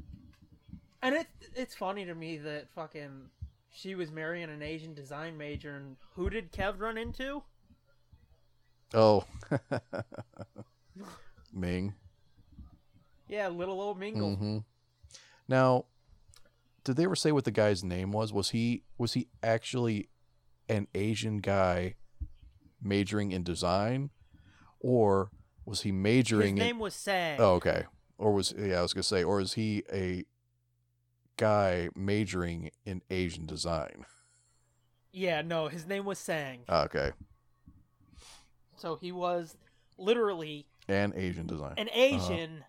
B: And it it's funny to me that fucking she was marrying an Asian design major, and who did Kev run into?
A: Oh. Ming.
B: Yeah, little old Mingle.
A: hmm Now, did they ever say what the guy's name was? Was he was he actually an Asian guy majoring in design, or was he
B: His
A: majoring?
B: name was Sang.
A: in, oh, okay. Or was yeah, I was gonna say, or is he a guy majoring in Asian design?
B: Yeah, no, his name was Sang.
A: Ah, Okay,
B: So he was literally
A: and Asian design. Uh-huh.
B: an Asian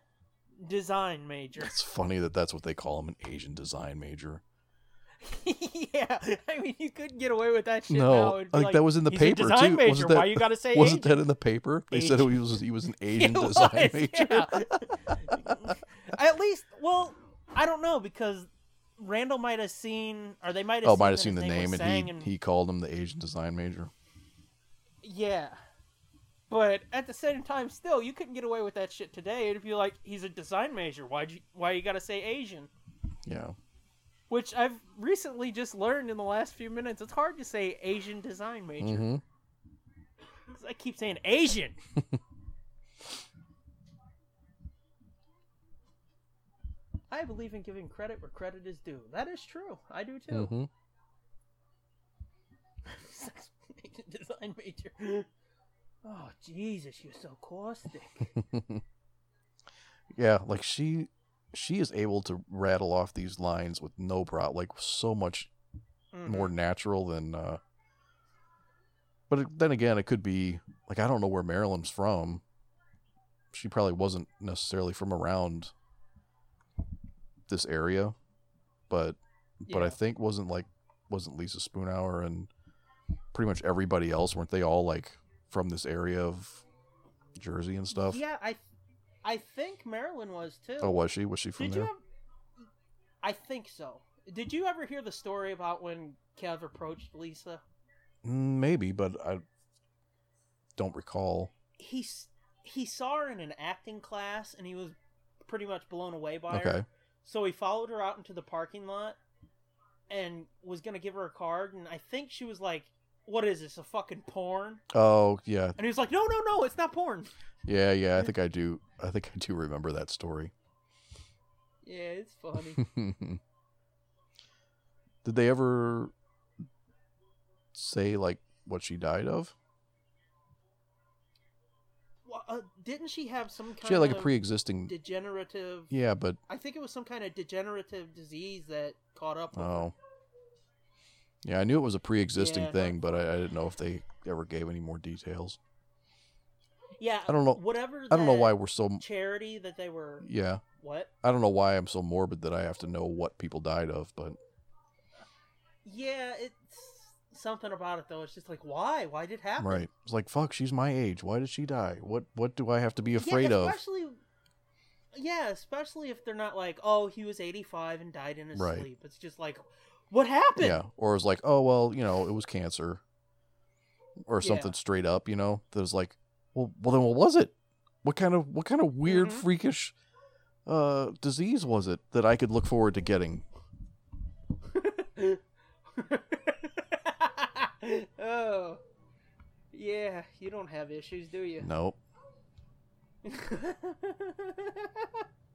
B: design major.
A: it's funny that that's what they call him, an Asian design major.
B: yeah, I mean, you couldn't get away with that shit. now.
A: no,
B: It'd be
A: like, that was in the
B: he's a
A: paper
B: design
A: too.
B: Major.
A: Wasn't
B: Why
A: that-
B: you gotta say
A: Wasn't
B: Asian?
A: that in the paper? They said he was he was an Asian
B: It
A: design
B: was,
A: major.
B: yeah. At least, well, I don't know because Randall might have seen, or they might have.
A: Oh,
B: seen
A: might
B: that
A: have seen the
B: his
A: name,
B: was
A: and
B: Sang
A: he, he called him the Asian design major.
B: Yeah, but at the same time, still, you couldn't get away with that shit today. It'd be like he's a design major. Why? you Why you gotta say Asian?
A: Yeah,
B: Which I've recently just learned in the last few minutes. It's hard to say Asian design major.
A: Mhm.
B: 'Cause I keep saying Asian. I believe in giving credit where credit is due. That is true. I do too.
A: Mhm.
B: Sex major, design major. Oh Jesus, you're so caustic.
A: Mm-hmm. yeah. Like she, she is able to rattle off these lines with no problem, like so much
B: Mhm.
A: more natural than. uh But it- then again, it could be like I don't know where Marilyn's from. She probably wasn't necessarily from around this area, but but I
B: Yeah.
A: think wasn't like wasn't Lisa Spoonhour and pretty much everybody else weren't they all like from this area of Jersey and stuff?
B: Yeah, I, I think Marilyn was too.
A: Oh, was she? Was she from
B: Did
A: there?
B: you? Have, I think so. Did you ever hear the story about when Kev approached Lisa?
A: Mm, Maybe, but I don't recall.
B: he s- he saw her in an acting class and he was pretty much blown away by
A: Okay.
B: her. So he followed her out into the parking lot and was gonna give her a card and I think she was like, "What is this? A fucking porn?"
A: Oh yeah,
B: And he was like, "No, no, no, it's not porn."
A: yeah, yeah. I think I do. I think I do remember that story.
B: Yeah, it's funny.
A: Did they ever say like what she died of?
B: well, uh, didn't she have some kind
A: She had like a
B: of
A: pre-existing.
B: degenerative?
A: Yeah, but
B: I think it was some kind of degenerative disease that caught up. With her.
A: oh, yeah. I knew it was a pre-existing
B: Yeah.
A: thing, but I, I didn't know if they ever gave any more details.
B: Yeah,
A: I don't know-
B: Whatever.
A: I don't know
B: that
A: why we're so.
B: charity that they were.
A: Yeah,
B: What?
A: I don't know why I'm so morbid that I have to know what people died of, but
B: Yeah, it's something about it though. It's just like why? Why did it happen?
A: right. It's like fuck. She's my age. Why did she die? What What do I have to be afraid
B: yeah,
A: of?
B: especially, Yeah, especially if they're not like, oh, he was eighty five and died in his
A: Right.
B: sleep. It's just like, what happened?
A: Yeah, or it's like, oh well, you know, it was cancer, or something
B: Yeah.
A: straight up. You know, there's like, well, well, then what was it? What kind of what kind of weird
B: Mhm.
A: freakish uh disease was it that I could look forward to getting?
B: oh, yeah. You don't have issues, do you?
A: No,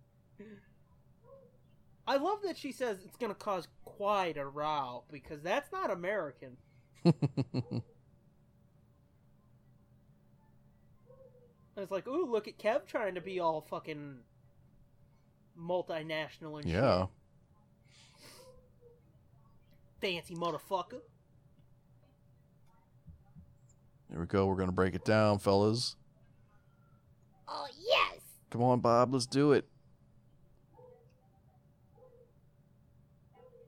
B: I love that she says it's gonna cause quite a row because that's not American. I was like, ooh, look at Kev trying to be all fucking multinational and shit.
A: Yeah.
B: Fancy motherfucker.
A: Here we go. We're gonna break it down, fellas.
C: Oh, yes!
A: Come on, Bob. Let's do it.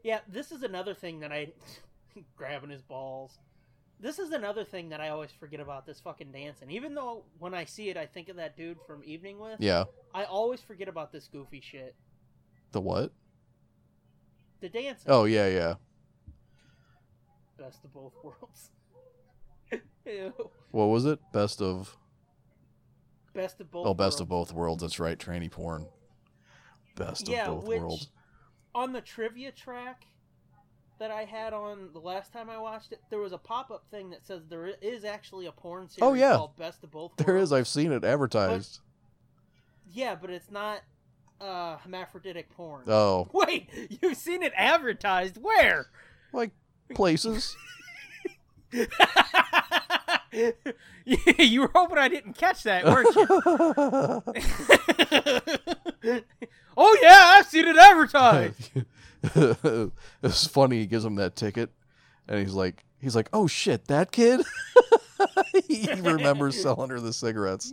B: Yeah, this is another thing that I grabbing his balls. This is another thing that I always forget about this fucking dancing. Even though when I see it, I think of that dude from Evening with.
A: Yeah.
B: I always forget about this goofy shit.
A: The what?
B: The dancing.
A: Oh yeah, yeah.
B: Best of both worlds. Ew.
A: What was it? Best of
B: Best of both.
A: oh, best of
B: worlds.
A: both worlds. That's right. Tranny porn. Best
B: yeah,
A: of both
B: which
A: worlds.
B: on the trivia track that I had on the last time I watched it, there was a pop up thing that says there is actually a porn series
A: Oh, yeah.
B: called Best of Both.
A: There
B: Worlds.
A: is. I've seen it advertised.
B: Yeah, but it's not uh, hermaphroditic porn.
A: Oh,
B: Wait, you've seen it advertised where?
A: like places.
B: you were hoping I didn't catch that, weren't you? oh yeah, I've seen it advertised.
A: it's funny. He gives him that ticket, and he's like, he's like, oh shit, that kid. he remembers selling her the cigarettes.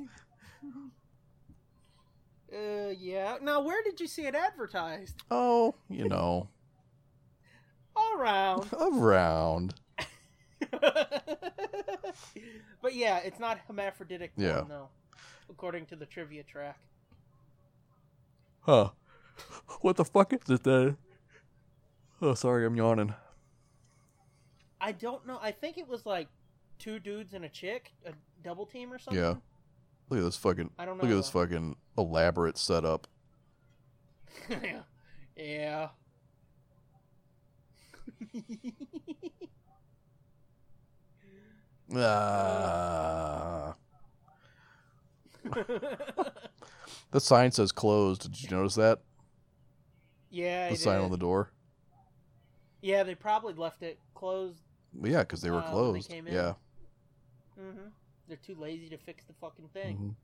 B: Uh, yeah. Now, where did you see it advertised?
A: Oh, you know,
B: All around.
A: around.
B: but yeah, it's not hermaphroditic. porn,
A: Yeah.
B: though, according to the trivia track.
A: Huh. What the fuck is it then? Oh, sorry, I'm yawning.
B: I don't know. I think it was like two dudes and a chick, a double team or something.
A: Yeah. Look at this fucking.
B: I don't know.
A: Look at this fucking elaborate setup.
B: fuck. yeah.
A: Ah. The sign says closed. Did you notice that?
B: yeah. I
A: The sign
B: did.
A: on the door.
B: Yeah, they probably left it closed.
A: Yeah, because they were
B: Uh, when they
A: closed.
B: came in.
A: yeah.
B: Mm-hmm. They're too lazy to fix the fucking thing.
A: Mhm.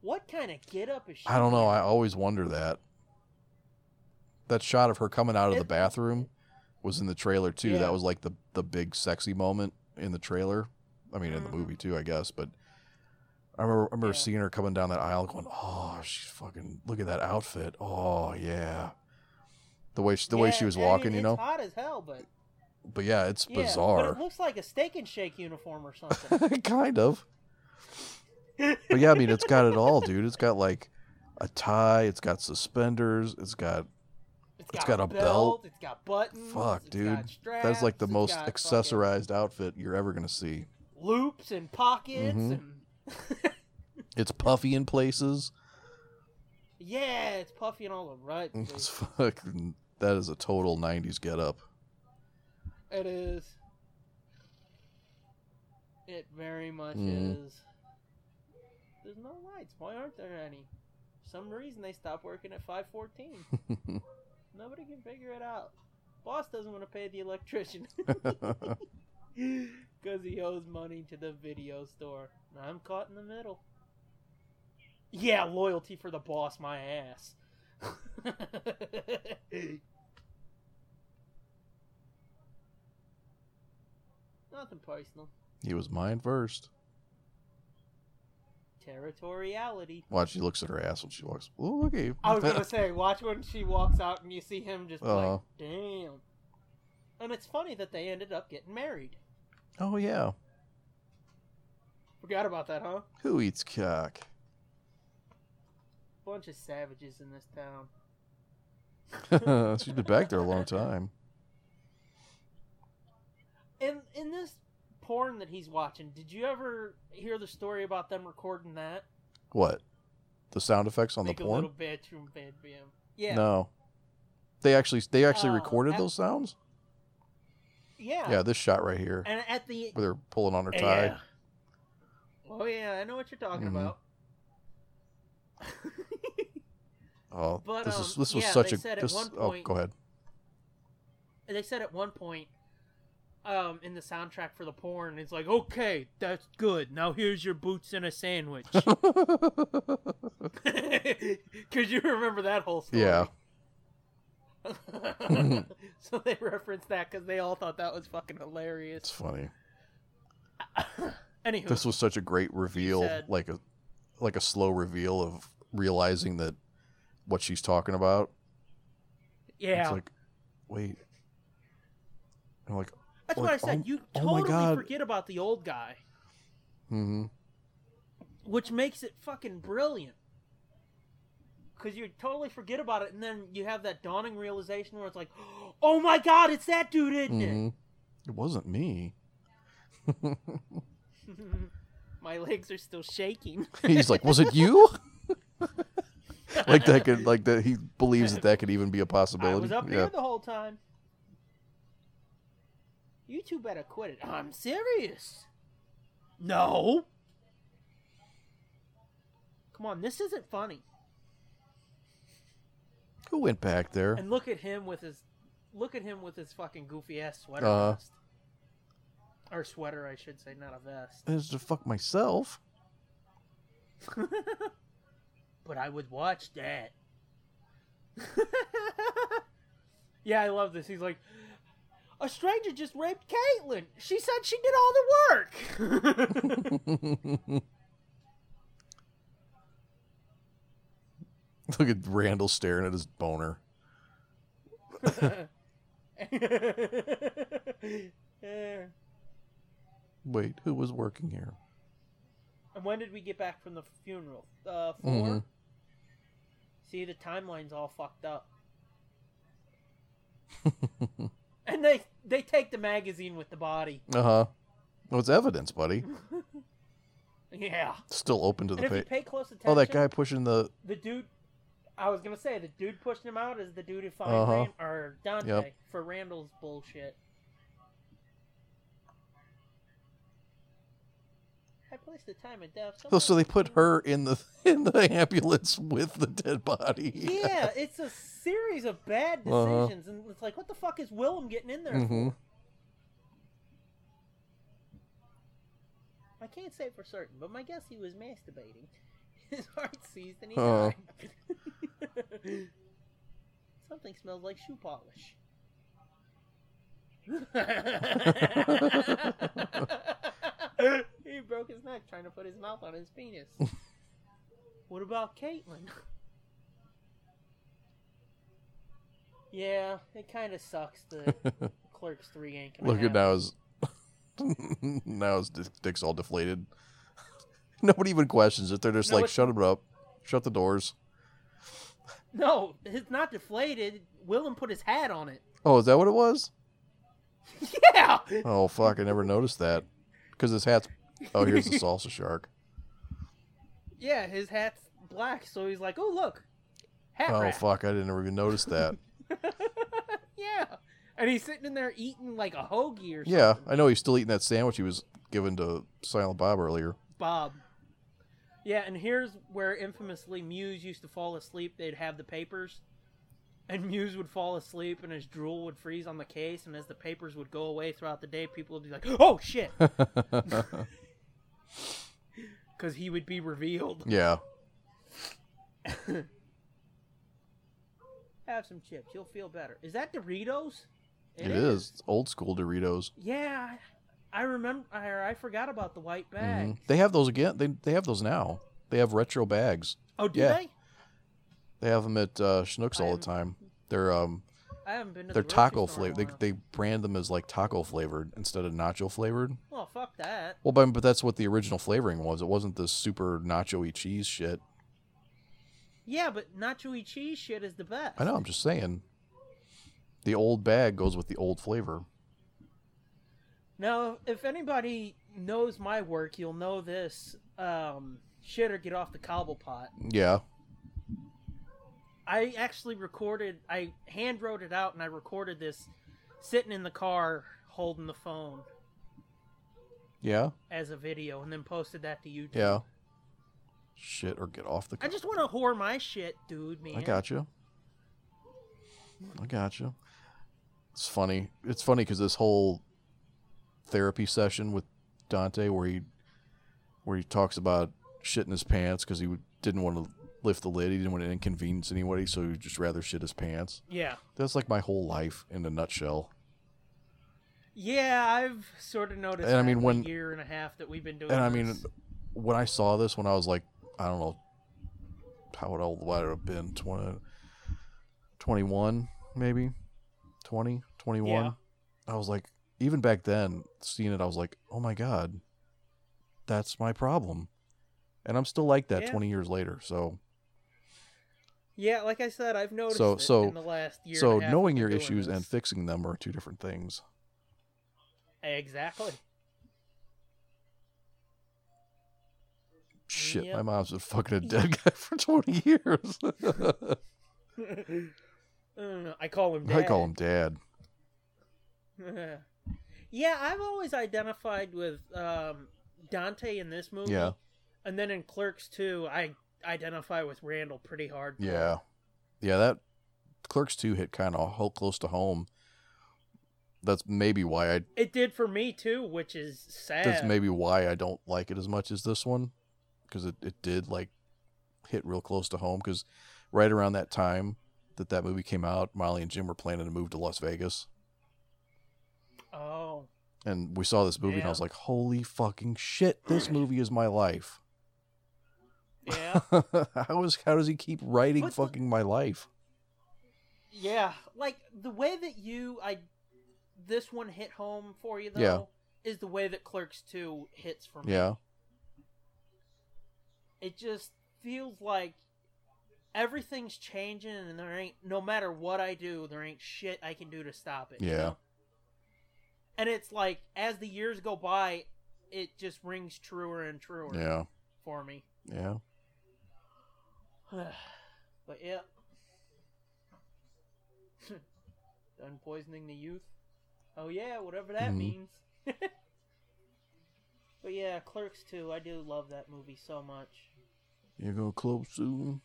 B: What kind of get up is she?
A: I don't know. I always wonder that. That shot of her coming out of the
B: It-
A: bathroom was in the trailer too.
B: Yeah.
A: That was like the the big sexy moment in the trailer. I mean, in the
B: Mhm.
A: movie too, I guess. But I remember, I remember
B: Yeah.
A: seeing her coming down that aisle, going, "Oh, she's fucking look at that outfit. Oh yeah." The way she, the way
B: Yeah,
A: she was
B: I mean,
A: walking, you
B: it's
A: know.
B: hot as hell, but
A: But yeah, it's
B: yeah,
A: bizarre.
B: But it looks like a steak and shake uniform or something.
A: kind of. But yeah, I mean, it's got it all, dude. It's got like a tie. It's got suspenders. It's got It's got a belt.
B: It's got buttons.
A: Fuck,
B: it's
A: dude.
B: got straps,
A: That's like the
B: it's
A: most
B: got fucking
A: accessorized outfit you're ever gonna see.
B: loops and pockets
A: Mhm.
B: and
A: It's puffy in places.
B: yeah, it's puffy and all the right.
A: It's fucking. That is a total '90s getup.
B: It is. It very much
A: Mhm.
B: is. There's no lights. Why aren't there any? For some reason they stopped working at 5:14. Nobody can figure it out. Boss doesn't want to pay the electrician because he owes money to the video store. And I'm caught in the middle. Yeah, loyalty for the boss, my ass. Nothing personal.
A: he was mine first.
B: Territoriality.
A: Watch, she looks at her ass when she walks. Oh, look at you.
B: I was gonna say, watch when she walks out and you see him just
A: Uh-huh.
B: like, damn. And it's funny that they ended up getting married.
A: oh yeah.
B: Forgot about that, huh?
A: Who eats cock?
B: Bunch of savages in this town.
A: She's been back there a long time.
B: In in this porn that he's watching, did you ever hear the story about them recording that?
A: What? The sound effects on
B: Make
A: the
B: a
A: porn?
B: little bedroom bed bam. Yeah.
A: No. They actually they actually
B: Uh,
A: recorded
B: at-
A: those sounds.
B: Yeah.
A: Yeah, this shot right here
B: And at the
A: where they're pulling on her tie.
B: Yeah. Oh yeah, I know what you're talking
A: Mhm.
B: about.
A: Oh,
B: But,
A: this is
B: um,
A: this oh, was
B: yeah,
A: such
B: they
A: a
B: said at
A: this.
B: one
A: oh,
B: point-
A: go ahead.
B: And they said at one point um, in the soundtrack for the porn. It's like, okay, that's good. Now here's your boots and a sandwich. Because you remember that whole story.
A: yeah.
B: so they referenced that because they all thought that was fucking
A: It's
B: hilarious.
A: funny.
B: Anywho,
A: This was such a great reveal,
B: said-
A: like a like a slow reveal of realizing that what she's talking about.
B: yeah,
A: It's like, wait. I'm like,
B: that's
A: like,
B: what I said.
A: oh-
B: you
A: oh my
B: totally
A: God.
B: forget about the old guy,
A: mm-hmm.
B: which makes it fucking brilliant. Because you totally forget about it, and then you have that dawning realization where it's like, oh my god, it's that dude, isn't
A: hmm It wasn't me.
B: it?
A: Mm-hmm.
B: my legs are still shaking.
A: He's like, was it you? like that could like that he believes that that could even be a
B: I
A: possibility.
B: was up
A: yeah.
B: here the whole time. You two better quit it. I'm serious. No. Come on, this isn't funny.
A: Who went back there?
B: And look at him with his, look at him with his fucking goofy ass sweater
A: Uh-huh.
B: vest, or sweater, I should say, not a vest.
A: It's to fuck myself.
B: but I would watch that. yeah, I love this. He's like, a stranger just raped Caitlin. She said she did all the work.
A: Look at Randall staring at his boner.
B: and
A: Wait, who was working here?
B: when did we get back from the funeral? Uh, 4
A: Mhm.
B: See, the timeline's all fucked up. and they they take the magazine with the body.
A: Uh huh. Well, it's evidence, buddy.
B: Yeah.
A: Still open to
B: And
A: the
B: if you
A: page.
B: pay close attention,
A: Oh, that guy pushing the.
B: the dude. I was gonna say the dude pushing him out is the dude who fined
A: Uh-huh.
B: Ran- or Dante
A: Yep.
B: for Randall's bullshit. I placed the time of death.
A: Oh,
B: someone-
A: so they put her in the in the ambulance with the dead body.
B: Yeah, it's a series of bad
A: Uh-huh.
B: decisions, and it's like, what the fuck is Willem getting in there?
A: Mm-hmm.
B: for? I can't say for certain, but my guess he was masturbating. His heart seized and he
A: Uh-huh.
B: died. Something smells like shoe polish. he broke his neck trying to put his mouth on his penis. what about Caitlin? Yeah, it kind of sucks that Clerks 3 ain't gonna
A: Look at
B: happen.
A: now his now his di- dick's all deflated. Nobody even questions it. They're just
B: No,
A: like,
B: it's-
A: shut him up, shut the doors.
B: No, it's not deflated. Willem put his hat on it.
A: Oh, is that what it was?
B: Yeah.
A: Oh fuck, I never noticed that. Because his hat's oh here's the salsa shark.
B: Yeah, his hat's black, so he's like, "Oh look, hat
A: Oh
B: rack."
A: fuck, I didn't ever even notice that.
B: yeah, and he's sitting in there eating like a hoagie or something.
A: Yeah, I know he's still eating that sandwich he was given to Silent Bob earlier.
B: Bob. Yeah, and here's where infamously Muse used to fall asleep. They'd have the papers, and Muse would fall asleep, and his drool would freeze on the case. And as the papers would go away throughout the day, people would be like, "Oh shit," because he would be revealed.
A: yeah.
B: Have some chips, you'll feel better. Is that Doritos?
A: it is. It's old school Doritos.
B: Yeah, I I remember. I, I forgot about the white bag.
A: Mhm. They have those again. They they have those now. They have retro bags.
B: Oh, do
A: Yeah.
B: they?
A: They have them at uh, Schnucks all
B: I'm-
A: the time. They're um
B: I haven't been to
A: they're
B: the grocery
A: taco
B: store in a
A: flavored. They,
B: while.
A: they brand them as like taco flavored instead of nacho flavored.
B: Well, fuck that.
A: Well, but, but that's what the original flavoring was. It wasn't this super nacho y cheese shit.
B: Yeah, but nacho y cheese shit is the best.
A: I know. I'm just saying. The old bag goes with the old flavor.
B: Now, if anybody knows my work, you'll know this. Um, shit or get off the cobblepot.
A: Yeah.
B: I actually recorded. I hand wrote it out, and I recorded this sitting in the car holding the phone
A: Yeah.
B: as a video, and then posted that to YouTube.
A: Yeah. Shit, or get off the.
B: I just want to whore my shit, dude, man.
A: I got you. I got you. It's funny. It's funny because this whole therapy session with Dante where he where he talks about shitting his pants because he would- didn't want to lift the lid. He didn't want to inconvenience anybody, so he would just rather shit his pants.
B: Yeah.
A: That's like my whole life in a nutshell.
B: Yeah, I've sort of noticed.
A: And I
B: that
A: mean,
B: in the
A: when-
B: year and a half that we've been doing.
A: And I
B: this.
A: mean, when I saw this, when I was like, I don't know, how old would I have been? 20, 21, maybe? 20, 21?
B: Yeah.
A: I was like, even back then, seeing it, I was like, oh my God, that's my problem. And I'm still like that
B: Yeah.
A: 20 years later. So,
B: yeah, like I said, I've noticed
A: So-
B: it
A: so-
B: in the last year.
A: so
B: and a half
A: knowing
B: we've
A: your
B: been doing
A: issues
B: this.
A: and fixing them are two different things.
B: exactly.
A: Shit,
B: Yep.
A: my mom's been fucking a dead guy for 20 years.
B: Uh, I call him. Dad.
A: I call him dad.
B: yeah, I've always identified with um, Dante in this movie.
A: Yeah.
B: And then in Clerks 2, I identify with Randall pretty hard.
A: Yeah, yeah. That Clerks two hit kind of close to home. That's maybe why I.
B: It did for me too, which is sad.
A: That's maybe why I don't like it as much as this one, because it, it did like hit real close to home. Because right around that time that that movie came out, Molly and Jim were planning to move to Las Vegas,
B: Oh.
A: and we saw this movie, and I
B: Yeah.
A: was like, "Holy fucking shit! This movie is my life."
B: Yeah.
A: how is how does he keep writing
B: What the-
A: fucking my life?
B: yeah. Like the way that you I this one hit home for you though
A: Yeah.
B: is the way that Clerks 2 hits for me.
A: Yeah,
B: It just feels like everything's changing and there ain't no matter what I do, there ain't shit I can do to stop it. you
A: Yeah.
B: know? And it's like as the years go by, it just rings truer and truer
A: yeah,
B: for me.
A: yeah.
B: but yeah. Done poisoning the youth. Oh yeah, whatever that
A: Mhm.
B: means. but yeah, Clerks too. I do love that movie so much.
A: You're gonna close soon.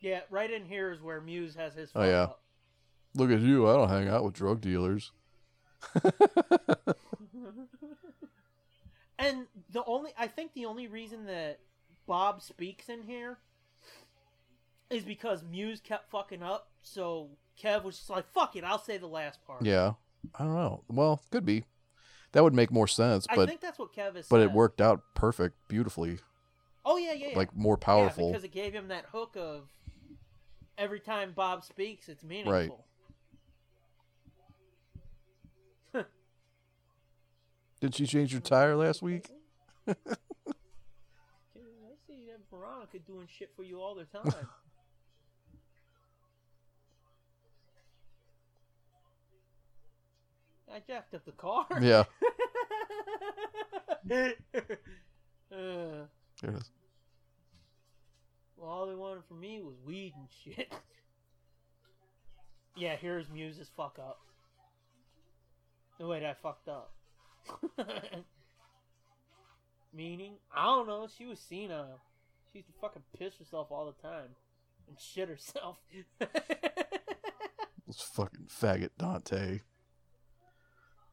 B: Yeah, right in here is where Muse has his.
A: Oh, yeah.
B: fuck
A: Look at you. I don't hang out with drug dealers.
B: up. and the only I think the only reason that Bob speaks in here is because Muse kept fucking up, so Kev was just like, "Fuck it, I'll say the last part."
A: Yeah. I don't know. Well, could be. That would make more sense,
B: I
A: but
B: think that's what Kev is.
A: but it worked out perfect, beautifully,
B: Oh yeah, yeah, yeah.
A: like more
B: Yeah,
A: powerful.
B: because it gave him that hook of every time Bob speaks, it's meaningful.
A: Did she change your tire last week?
B: Okay, I see that Veronica doing shit for you all the time. I jacked up the car.
A: Yeah.
B: uh,
A: There it is.
B: Well, all they wanted from me was weed and shit. yeah, here's Muse's fuck up. No, wait, I fucked up. Meaning? I don't know. She was senile. She used to fucking piss herself all the time and shit herself.
A: This fucking faggot Dante.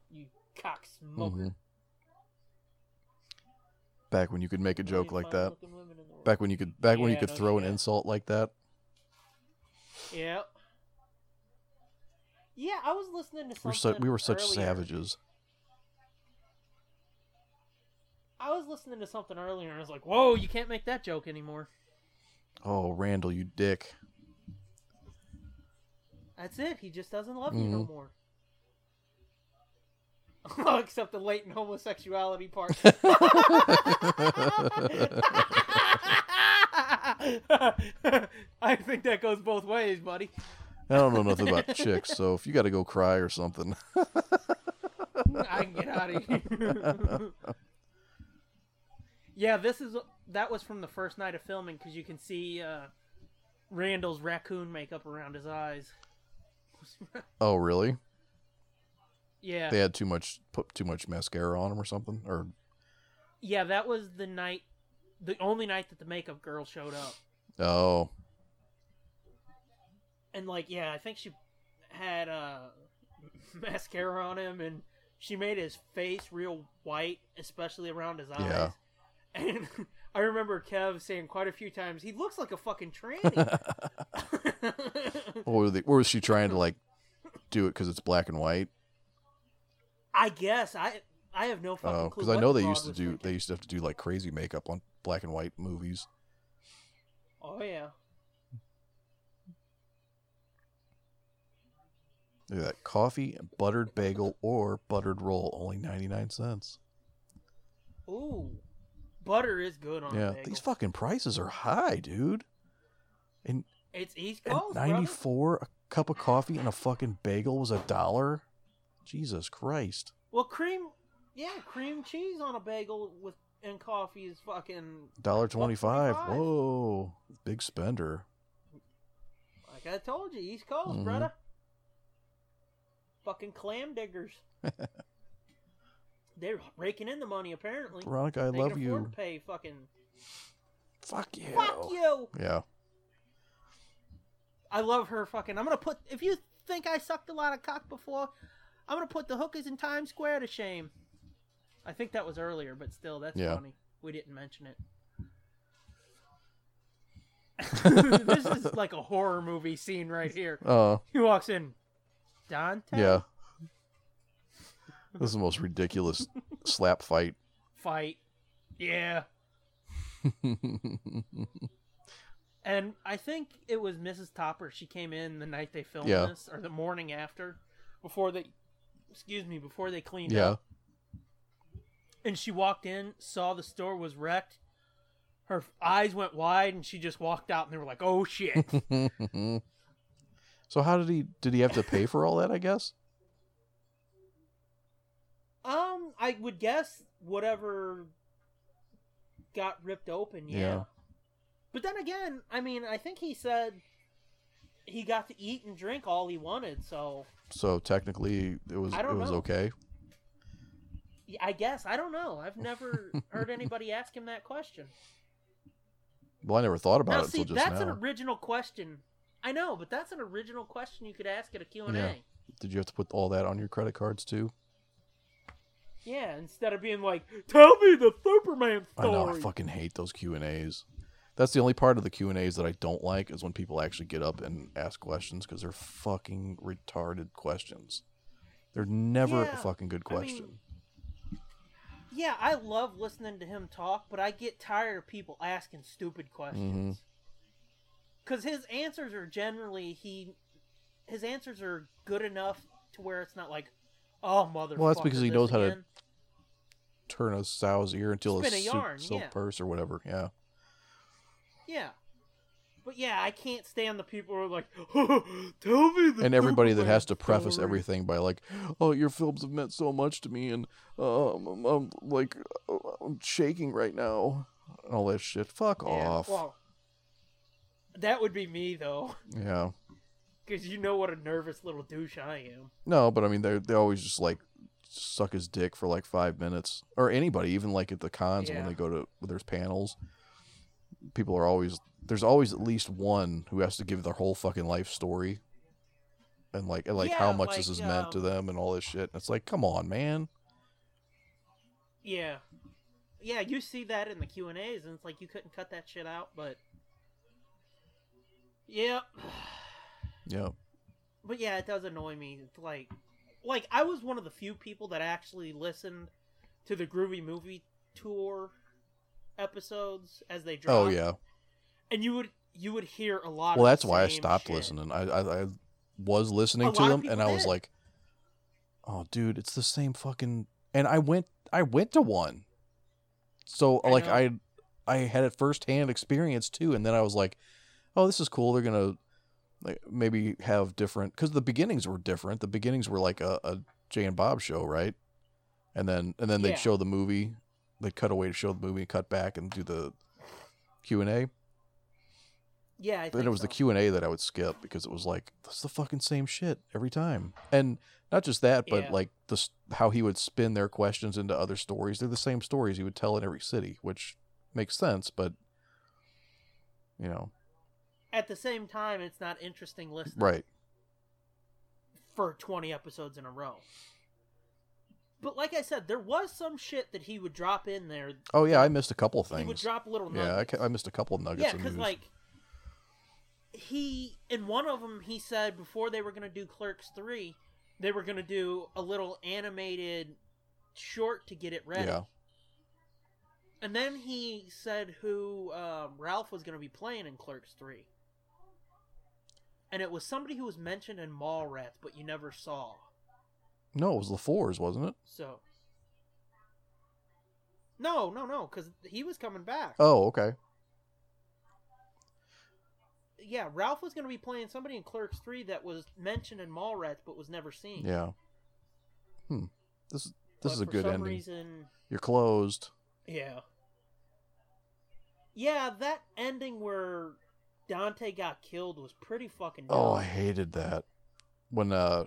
B: you cock smoker.
A: Mhm. Back when you could make a joke like that. Back when you could back when you
B: Yeah,
A: could
B: no
A: throw an
B: shit.
A: insult like that.
B: Yeah. Yeah, I was listening to something.
A: We're su- we were such
B: earlier.
A: savages.
B: I was listening to something earlier and I was like, whoa, you can't make that joke anymore.
A: Oh, Randall, you dick.
B: That's it. He just doesn't love you no
A: Mhm.
B: more. Oh, Except the latent homosexuality part. I think that goes both ways, buddy.
A: I don't know nothing about chicks, so if you got to go cry or something.
B: I can get out of here. yeah, this is that was from the first night of filming because you can see uh, Randall's raccoon makeup around his eyes.
A: Oh, really?
B: Yeah,
A: They had too much put too much mascara on him or something or
B: yeah, that was the night, the only night that the makeup girl showed up.
A: Oh,
B: and like yeah i think she had uh, mascara on him, and she made his face real white, especially around his eyes.
A: Yeah.
B: And I remember Kev saying quite a few times, "He looks like a fucking tranny."
A: Or, were they, or was she trying to like do it because it's black and white?
B: I guess I I have no fucking
A: Oh,
B: clue.
A: because I
B: what
A: know
B: the
A: they
B: broad
A: used to
B: was
A: do
B: thinking.
A: they used to have to do like crazy makeup on black and white movies.
B: Oh yeah.
A: Look at that coffee, buttered bagel, or buttered roll, only ninety nine cents.
B: Ooh, butter is good on. a
A: yeah,
B: bagel.
A: these fucking prices are high, dude. And,
B: It's East
A: and
B: Coast,
A: ninety
B: ninety
A: four, a cup of coffee and a fucking bagel was a dollar. Jesus Christ!
B: Well, cream, yeah, cream cheese on a bagel with and coffee is fucking
A: Dollar twenty five.
B: 25.
A: Whoa, big spender.
B: like I told you, East Coast,
A: Mhm.
B: brother. Fucking clam diggers. They're raking in the money apparently.
A: Veronica, I
B: they
A: love
B: can
A: you.
B: afford to pay fucking
A: Fuck you.
B: fuck you.
A: Yeah.
B: I love her fucking. I'm gonna put. If you think I sucked a lot of cock before, I'm gonna put the hookers in Times Square to shame. I think that was earlier, but still, that's
A: Yeah.
B: funny. We didn't mention it. this is like a horror movie scene right here.
A: Oh,
B: He walks in. Dante
A: yeah. This is the most ridiculous slap fight.
B: fight. Yeah. And I think it was Mrs. Topper. She came in the night they filmed
A: Yeah.
B: this, or the morning after, before they, excuse me, before they cleaned
A: yeah.
B: up. And she walked in, saw the store was wrecked. Her eyes went wide, and she just walked out. And they were like, "Oh shit!"
A: so how did he did he have to pay for all that, I guess?
B: um, I would guess whatever got ripped open. Yeah.
A: Yeah.
B: But then again, I mean, I think he said he got to eat and drink all he wanted, so
A: So technically it was
B: I
A: it
B: don't
A: was
B: know.
A: okay.
B: Yeah, I guess I don't know. I've never heard anybody ask him that question.
A: Well, I never thought about
B: now,
A: it
B: see,
A: until just
B: that's
A: now.
B: an original question. I know, but that's an original question you could ask at a Q and
A: Yeah.
B: A.
A: Did you have to put all that on your credit cards too?
B: Yeah, instead of being like, "Tell me the Superman story."
A: I know I fucking hate those Q and A's. That's the only part of the Q and A's that I don't like is when people actually get up and ask questions because they're fucking retarded questions. They're never
B: Yeah,
A: a fucking good
B: I mean-
A: question.
B: yeah, I love listening to him talk, but I get tired of people asking stupid questions.
A: Mm-hmm.
B: Because his answers are generally he, his answers are good enough to where it's not like, "Oh mother."
A: Well, that's because he knows how to Turn a sow's ear until
B: Spin a
A: it's
B: yarn,
A: silk
B: yeah.
A: purse or whatever. Yeah.
B: Yeah. But yeah, I can't stand the people who are like, tell me the
A: and everybody that
B: Superman
A: has to preface
B: story."
A: everything by like, "Oh, your films have meant so much to me," and um, I'm, I'm like, uh, I'm shaking right now, and all that shit. Fuck
B: Yeah,
A: off.
B: well, that would be me though,
A: yeah.
B: because you know what a nervous little douche I am.
A: No, but I mean, they they always just like suck his dick for like five minutes, or anybody, even like at the cons when
B: Yeah.
A: they go to when there's panels. People are always there's always at least one who has to give their whole fucking life story, and like and like how
B: Yeah,
A: much this
B: like,
A: has meant to
B: um,
A: them and all this shit. And it's like, come on, man.
B: Yeah, yeah, you see that in the Q and A's, and it's like you couldn't cut that shit out. But yeah,
A: Yeah.
B: but yeah, it does annoy me. It's like, like I was one of the few people that actually listened to the Groovy Movie Tour episodes as they dropped.
A: Oh yeah.
B: and you would you would hear a lot.
A: well
B: of
A: that's
B: the
A: why i
B: same
A: stopped
B: shit.
A: listening I, I i was
B: A
A: listening to
B: lot of
A: them
B: people
A: and i was
B: did.
A: like oh dude it's the same fucking and i went i went to one so
B: I
A: like
B: know.
A: i i had a firsthand experience too and then i was like oh this is cool they're gonna like maybe have different because the beginnings were different the beginnings were like a, a jay and bob show right and then and then
B: Yeah.
A: they'd show the movie they'd cut away to show the movie and cut back and do the q&a
B: Yeah, I
A: but then
B: think
A: it was the
B: so.
A: Q and A that I would skip because it was like that's the fucking same shit every time, and not just that, but
B: Yeah.
A: like the s- how he would spin their questions into other stories. They're the same stories he would tell in every city, which makes sense, but you know,
B: At the same time, it's not interesting listening.
A: right?
B: for 20 episodes in a row. But like I said, there was some shit that he would drop in there.
A: Oh yeah, I missed a couple
B: He would
A: things.
B: drop little
A: Yeah, I,
B: nuggets.
A: ca- I missed a couple nuggets.
B: Yeah,
A: of
B: because
A: news.
B: like he in one of them he said before they were gonna do Clerks three, they were gonna do a little animated short to get it ready.
A: Yeah.
B: And then he said who um, Ralph was gonna be playing in Clerks three, and it was somebody who was mentioned in Mallrats, but you never saw.
A: no, it was LaFours, wasn't it?
B: So. No, no, no, because he was coming back.
A: Oh, okay.
B: yeah, Ralph was going to be playing somebody in Clerks 3 that was mentioned in Mallrats but was never seen.
A: Yeah. Hmm. This is this
B: But
A: is a
B: for
A: good
B: some
A: ending.
B: reason-
A: You're closed.
B: yeah. Yeah, that ending where Dante got killed was pretty fucking dumb.
A: Oh, I hated that. When uh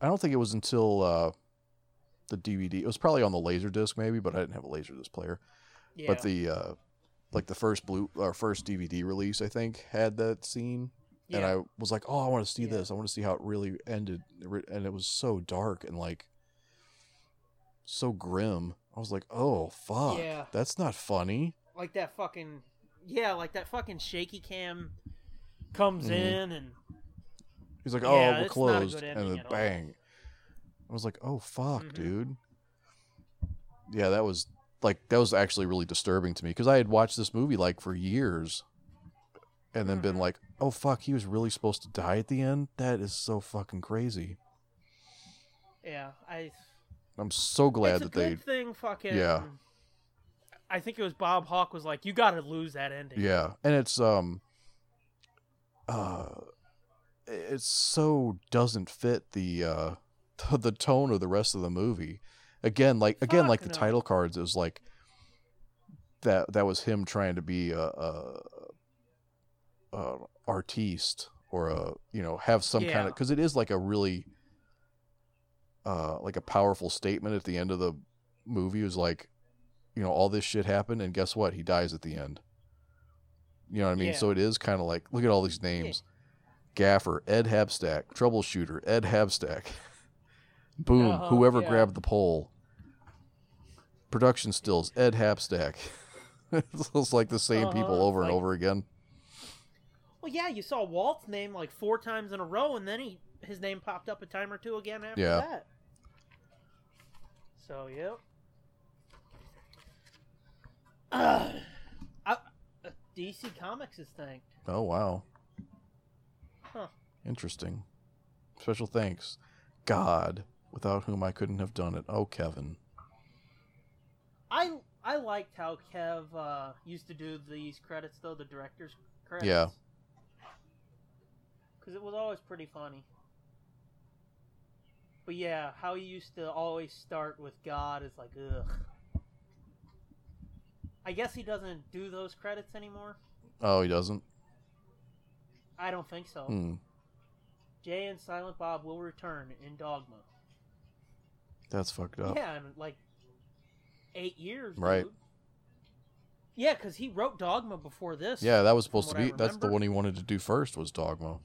A: I don't think it was until uh the DVD. It was probably on the laser disc maybe, but I didn't have a laser disc player.
B: yeah.
A: But the uh like the first blue or first DVD release, I think, had that scene
B: yeah.
A: and I was like, "Oh, I want to see
B: Yeah.
A: this. I want to see how it really ended." It re- And it was so dark and like so grim. I was like, "Oh, fuck.
B: Yeah.
A: That's not funny."
B: like that fucking yeah, like that fucking shaky cam comes
A: Mhm.
B: in and
A: He's like,
B: Yeah,
A: "Oh, we're
B: it's not a good
A: closed."
B: ending
A: And then
B: at all.
A: bang. I was like, "Oh, fuck,
B: Mhm.
A: dude." Yeah, that was like that was actually really disturbing to me because I had watched this movie like for years and then been
B: Mhm.
A: like, "Oh, fuck, he was really supposed to die at the end? That is so fucking crazy."
B: yeah, I
A: I'm so glad
B: it's a
A: that they
B: good thing fucking
A: Yeah.
B: I think it was Bob Hawk was like, You gotta lose that ending.
A: Yeah, and it's um, uh, it so doesn't fit the uh the tone of the rest of the movie. Again, like again,
B: Fuck
A: like the
B: no.
A: title cards is like that. That was him trying to be a, a, a artiste or a you know have some kind
B: Yeah.
A: of because it is like a really uh like a powerful statement at the end of the movie is like you know all this shit happened and guess what he dies at the end you know what i mean
B: Yeah.
A: so it is kind of like look at all these names gaffer ed habstack troubleshooter ed habstack boom
B: Uh-huh,
A: whoever
B: yeah.
A: grabbed the pole production stills ed habstack it's like the same people
B: Uh-huh,
A: over and
B: like-
A: over again
B: Well, yeah, you saw Walt's name like four times in a row, and then he his name popped up a time or two again after
A: Yeah.
B: that. So yeah. Ugh. I, uh, DC Comics is thanked.
A: oh wow
B: Huh.
A: interesting special thanks god without whom i couldn't have done it oh kevin
B: I I liked how Kev uh, used to do these credits though, the director's credits.
A: Yeah.
B: Because it was always pretty funny. But yeah, how he used to always start with God is like ugh. I guess he doesn't do those credits anymore.
A: oh he doesn't
B: I don't think so.
A: hmm
B: Jay and Silent Bob will return in Dogma.
A: that's fucked up
B: Yeah, in like eight years.
A: Right.
B: dude. Yeah, because he wrote Dogma before this.
A: Yeah, that was supposed to
B: what I
A: be. That's the
B: remember.
A: one he wanted to do first was Dogma.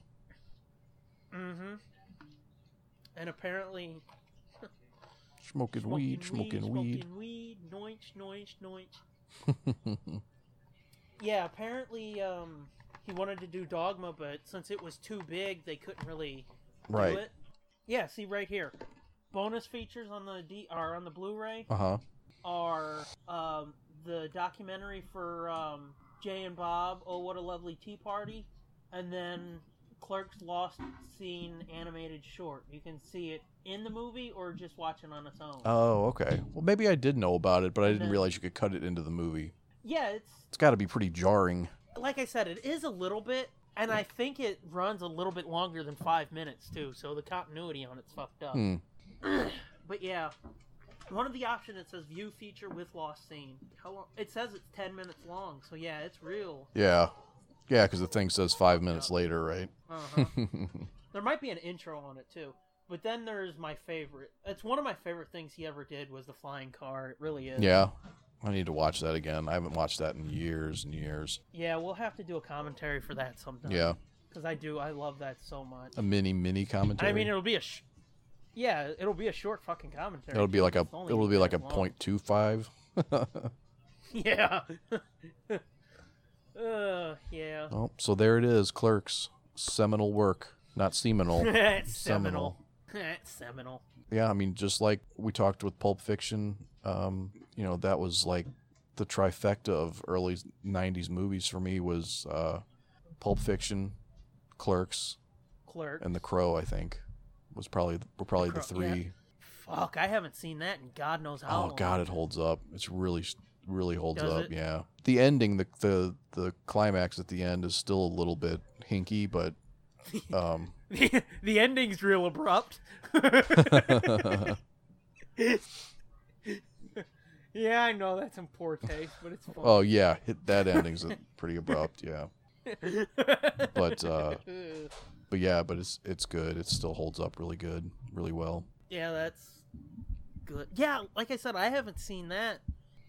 B: Mm-hmm. And apparently,
A: Smoking, weed, smoking weed.
B: smoking weed, noinch, noinch, noinch. Yeah, apparently, um, he wanted to do Dogma, but since it was too big, they couldn't really do
A: right.
B: it. Yeah, see right here, bonus features on the D are on the Blu-ray
A: Uh huh.
B: are um the documentary for um Jay and Bob. Oh, what a lovely tea party, and then. Clerk's Lost Scene animated short. You can see it in the movie or just watch it on its own.
A: Oh, okay. Well, maybe I did know about it, but I
B: And
A: didn't
B: then-
A: realize you could cut it into the movie.
B: Yeah, it's
A: It's got to be pretty jarring.
B: like I said, it is a little bit, and I think it runs a little bit longer than five minutes too. So the continuity on it's fucked up.
A: Hmm.
B: But yeah, one of the options it says view feature with lost scene. How long? It says it's ten minutes long. So yeah, it's real.
A: Yeah. Yeah, because the thing says five minutes later, right?
B: Uh-huh. there might be an intro on it too. But then there's my favorite. It's one of my favorite things he ever did was the flying car. It really is.
A: yeah. I need to watch that again. I haven't watched that in years and years.
B: Yeah, we'll have to do a commentary for that sometime.
A: Yeah.
B: because I do. I love that so much.
A: A mini mini commentary.
B: I mean, it'll be a, sh- yeah, it'll be a short fucking commentary.
A: it'll be like a
B: It's only
A: it'll be like a
B: long.
A: point two five.
B: Yeah. uh, yeah.
A: Oh, so there it is, Clerks seminal work, not seminal.
B: That's seminal. That's seminal.
A: yeah, I mean, just like we talked with Pulp Fiction, um, you know, that was like the trifecta of early '90s movies for me was uh, Pulp Fiction, Clerks,
B: Clerk.
A: and The Crow. I think was probably were probably the,
B: The Crow, yeah.
A: three.
B: Fuck, I haven't seen that in God knows how
A: Oh
B: long.
A: God, it holds up. It's really, really holds
B: Does
A: up.
B: it?
A: Yeah. The ending, the the the climax at the end is still a little bit hinky, but um,
B: the, the ending's real abrupt. yeah, I know that's in poor taste, but it's fun.
A: oh yeah, hit, that ending's pretty abrupt. Yeah, but uh, but yeah, but it's it's good. It still holds up really good, really well.
B: yeah, that's good. Yeah, like I said, I haven't seen that.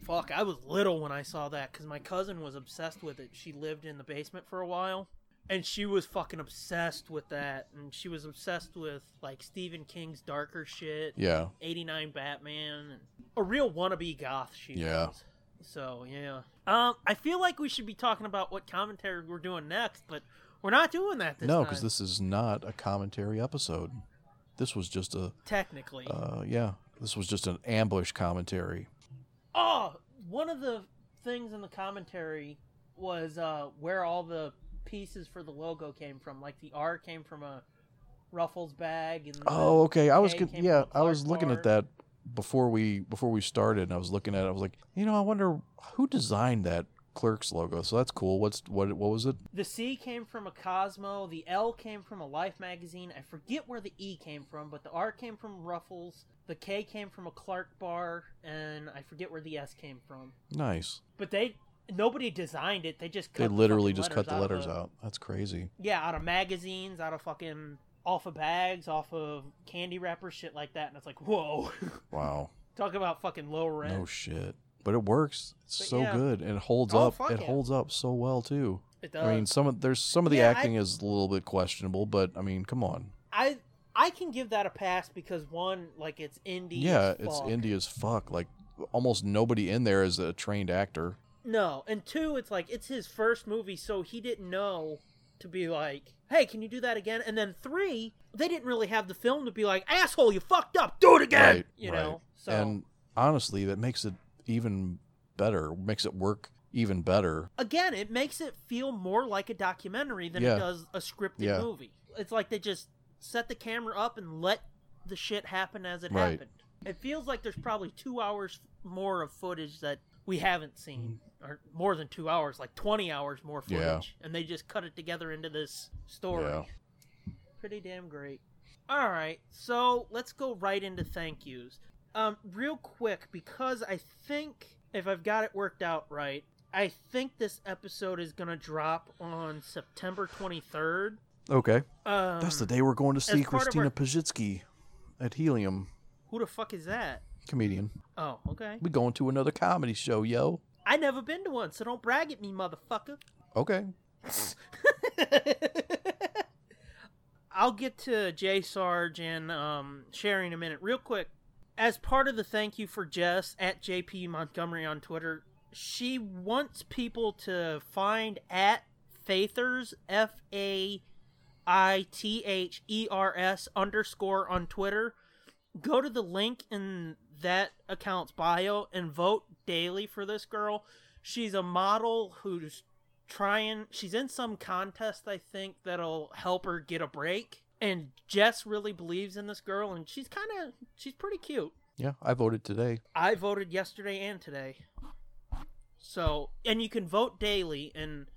B: Fuck, I was little when I saw that because my cousin was obsessed with it. She lived in the basement for a while, and she was fucking obsessed with that. And she was obsessed with like Stephen King's darker shit.
A: Yeah,
B: 89 Batman. and A real wannabe goth she
A: Yeah.
B: was. So, yeah. Um, I feel like we should be talking about what commentary we're doing next, but we're not doing that this
A: no,
B: time,
A: because this is not a commentary episode. This was just a
B: technically.
A: uh, yeah. This was just an ambush commentary.
B: oh, one of the things in the commentary was uh, where all the pieces for the logo came from. Like the R came from a Ruffles bag, and the
A: Oh, okay. I was
B: K
A: con-
B: came
A: yeah,
B: from
A: I was
B: Clark
A: looking at
B: Barr.
A: that before we before we started. And I was looking at it. I was like, you know, I wonder who designed that Clerks logo. So that's cool. What's what what was it?
B: The C came from a Cosmo. The L came from a Life magazine. I forget where the E came from, but the R came from Ruffles. The K came from a Clark bar, and I forget where the S came from.
A: Nice.
B: But they nobody designed it. They just cut
A: They
B: the
A: literally
B: fucking
A: just cut the letters
B: of-
A: out. That's crazy.
B: Yeah, out of magazines, out of fucking off of bags, off of candy wrappers, shit like that. And it's like, whoa,
A: Wow.
B: talk about fucking low rent.
A: No shit. But it works. It's
B: But
A: so
B: yeah.
A: good and it holds
B: Oh,
A: up.
B: fuck
A: It
B: yeah.
A: holds up so well too.
B: it does.
A: I mean, some of there's some of the
B: Yeah, I-
A: acting is a little bit questionable, but I mean, come on.
B: I I can give that a pass because one, like it's indie.
A: yeah,
B: as
A: it's
B: fuck.
A: indie as fuck. Like almost nobody in there is a trained actor.
B: No, and two, it's like it's his first movie, so he didn't know to be like, "Hey, can you do that again?" And then three, they didn't really have the film to be like, "Asshole, you fucked up, do it again,"
A: Right,
B: you
A: right.
B: know. So
A: And honestly, that makes it even better. Makes it work even better.
B: again, it makes it feel more like a documentary than
A: Yeah.
B: it does a scripted
A: Yeah.
B: movie. It's like they just set the camera up and let the shit happen as it
A: Right.
B: happened. It feels like there's probably two hours more of footage that we haven't seen, or more than two hours, like 20 hours more footage,
A: Mm-hmm. Yeah.
B: and they just cut it together into this story.
A: Yeah.
B: Pretty damn great. All right, so let's go right into thank yous. Um, real quick, because I think if I've got it worked out right, I think this episode is gonna drop on September 23rd.
A: Okay,
B: Um,
A: that's the day we're going to see
B: part of
A: Christina
B: our-
A: Pajitsky at Helium
B: Who the fuck is that?
A: comedian.
B: Oh, okay.
A: We going to another comedy show, yo.
B: I never been to one, so don't brag at me, motherfucker.
A: Okay.
B: I'll get to Jay Sarge and um, Sherry in a minute. Real quick, as part of the thank you for Jess at JP Montgomery on Twitter, she wants people to find at Faithers F A I T H E R S underscore on Twitter. Go to the link in that account's bio and vote daily for this girl. She's a model who's trying she's in some contest i think that'll help her get a break and jess really believes in this girl and she's kind of she's pretty cute
A: Yeah, I voted today.
B: i voted yesterday and today so and you can vote daily and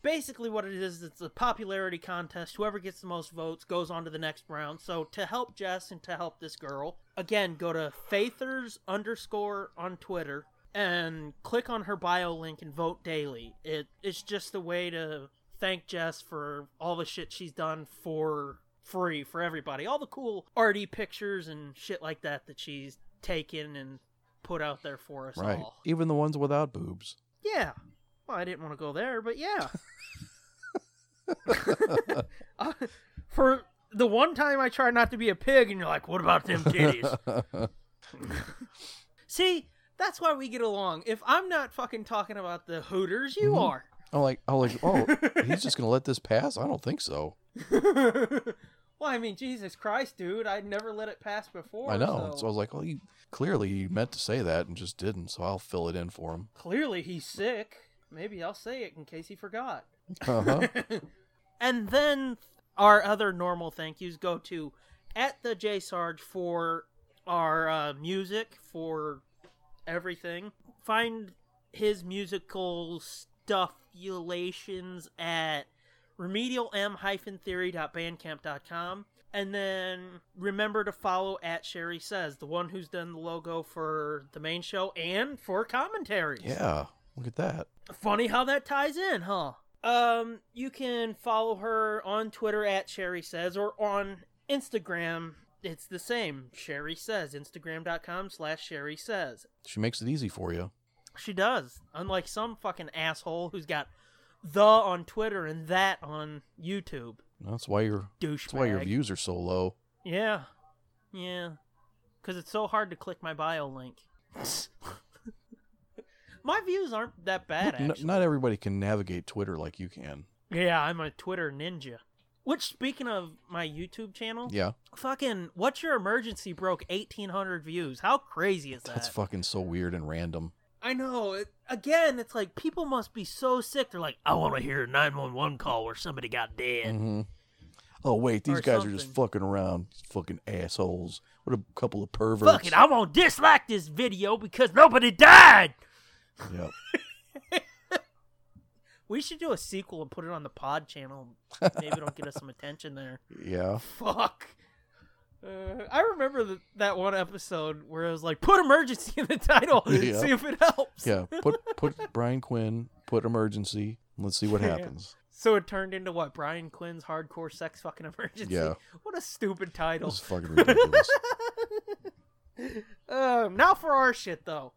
B: basically what it is it's a popularity contest whoever gets the most votes goes on to the next round so to help jess and to help this girl again go to faithers underscore on twitter and click on her bio link and vote daily it, it's just a way to thank jess for all the shit she's done for free for everybody all the cool arty pictures and shit like that that she's taken and put out there for us
A: right.
B: all
A: Even the ones without boobs.
B: yeah. Well, I didn't want to go there, but yeah. Uh, for the one time I try not to be a pig, and you're like, what about them titties? See, that's why we get along. If I'm not fucking talking about the Hooters, you
A: Mhm.
B: are.
A: I'm like, I'm like, oh, he's just gonna let this pass? I don't think so. Mm-hmm.
B: well, I mean, Jesus Christ, dude, I'd never let it pass before.
A: I know.
B: so-
A: So I was like, well, he clearly he meant to say that and just didn't. So I'll fill it in for him.
B: Clearly, he's sick. Maybe I'll say it in case he forgot.
A: Uh-huh.
B: and then our other normal thank yous go to at the J Sarge for our uh, music for everything. Find his musical stuffulations at remedialm-theory.bandcamp.com and then remember to follow at Sherry Says, the one who's done the logo for the main show and for commentaries
A: yeah, look at that.
B: funny how that ties in, huh? Um, you can follow her on Twitter at Sherry Says or on Instagram. It's the same. Sherry Says. Instagram.com slash Sherry Says.
A: She makes it easy for you.
B: She does. Unlike some fucking asshole who's got the on Twitter and that on YouTube.
A: That's why your
B: Douchebag.
A: that's why your views are so low.
B: Yeah. Yeah. Because it's so hard to click my bio link. my views aren't that bad,
A: N-
B: actually.
A: not everybody can navigate Twitter like you can.
B: Yeah, I'm a Twitter ninja. Which, speaking of my YouTube channel,
A: Yeah,
B: fucking What's Your Emergency broke 1,800 views. How crazy is that?
A: that's fucking so weird and random.
B: I know. It, again, it's like people must be so sick. They're like, "Oh, I want to hear a 911 call where somebody got dead.
A: hmm Oh wait, these
B: Or
A: guys are just
B: something.
A: fucking around, fucking assholes. What a couple of perverts.
B: Fuck it, I'm gonna dislike this video because nobody died!
A: Yeah.
B: We should do a sequel and put it on the pod channel. Maybe it'll get us some attention there.
A: Yeah.
B: Fuck. Uh, I remember th- that one episode where I was like, put emergency in the title,
A: Yeah.
B: see if it helps.
A: Yeah. Put put Brian Quinn, put emergency. and Let's see what
B: Yeah.
A: happens.
B: So it turned into what Brian Quinn's hardcore sex fucking emergency.
A: Yeah.
B: What a stupid
A: This
B: title.
A: is fucking ridiculous.
B: um, now for our shit though.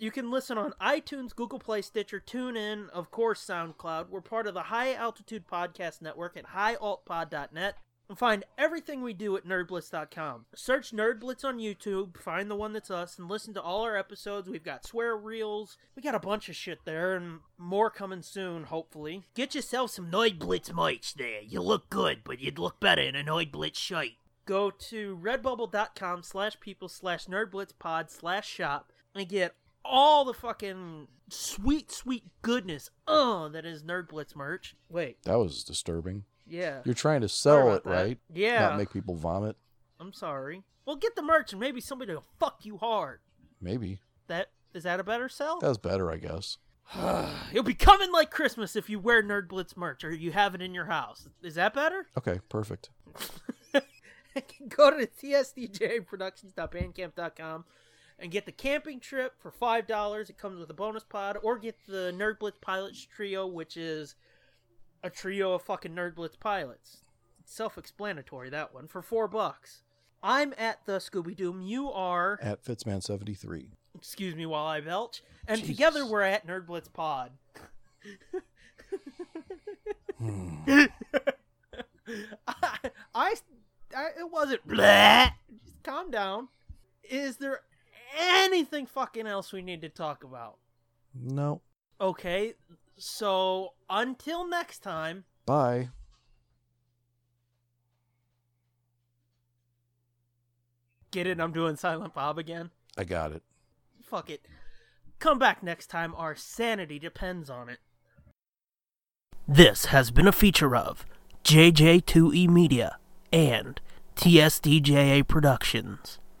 B: You can listen on iTunes, Google Play, Stitcher, TuneIn, of course, SoundCloud. We're part of the High Altitude Podcast Network at highaltpod.net. And find everything we do at nerdblitz.com. Search Nerd Blitz on YouTube, find the one that's us, and listen to all our episodes. We've got swear reels, we got a bunch of shit there, and more coming soon, hopefully. Get yourself some Nerd Blitz merch there. You look good, but you'd look better in a Nerd Blitz shite go to redbubble.com slash people slash nerdblitzpod slash shop and get all the fucking sweet, sweet goodness uh, that is Nerdblitz merch. Wait,
A: that was disturbing.
B: yeah.
A: You're trying to
B: Sorry
A: sell
B: about
A: it,
B: that.
A: right?
B: Yeah.
A: Not make people vomit.
B: I'm sorry. Well, get the merch and maybe somebody will fuck you hard.
A: Maybe.
B: That is that a better sell?
A: That's better, I guess.
B: It'll be coming like Christmas if you wear Nerdblitz merch or you have it in your house. Is that better?
A: Okay, perfect.
B: go to tsdjproductions.bandcamp.com and get the camping trip for five dollars. It comes with a bonus pod, or get the Nerd Blitz Pilots trio, which is a trio of fucking Nerd Blitz pilots. It's self-explanatory that one for four bucks. I'm at the Scooby Doom. You are.
A: At Fitzman seventy three.
B: Excuse me while I belch. And
A: Jesus.
B: together we're at Nerd Blitz Pod. I, I, I- it wasn't blah. Just calm down. Is there anything fucking else we need to talk about?
A: No.
B: Okay, so until next time,
A: Bye.
B: get it? I'm doing Silent Bob again.
A: I got it.
B: Fuck it. Come back next time. Our sanity depends on it.
E: This has been a feature of
B: E
E: JJ2E Media and TSDJA Productions.